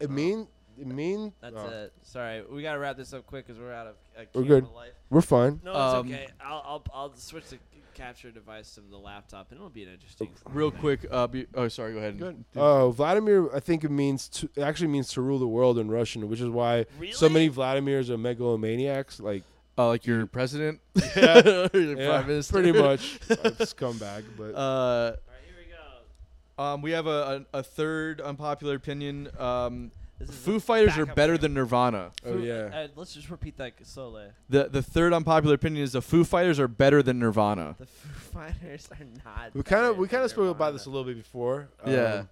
Speaker 2: It mean, it mean.
Speaker 3: That's
Speaker 2: oh,
Speaker 3: it. Sorry, we gotta wrap this up quick because we're out of uh,
Speaker 2: We're
Speaker 3: camera
Speaker 2: good.
Speaker 3: life.
Speaker 2: We're fine.
Speaker 3: No, it's
Speaker 1: Um,
Speaker 3: okay. I'll, I'll I'll switch the capture device to the laptop, and it'll be an interesting.
Speaker 1: Real quick. Uh, be, oh, sorry. Go ahead.
Speaker 2: Good.
Speaker 1: Do-
Speaker 2: Oh, Vladimir, I think it means to, it actually means to rule the world in Russian, which is why so
Speaker 3: Really?
Speaker 2: many Vladimirs are megalomaniacs. Like,
Speaker 1: Uh, like your president,
Speaker 2: [laughs] Yeah.
Speaker 1: Or [laughs] your
Speaker 2: Yeah,
Speaker 1: prime minister. [laughs]
Speaker 2: pretty much. scumbag, but
Speaker 1: Uh,
Speaker 3: All right, here we go.
Speaker 1: um, we have a, a, a third unpopular opinion. Um,
Speaker 3: This is
Speaker 1: Foo
Speaker 3: a
Speaker 1: Fighters are
Speaker 3: backup
Speaker 1: better
Speaker 3: band.
Speaker 1: than Nirvana.
Speaker 2: oh yeah,
Speaker 3: Uh, let's just repeat that slowly.
Speaker 1: The the third unpopular opinion is the Foo Fighters are better than Nirvana.
Speaker 3: The Foo [laughs] Fighters are not.
Speaker 2: we kind of
Speaker 3: better
Speaker 2: we kind of
Speaker 3: than
Speaker 2: spoke about
Speaker 3: Nirvana.
Speaker 2: this a little bit before. um,
Speaker 1: Yeah.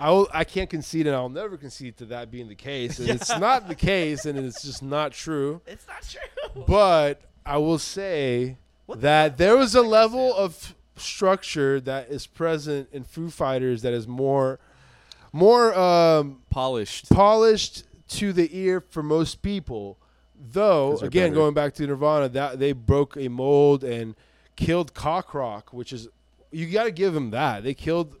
Speaker 2: I will, I can't concede, and I'll never concede to that being the
Speaker 1: [laughs]
Speaker 2: case. And It's not the case, and it's just not true.
Speaker 3: It's not true.
Speaker 2: But I will say
Speaker 3: What the
Speaker 2: that there was a level of structure that is present in Foo Fighters that is more, more um,
Speaker 1: Polished.
Speaker 2: polished to the ear for most people. Though,
Speaker 1: 'Cause they're
Speaker 2: again,
Speaker 1: better.
Speaker 2: going back to Nirvana, that they broke a mold and killed cock rock, which is you got to give them that. They killed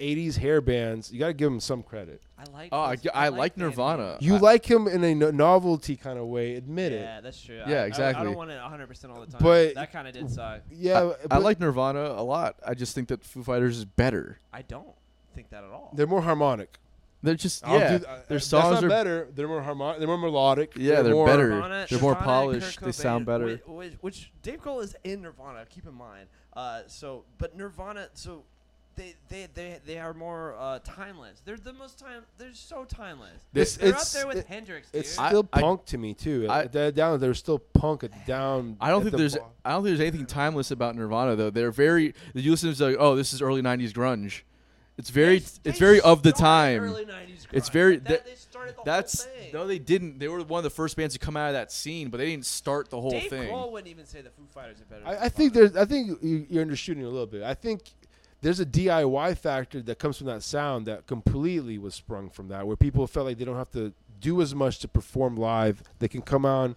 Speaker 2: '80s hair bands. You got to give them some credit.
Speaker 3: I like.
Speaker 1: Oh, I,
Speaker 3: this-
Speaker 1: I like
Speaker 3: the anime.
Speaker 1: Nirvana.
Speaker 2: You
Speaker 1: I-
Speaker 2: like him in a no- novelty kind of way. Admit it.
Speaker 3: Yeah, that's true. I-
Speaker 1: Yeah,
Speaker 3: I- I,
Speaker 1: exactly.
Speaker 3: don't want it 100 percent all the time.
Speaker 2: But-
Speaker 3: that kind of did suck.
Speaker 2: Yeah,
Speaker 1: I, I like Nirvana a lot. I just think that Foo Fighters is better.
Speaker 3: I don't think that at all.
Speaker 2: They're more harmonic.
Speaker 1: They're just
Speaker 2: I'll
Speaker 1: yeah.
Speaker 2: do-
Speaker 3: uh,
Speaker 2: I- I-
Speaker 1: their
Speaker 2: that's
Speaker 1: songs
Speaker 2: not
Speaker 1: are
Speaker 2: better. They're more harmonic. They're more melodic.
Speaker 1: yeah. They're
Speaker 2: more,
Speaker 1: better.
Speaker 3: Nirvana-
Speaker 1: they're more
Speaker 3: Nirvana and
Speaker 1: polished.
Speaker 3: Kurt
Speaker 1: They sound
Speaker 3: Cobain,
Speaker 1: better.
Speaker 3: Which, which, which Dave Grohl is in Nirvana. Keep in mind. Uh, so, but Nirvana. So, they they they, they are more uh, timeless. They're the most time. They're so timeless.
Speaker 2: This-
Speaker 3: they're up
Speaker 2: it's-
Speaker 3: there with
Speaker 2: it-
Speaker 3: Hendrix, dude.
Speaker 2: It's
Speaker 1: I-
Speaker 2: still punk to me too.
Speaker 1: I-
Speaker 2: At the down, they're still
Speaker 1: [sighs]
Speaker 2: punk at down.
Speaker 1: I don't
Speaker 2: at
Speaker 1: think
Speaker 2: the
Speaker 1: there's
Speaker 2: bo-
Speaker 1: I don't think there's anything timeless about Nirvana though. They're very you listen to like oh this is early '90s grunge. It's very
Speaker 3: They-
Speaker 1: it's
Speaker 3: they
Speaker 1: very of the
Speaker 3: started
Speaker 1: time.
Speaker 3: early 90s
Speaker 1: It's
Speaker 3: grunge.
Speaker 1: very-
Speaker 3: That-
Speaker 1: that-
Speaker 3: they started the
Speaker 1: That's
Speaker 3: whole thing.
Speaker 1: no, they didn't. They were one of the first bands to come out of that scene, but they didn't start the whole
Speaker 3: Dave
Speaker 1: thing.
Speaker 3: Grohl wouldn't even say the Foo Fighters are better. than
Speaker 2: I, I think
Speaker 3: Nirvana.
Speaker 2: there's. I think you- you're undershooting a little bit. I think there's a DIY factor that comes from that sound that completely was sprung from that, where people felt like they don't have to do as much to perform live. They can come on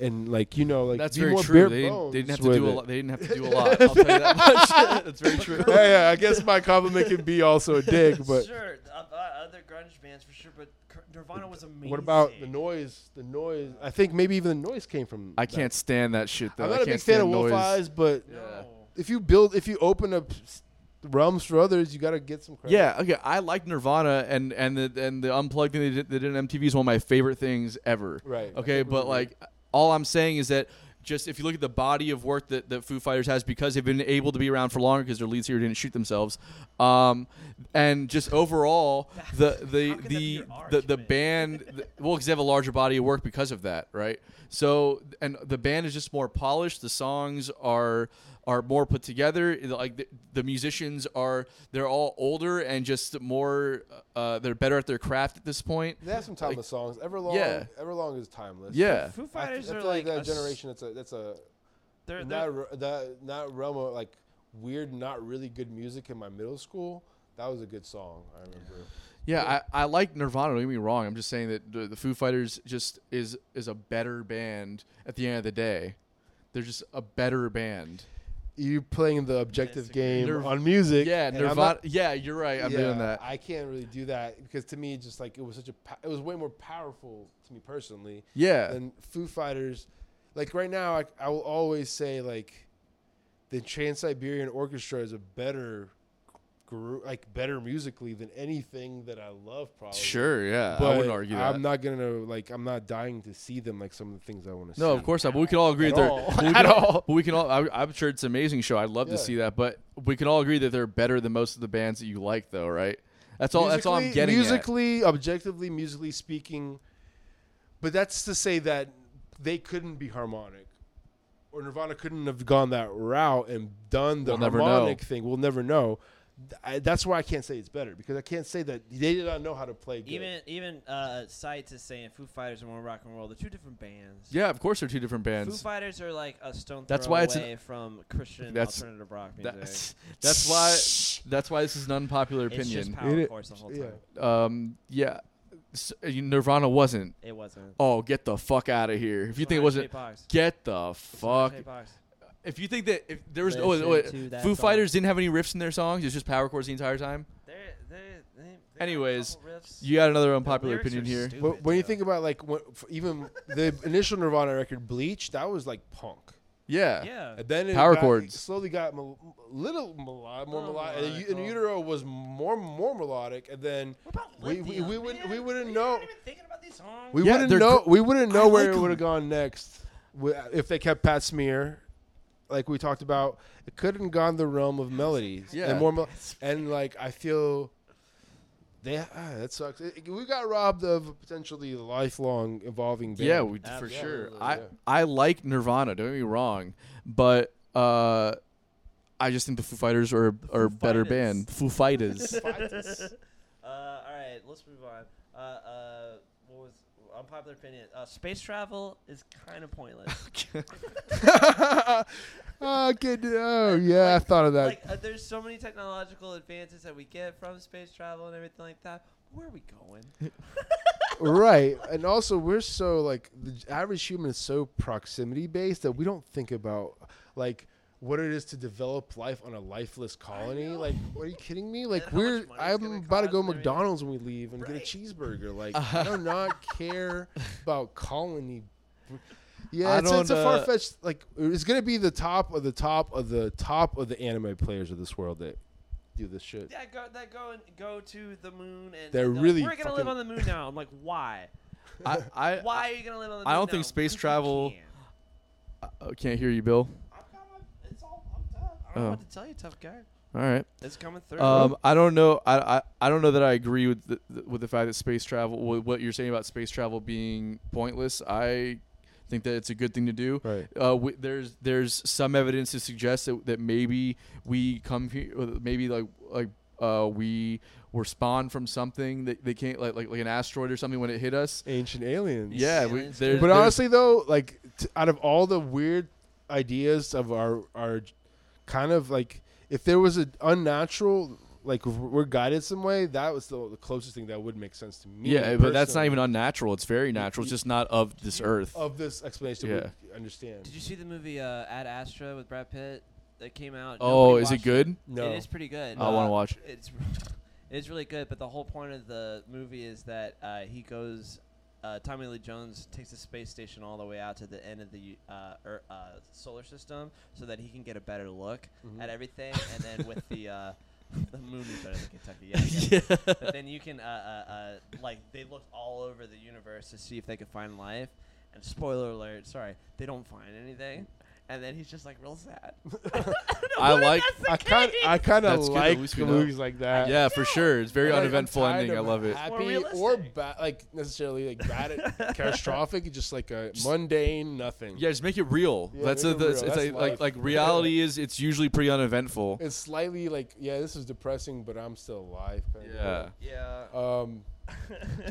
Speaker 2: and like you know like
Speaker 1: That's
Speaker 2: be
Speaker 1: very
Speaker 2: more
Speaker 1: true.
Speaker 2: bare
Speaker 1: They didn't, they didn't have
Speaker 2: bones
Speaker 1: to
Speaker 2: with
Speaker 1: do a
Speaker 2: it.
Speaker 1: lot. They didn't have to do a [laughs] lot. I'll tell you that much. [laughs] That's very true.
Speaker 2: [laughs] yeah, yeah, I guess my compliment can be also a dig, but
Speaker 3: sure, uh, uh, other grunge bands for sure, but Kurt- Nirvana was amazing.
Speaker 2: what about the noise? The noise. I think maybe even the noise came from.
Speaker 1: I
Speaker 2: that.
Speaker 1: can't stand that shit though.
Speaker 2: I'm
Speaker 1: I
Speaker 2: not a
Speaker 1: can't
Speaker 2: big fan
Speaker 1: stand
Speaker 2: of Wolf
Speaker 1: noise.
Speaker 2: Eyes, but
Speaker 3: No.
Speaker 2: if you build, if you open up s- realms for others, you got to get some credit.
Speaker 1: Yeah, okay. I like Nirvana, and and the and the unplugged thing they did, they did on MTV is one of my favorite things ever.
Speaker 2: Right. I
Speaker 1: Okay,
Speaker 2: think we
Speaker 1: but
Speaker 2: agree.
Speaker 1: like all I'm saying is that just if you look at the body of work that, that Foo Fighters has because they've been able to be around for longer because their lead singer didn't shoot themselves, um, and just
Speaker 3: [laughs]
Speaker 1: overall the the
Speaker 3: How could that be
Speaker 1: the
Speaker 3: your
Speaker 1: the, the
Speaker 3: argument?
Speaker 1: band the, well because they have a larger body of work because of that right so and the band is just more polished the songs are are more put together like the, the musicians are they're all older and just more uh, they're better at their craft at this point
Speaker 2: They have some timeless songs. Everlong,
Speaker 1: Yeah.
Speaker 2: Everlong is timeless.
Speaker 1: yeah
Speaker 3: Foo
Speaker 2: I,
Speaker 3: Fighters
Speaker 2: I
Speaker 3: are
Speaker 2: feel like,
Speaker 3: a
Speaker 2: that
Speaker 3: s-
Speaker 2: generation. That's a that's a
Speaker 3: They're,
Speaker 2: in that
Speaker 3: they're,
Speaker 2: re- that that realm of like weird, not really good music in my middle school. That was a good song. I remember.
Speaker 1: Yeah, I, I like Nirvana. Don't get me wrong. I'm just saying that the, the Foo Fighters just is is a better band at the end of the day. They're just a better band.
Speaker 2: You playing the objective game
Speaker 1: Nirv-
Speaker 2: on music?
Speaker 1: Yeah,
Speaker 2: and I'm
Speaker 1: Nirvana.
Speaker 2: not-
Speaker 1: yeah, you're right. I'm doing
Speaker 2: Yeah,
Speaker 1: that.
Speaker 2: I can't really do that because to me, just like it was such a, pa- it was way more powerful to me personally.
Speaker 1: yeah,
Speaker 2: And Foo Fighters, like right now, I, I will always say like the Trans Siberian Orchestra is a better group, like better musically than anything that I love. Probably
Speaker 1: sure. Yeah,
Speaker 2: but
Speaker 1: I wouldn't argue that.
Speaker 2: I'm not gonna like I'm not dying to see them like some of the things I want to
Speaker 1: no,
Speaker 2: see.
Speaker 1: of course not. But we can all agree
Speaker 2: At
Speaker 1: that they're
Speaker 2: all. [laughs]
Speaker 1: but we can
Speaker 2: At
Speaker 1: all-
Speaker 2: all.
Speaker 1: But we can all. I, I'm sure it's an amazing show. I'd love
Speaker 2: Yeah.
Speaker 1: to see that. But we can all agree that they're better than most of the bands that you like, though, right? That's all. That's all I'm
Speaker 2: Musically-
Speaker 1: getting. at.
Speaker 2: Musically, objectively, musically speaking, but that's to say that they couldn't be harmonic, or Nirvana couldn't have gone that route and done the
Speaker 1: We'll never know.
Speaker 2: harmonic thing. We'll never know. Th- I, that's why I can't say it's better because I can't say that they did not know how to play. Good.
Speaker 3: even even uh, sites is saying Foo Fighters are more rock and roll. They're two different bands.
Speaker 1: Yeah, of course they're two different
Speaker 3: Foo
Speaker 1: bands.
Speaker 3: Fighters are like a stone throw
Speaker 1: That's why it's an-
Speaker 3: away from Christian
Speaker 1: That's-
Speaker 3: alternative rock music.
Speaker 1: That's that's why that's why this is an unpopular
Speaker 3: it's
Speaker 1: opinion.
Speaker 3: just power
Speaker 2: It-
Speaker 3: chords the whole time.
Speaker 2: yeah.
Speaker 1: um, yeah, S- uh, Nirvana wasn't.
Speaker 3: It wasn't.
Speaker 1: Oh, get the fuck out of here! If you think it wasn't,
Speaker 3: Box.
Speaker 1: get the fuck. If you think that if there was, oh, wait,
Speaker 3: Listen
Speaker 1: wait,
Speaker 3: to that
Speaker 1: Foo
Speaker 3: song.
Speaker 1: Fighters didn't have any riffs in their songs. It's just power chords the entire time. Anyways, You got another unpopular opinion here.
Speaker 2: But when you think about like when, f- even the initial Nirvana record "Bleach," that was like punk.
Speaker 1: Yeah.
Speaker 3: yeah,
Speaker 2: And then it
Speaker 1: Power
Speaker 2: got-
Speaker 1: chords.
Speaker 2: it slowly got mel- little melo- more
Speaker 3: Little
Speaker 2: melodic. And, u- and
Speaker 3: melodic.
Speaker 2: Utero was more more melodic, and then
Speaker 3: What about
Speaker 2: We- we-
Speaker 3: Lithium,
Speaker 2: we wouldn't-
Speaker 3: man?
Speaker 2: we wouldn't
Speaker 3: You're
Speaker 2: know.
Speaker 3: not even thinking about these songs.
Speaker 2: we
Speaker 1: Yeah,
Speaker 2: wouldn't
Speaker 1: they're
Speaker 2: know. we wouldn't know
Speaker 1: I
Speaker 2: where
Speaker 1: like
Speaker 2: it
Speaker 1: 'em.
Speaker 2: would have gone next. w- if they kept Pat Smear, like we talked about, it couldn't gone the realm of melodies.
Speaker 1: Yeah.
Speaker 2: and more mel- and like I feel. They, ah, that sucks. It- we got robbed of a potentially lifelong evolving band.
Speaker 1: Yeah, we, for
Speaker 2: Absolutely,
Speaker 1: sure.
Speaker 2: yeah. [laughs]
Speaker 1: I I like Nirvana. Don't get me wrong, but uh, I just think the Foo Fighters are are a better
Speaker 3: Fighters.
Speaker 1: band. [laughs] [laughs] Foo Fighters.
Speaker 3: [laughs] uh, all right, let's move on. Uh, uh, what was unpopular opinion? Uh, space travel is kind of pointless.
Speaker 1: [laughs]
Speaker 2: oh, good. Oh, yeah, I
Speaker 3: Like-
Speaker 2: thought of that.
Speaker 3: like, uh, there's so many technological advances that we get from space travel and everything like that. Where are we going?
Speaker 2: right and also we're so like the average human is so proximity based that we don't think about like what it is to develop life on a lifeless colony like are you kidding me like
Speaker 3: how much
Speaker 2: we're
Speaker 3: money it's
Speaker 2: i'm
Speaker 3: gonna
Speaker 2: about to go
Speaker 3: cost and everything.
Speaker 2: mcdonald's when we leave and get
Speaker 3: Right.
Speaker 2: a cheeseburger
Speaker 3: [laughs]
Speaker 2: like i do not care about colony yeah
Speaker 1: I
Speaker 2: it's, it's
Speaker 1: don't,
Speaker 2: a
Speaker 1: uh,
Speaker 2: far-fetched like it's gonna be the top of the top of the top of the anime players of this world that do this shit
Speaker 3: That go that go and go to the moon and
Speaker 2: They're
Speaker 3: and like,
Speaker 2: really
Speaker 3: we're gonna live
Speaker 2: fucking-
Speaker 3: on the moon now. I'm like, why?
Speaker 1: I I,
Speaker 3: Why are you gonna live on the moon?
Speaker 1: I don't think
Speaker 3: now?
Speaker 1: space
Speaker 3: Because you
Speaker 1: travel-
Speaker 3: can.
Speaker 1: I can't hear you, Bill.
Speaker 3: I've got my- it's all- I'm done. I don't know
Speaker 1: Oh.
Speaker 3: what to tell you, tough guy.
Speaker 1: All right.
Speaker 3: It's coming through.
Speaker 1: Um, I don't know. I, I, I don't know that I agree with the, the- with the fact that space travel, with what you're saying about space travel being pointless. I think that it's a good thing to do.
Speaker 2: Right.
Speaker 1: Uh, w- there's there's some evidence to suggest that, that maybe we come here, uh, maybe like like uh, we were spawned from something that they can't like, like like an asteroid or something when it hit us.
Speaker 2: ancient aliens
Speaker 1: Yeah. We,
Speaker 3: Aliens
Speaker 1: there,
Speaker 3: did.
Speaker 2: But
Speaker 1: there's-
Speaker 2: honestly, though, like t- out of all the weird ideas of our our kind of like, if there was an unnatural, like if we're guided some way, that was the, the closest thing that would make sense to me.
Speaker 1: yeah, but that's not
Speaker 2: personally,
Speaker 1: even unnatural. It's very natural. It's just not of this earth.
Speaker 2: of this explanation. that We understand.
Speaker 3: Did you see the movie uh, Ad Astra with Brad Pitt that came out?
Speaker 1: Oh,
Speaker 3: Nobody
Speaker 1: is it
Speaker 3: watched
Speaker 1: good?
Speaker 2: No,
Speaker 3: It is pretty good. Uh,
Speaker 1: I wanna watch it.
Speaker 3: It's [laughs] it's really good, but the whole point of the movie is that uh, he goes. Uh, Tommy Lee Jones takes the space station all the way out to the end of the uh, er, uh, solar system so that he can get a better look at everything, and then with the uh, [laughs] the moon is better than Kentucky. Yeah, yeah. but then you can uh, uh, uh, like they looked all over the universe to see if they could find life. And spoiler alert, sorry, they don't find anything. And then he's just like real sad. [laughs]
Speaker 1: I
Speaker 3: What if
Speaker 1: like-
Speaker 3: that's the
Speaker 2: I kind
Speaker 3: case?
Speaker 2: I kind
Speaker 1: That's
Speaker 2: of
Speaker 1: good, at
Speaker 2: like
Speaker 1: least
Speaker 2: the
Speaker 1: we know.
Speaker 2: movies like that.
Speaker 1: [laughs] Yeah, for sure. It's very
Speaker 2: Like, I'm
Speaker 1: uneventful
Speaker 2: tired
Speaker 1: ending. I
Speaker 2: of
Speaker 1: love it.
Speaker 3: More
Speaker 2: Happy
Speaker 3: realistic.
Speaker 2: or bad, like necessarily like bad,
Speaker 3: [laughs]
Speaker 2: at catastrophic. Just like a mundane nothing.
Speaker 1: Yeah, just make it real.
Speaker 2: Yeah,
Speaker 1: that's
Speaker 2: make
Speaker 1: a,
Speaker 2: it
Speaker 1: that's,
Speaker 2: real.
Speaker 1: It's
Speaker 2: That's
Speaker 1: a, like
Speaker 2: life.
Speaker 1: like reality is. It's usually pretty uneventful.
Speaker 2: It's slightly like yeah, this is depressing, but I'm still alive. kind of.
Speaker 1: Yeah.
Speaker 3: Yeah.
Speaker 2: Um,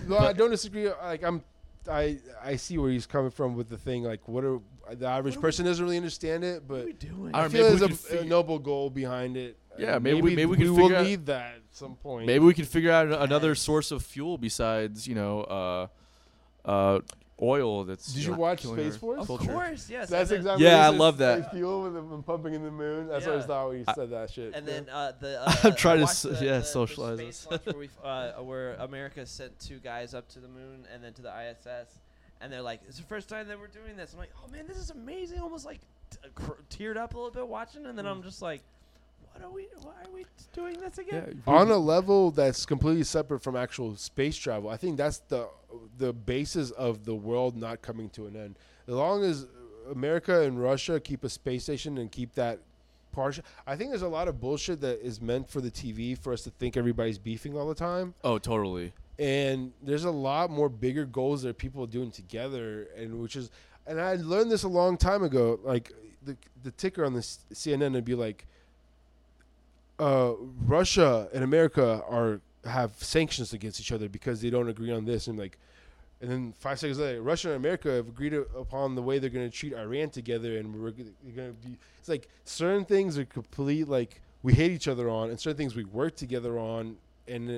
Speaker 2: no, I don't disagree. Like I'm, I I see where he's coming from with the thing. Like what are the average person doesn't really understand it, but
Speaker 3: doing?
Speaker 1: I
Speaker 2: I
Speaker 1: don't know,
Speaker 2: feel
Speaker 1: maybe
Speaker 2: there's
Speaker 1: we
Speaker 2: a,
Speaker 1: could
Speaker 2: a
Speaker 1: fig-
Speaker 2: noble goal behind it.
Speaker 1: Yeah,
Speaker 2: Uh,
Speaker 1: maybe we- maybe we could
Speaker 2: will
Speaker 1: figure out-
Speaker 2: need that at some point.
Speaker 1: Maybe we can figure out a- another source of fuel besides you know, uh, uh, oil. That's
Speaker 2: Did
Speaker 1: you,
Speaker 2: you
Speaker 1: know,
Speaker 2: watch
Speaker 1: killing
Speaker 2: Space
Speaker 1: our
Speaker 2: Force? Of
Speaker 3: Of
Speaker 1: culture.
Speaker 3: course, yes.
Speaker 2: That's
Speaker 3: and then-
Speaker 2: exactly.
Speaker 1: Yeah,
Speaker 2: what
Speaker 1: I
Speaker 2: it is.
Speaker 1: love that.
Speaker 2: It's Fuel with them pumping in the moon. That's what I
Speaker 3: Yeah.
Speaker 2: thought when you
Speaker 1: I-
Speaker 2: said that shit.
Speaker 3: And
Speaker 2: Yeah.
Speaker 3: then uh, the uh,
Speaker 1: [laughs] I'm
Speaker 3: I
Speaker 1: trying to
Speaker 3: watched
Speaker 1: so-
Speaker 3: the,
Speaker 1: yeah,
Speaker 3: the- the
Speaker 1: socialize
Speaker 3: space
Speaker 1: this.
Speaker 3: launch
Speaker 1: [laughs]
Speaker 3: where, we, uh, where America sent two guys up to the moon and then to the ISS, and they're like, "It's the first time that we're doing this." I'm like, "Oh man, this is amazing!" Almost like t- uh, cr- teared up a little bit watching, and then I'm just like, "What are we? Why are we doing this
Speaker 1: Mm. Yeah,
Speaker 3: again?"
Speaker 2: on a level that's completely separate from actual space travel. I think that's the the basis of the world not coming to an end. As long as America and Russia keep a space station and keep that partial, I think there's a lot of bullshit that is meant for the TV for us to think everybody's beefing all the time.
Speaker 1: oh, totally.
Speaker 2: And there's a lot more bigger goals that people are doing together, and which is, and I learned this a long time ago. Like the the ticker on the C- CNN would be like, uh, Russia and America are have sanctions against each other because they don't agree on this, and like, and then five seconds later, Russia and America have agreed upon the way they're going to treat Iran together, and we're going to be. It's like certain things are complete like we hate each other on, and certain things we work together on, and uh,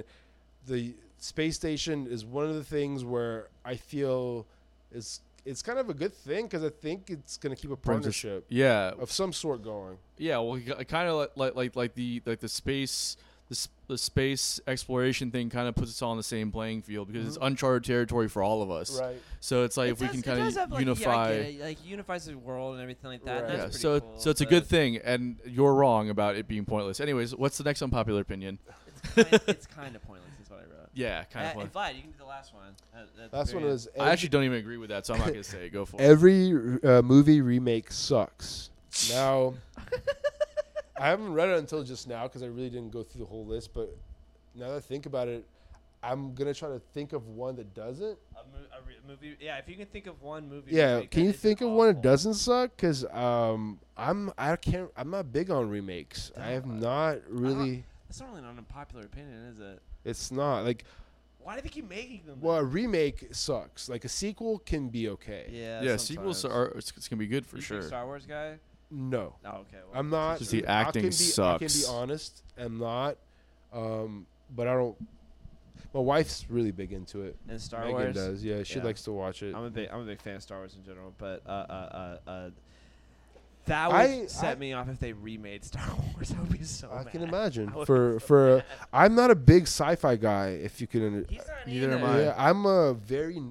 Speaker 2: the space station is one of the things where I feel is it's kind of a good thing because I think it's going to keep a
Speaker 1: Brings us-
Speaker 2: partnership
Speaker 1: Yeah,
Speaker 2: of some sort going.
Speaker 1: yeah. Well, kind of like like like the like the space. The, s- the space exploration thing kind of puts us all on the same playing field because it's uncharted territory for all of us.
Speaker 2: Mm-hmm. Right.
Speaker 1: So it's like
Speaker 3: It
Speaker 1: if we
Speaker 3: does-
Speaker 1: can
Speaker 3: it
Speaker 1: kind
Speaker 3: does
Speaker 1: of
Speaker 3: have, like, yeah, I get
Speaker 1: unify.
Speaker 3: it, like unifies the world and everything like that.
Speaker 2: Right.
Speaker 3: and that's
Speaker 1: yeah, so
Speaker 3: pretty cool,
Speaker 1: so it's a
Speaker 3: but
Speaker 1: good thing, and you're wrong about it being pointless. Anyways, what's the next unpopular opinion? [laughs]
Speaker 3: It's kind, it's kind of pointless, is what I wrote.
Speaker 1: yeah, kind of fun.
Speaker 3: Hey, Vlad, you can do the last one. Uh, At- at the
Speaker 2: That's one
Speaker 3: very
Speaker 2: of
Speaker 3: end.
Speaker 2: those.
Speaker 1: I actually don't even agree with that, so I'm not gonna say it. Go for it.
Speaker 2: Every uh, movie remake sucks.
Speaker 3: [laughs]
Speaker 2: Now, I haven't read it until just now because I really didn't go through the whole list. But now that I think about it, I'm gonna try to think of one that doesn't.
Speaker 3: A, mo- a re- movie. Yeah, if you can think of one movie.
Speaker 2: Yeah,
Speaker 3: remake
Speaker 2: can
Speaker 3: that
Speaker 2: you
Speaker 3: isn't
Speaker 2: think of one that
Speaker 3: awful.
Speaker 2: doesn't suck? Because um, I'm I can't I'm not big on remakes. I have not really.
Speaker 3: That's not really an unpopular opinion, is it?
Speaker 2: It's not like
Speaker 3: Why do they keep making them?
Speaker 2: well a remake sucks. Like a sequel can be okay.
Speaker 3: then? [laughs] Yeah.
Speaker 1: yeah, sequels
Speaker 3: sometimes.
Speaker 1: are it's, it's gonna be good for
Speaker 3: You big
Speaker 1: sure.
Speaker 3: Star Wars guy.
Speaker 2: No,
Speaker 3: Oh, okay. Well,
Speaker 2: I'm not.
Speaker 1: Just the
Speaker 2: I can
Speaker 1: acting
Speaker 2: be, I can be
Speaker 1: sucks.
Speaker 2: honest. I'm not. Um, but I don't. My wife's really big into it.
Speaker 3: and Star
Speaker 2: Megan
Speaker 3: Wars.
Speaker 2: does. Yeah, she
Speaker 3: Yeah.
Speaker 2: likes to watch it.
Speaker 3: I'm a big I'm a big fan of Star Wars in general, but uh, uh, uh, uh, that would
Speaker 2: I-
Speaker 3: set
Speaker 2: I-
Speaker 3: me off if they remade Star [laughs] Wars. I would be so
Speaker 2: I
Speaker 3: mad.
Speaker 2: can imagine
Speaker 3: [laughs] I would
Speaker 2: for
Speaker 3: be so
Speaker 2: for.
Speaker 3: mad.
Speaker 2: I'm not a big sci-fi guy. If you can. Under-
Speaker 3: He's not
Speaker 1: Neither am
Speaker 3: either.
Speaker 1: I.
Speaker 2: yeah, I'm a very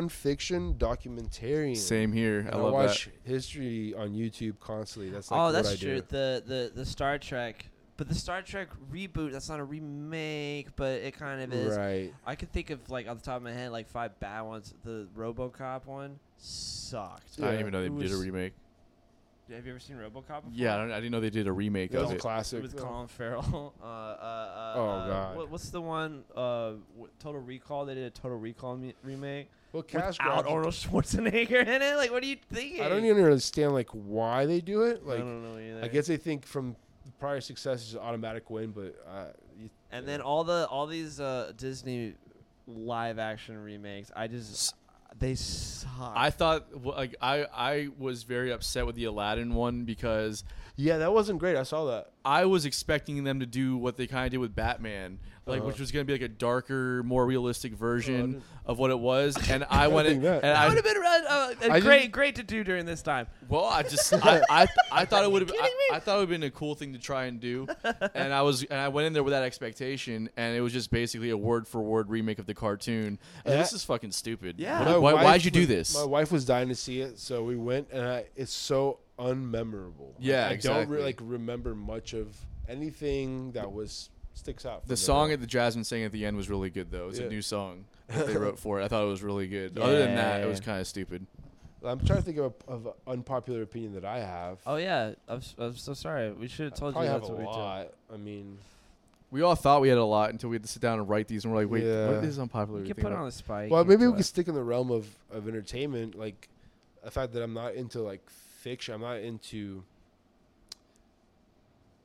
Speaker 2: nonfiction documentarian.
Speaker 1: Same here.
Speaker 2: And
Speaker 1: I love
Speaker 2: watch history on YouTube constantly. That's like
Speaker 3: oh,
Speaker 2: what
Speaker 3: that's
Speaker 2: I
Speaker 3: true.
Speaker 2: do.
Speaker 3: The, the the Star Trek, but the Star Trek reboot. That's not a remake, but it kind of is.
Speaker 2: Right.
Speaker 3: I could think of like off the top of my head like five bad ones. The RoboCop one sucked.
Speaker 1: that. I
Speaker 2: yeah.
Speaker 1: didn't even know
Speaker 3: It
Speaker 1: they did a
Speaker 3: was-
Speaker 1: remake.
Speaker 3: Have you ever seen RoboCop? Before?
Speaker 1: Yeah, I, don't, I didn't know they did a remake
Speaker 2: That
Speaker 1: of
Speaker 2: was a
Speaker 1: it.
Speaker 2: classic.
Speaker 3: with Colin Farrell. [laughs] Uh, uh, uh,
Speaker 2: Oh,
Speaker 3: uh,
Speaker 2: God.
Speaker 3: What, what's the one? Uh, w- Total Recall. They did a Total Recall me- remake
Speaker 2: Well, cash
Speaker 3: without
Speaker 2: grabs.
Speaker 3: Arnold Schwarzenegger [laughs] in it. Like, what are you thinking?
Speaker 2: I don't even understand like why they do it.
Speaker 3: I
Speaker 2: Like
Speaker 3: don't know either.
Speaker 2: I guess they think from prior success is an automatic win, but uh, you,
Speaker 3: And then all the all these uh, Disney live action remakes. I just they suck.
Speaker 1: I thought w- like I I was very upset with the Aladdin one because
Speaker 2: yeah, that wasn't great. I saw that.
Speaker 1: I was expecting them to do what they kind of did with Batman, like
Speaker 2: Uh-huh. Oh,
Speaker 1: which was going to be like a darker, more realistic version
Speaker 2: didn't-
Speaker 1: of what it was, and
Speaker 2: [laughs]
Speaker 1: I went
Speaker 2: think
Speaker 1: in,
Speaker 2: that.
Speaker 1: and
Speaker 3: that would
Speaker 1: I
Speaker 3: have been uh,
Speaker 2: I
Speaker 3: great,
Speaker 2: didn't-
Speaker 3: great to do during this time.
Speaker 1: well, I
Speaker 3: [laughs]
Speaker 1: just I, I, I thought it would have
Speaker 3: kidding
Speaker 1: I,
Speaker 3: me?
Speaker 1: I thought it would have been a cool thing to try and do, and I was and I went in there with that expectation, and it was just basically a word for word remake of the cartoon. And
Speaker 2: Yeah.
Speaker 1: this is fucking stupid.
Speaker 3: Yeah.
Speaker 1: What-
Speaker 3: My
Speaker 1: why,
Speaker 2: wife
Speaker 1: why'd you do
Speaker 2: was-
Speaker 1: this?
Speaker 2: My wife was dying to see it, so we went, and I, it's so unmemorable. Like,
Speaker 1: Yeah,
Speaker 2: I don't
Speaker 1: exactly.
Speaker 2: re- like remember much of anything that was sticks out. from
Speaker 1: The song that the Jasmine sang at the end was really good, though. It's
Speaker 2: Yeah.
Speaker 1: a new
Speaker 2: [laughs]
Speaker 1: song that they wrote for it. I thought it was really good. Other than that,
Speaker 3: Yeah.
Speaker 1: it was kind of stupid.
Speaker 2: I'm trying to think of, a, of an unpopular opinion that I have.
Speaker 3: Oh yeah, I'm, s- I'm so sorry. We should have
Speaker 2: I
Speaker 3: told you
Speaker 2: probably have
Speaker 3: that's
Speaker 2: a
Speaker 3: what we did.
Speaker 2: lot. I mean,
Speaker 1: We all thought we had a lot until we had to sit down and write these, and we're like, wait,
Speaker 2: Yeah.
Speaker 1: what is unpopular?
Speaker 3: We
Speaker 1: to
Speaker 3: could
Speaker 1: think
Speaker 3: put it
Speaker 1: about?
Speaker 3: on the spike.
Speaker 2: well,
Speaker 3: and
Speaker 2: maybe
Speaker 3: do
Speaker 2: we
Speaker 3: it.
Speaker 2: can stick in the realm of, of entertainment, like the fact that I'm not into like fiction. I'm not into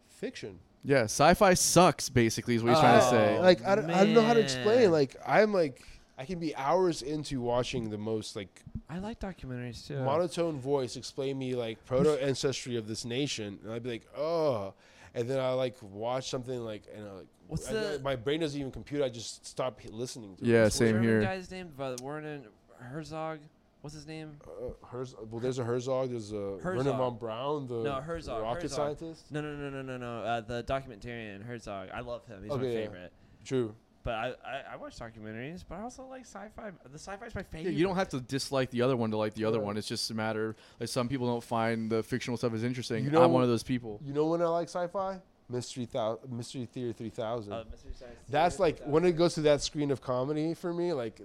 Speaker 2: fiction. Uh,
Speaker 1: yeah, sci-fi sucks. Basically, is what he's trying to
Speaker 3: Oh.
Speaker 1: say.
Speaker 2: Like I don't, I don't know how to
Speaker 3: man.
Speaker 2: explain. Like I'm like I can be hours into watching the most like
Speaker 3: I like documentaries too.
Speaker 2: monotone voice explain me like proto ancestry of this nation, and I'd be like, oh. And then I like watch something like and I like
Speaker 3: What's
Speaker 2: I-
Speaker 3: the-
Speaker 2: my brain doesn't even compute. I just stop listening to
Speaker 1: Yeah,
Speaker 2: it.
Speaker 1: same
Speaker 3: German
Speaker 1: here.
Speaker 3: Guy's name, but Werner Herzog. What's his name?
Speaker 2: Uh, Herz, well, there's a Herzog. There's a Werner
Speaker 3: Herzog.
Speaker 2: von Braun, the
Speaker 3: No, Herzog,
Speaker 2: rocket
Speaker 3: Herzog.
Speaker 2: scientist.
Speaker 3: No, no, no, no, no, no. Uh, the documentarian Herzog. I love him. He's my
Speaker 2: Okay, yeah.
Speaker 3: favorite.
Speaker 2: True.
Speaker 3: But I, I, I watch documentaries, but I also like sci-fi. The sci-fi is my
Speaker 1: Yeah,
Speaker 3: favorite.
Speaker 1: you don't have to dislike the other one to like the other
Speaker 2: Right.
Speaker 1: one. It's just a matter like some people don't find the fictional stuff as interesting.
Speaker 2: You know-
Speaker 1: I'm one of those people.
Speaker 2: You know when I like sci-fi? Mystery thou- Mystery Theater 3000.
Speaker 3: Uh, Mr. Science
Speaker 2: That's
Speaker 3: Theater,
Speaker 2: like when it goes to that screen of comedy for me. Like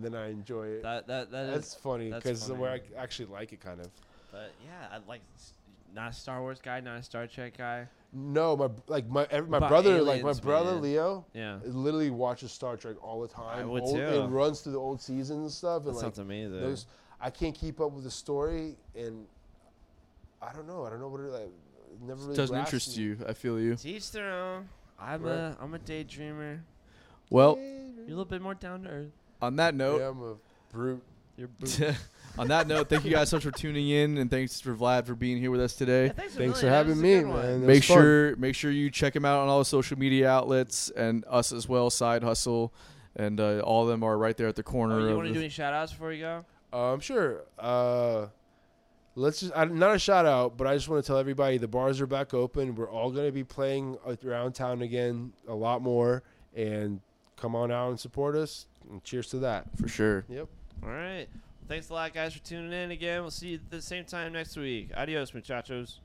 Speaker 2: then I enjoy it.
Speaker 3: That that that
Speaker 2: that's
Speaker 3: is.
Speaker 2: funny
Speaker 3: that's
Speaker 2: because
Speaker 3: funny.
Speaker 2: where I actually like it, kind of.
Speaker 3: But yeah, I like s- not a Star Wars guy, not a Star Trek guy.
Speaker 2: No, my like my every, my
Speaker 3: About
Speaker 2: brother, like my
Speaker 3: aliens,
Speaker 2: brother
Speaker 3: man.
Speaker 2: Leo,
Speaker 3: Yeah,
Speaker 2: literally watches Star Trek all the time.
Speaker 3: would
Speaker 2: old,
Speaker 3: too.
Speaker 2: And runs through the old seasons and stuff. And
Speaker 3: that
Speaker 2: like
Speaker 3: sounds amazing.
Speaker 2: There's, I can't keep up with the story, and I don't know. I don't know what it like. it Never really
Speaker 1: Doesn't
Speaker 2: grasped
Speaker 1: interest
Speaker 2: me.
Speaker 1: you. I feel you.
Speaker 3: Teach their own. I'm
Speaker 2: Right.
Speaker 3: a I'm a daydreamer.
Speaker 1: Well,
Speaker 3: You're a little bit more down to earth.
Speaker 1: on that note,
Speaker 2: Yeah, I'm a brute.
Speaker 3: You're boo.
Speaker 1: [laughs] on that note, thank you guys so much for tuning in, and thanks for Vlad for being here with us today.
Speaker 3: Yeah, thanks a
Speaker 2: Thanks for
Speaker 3: million. That was
Speaker 2: having
Speaker 3: a
Speaker 2: me,
Speaker 3: good one.
Speaker 2: man. It
Speaker 1: make
Speaker 2: was fun.
Speaker 1: sure make sure you check him out on all the social media outlets and us as well side hustle and uh, all of them are right there at the corner
Speaker 3: Oh, you
Speaker 1: of
Speaker 3: want to
Speaker 1: the-
Speaker 3: do any shout outs before you go?
Speaker 2: Um, sure. Uh, let's just I, not a shout out, but I just want to tell everybody the bars are back open. We're all going to be playing around town again a lot more, and come on out and support us. And cheers to that.
Speaker 1: for sure
Speaker 2: Yep.
Speaker 3: All right. Thanks a lot, guys, for tuning in again. We'll see you at the same time next week. Adios, muchachos.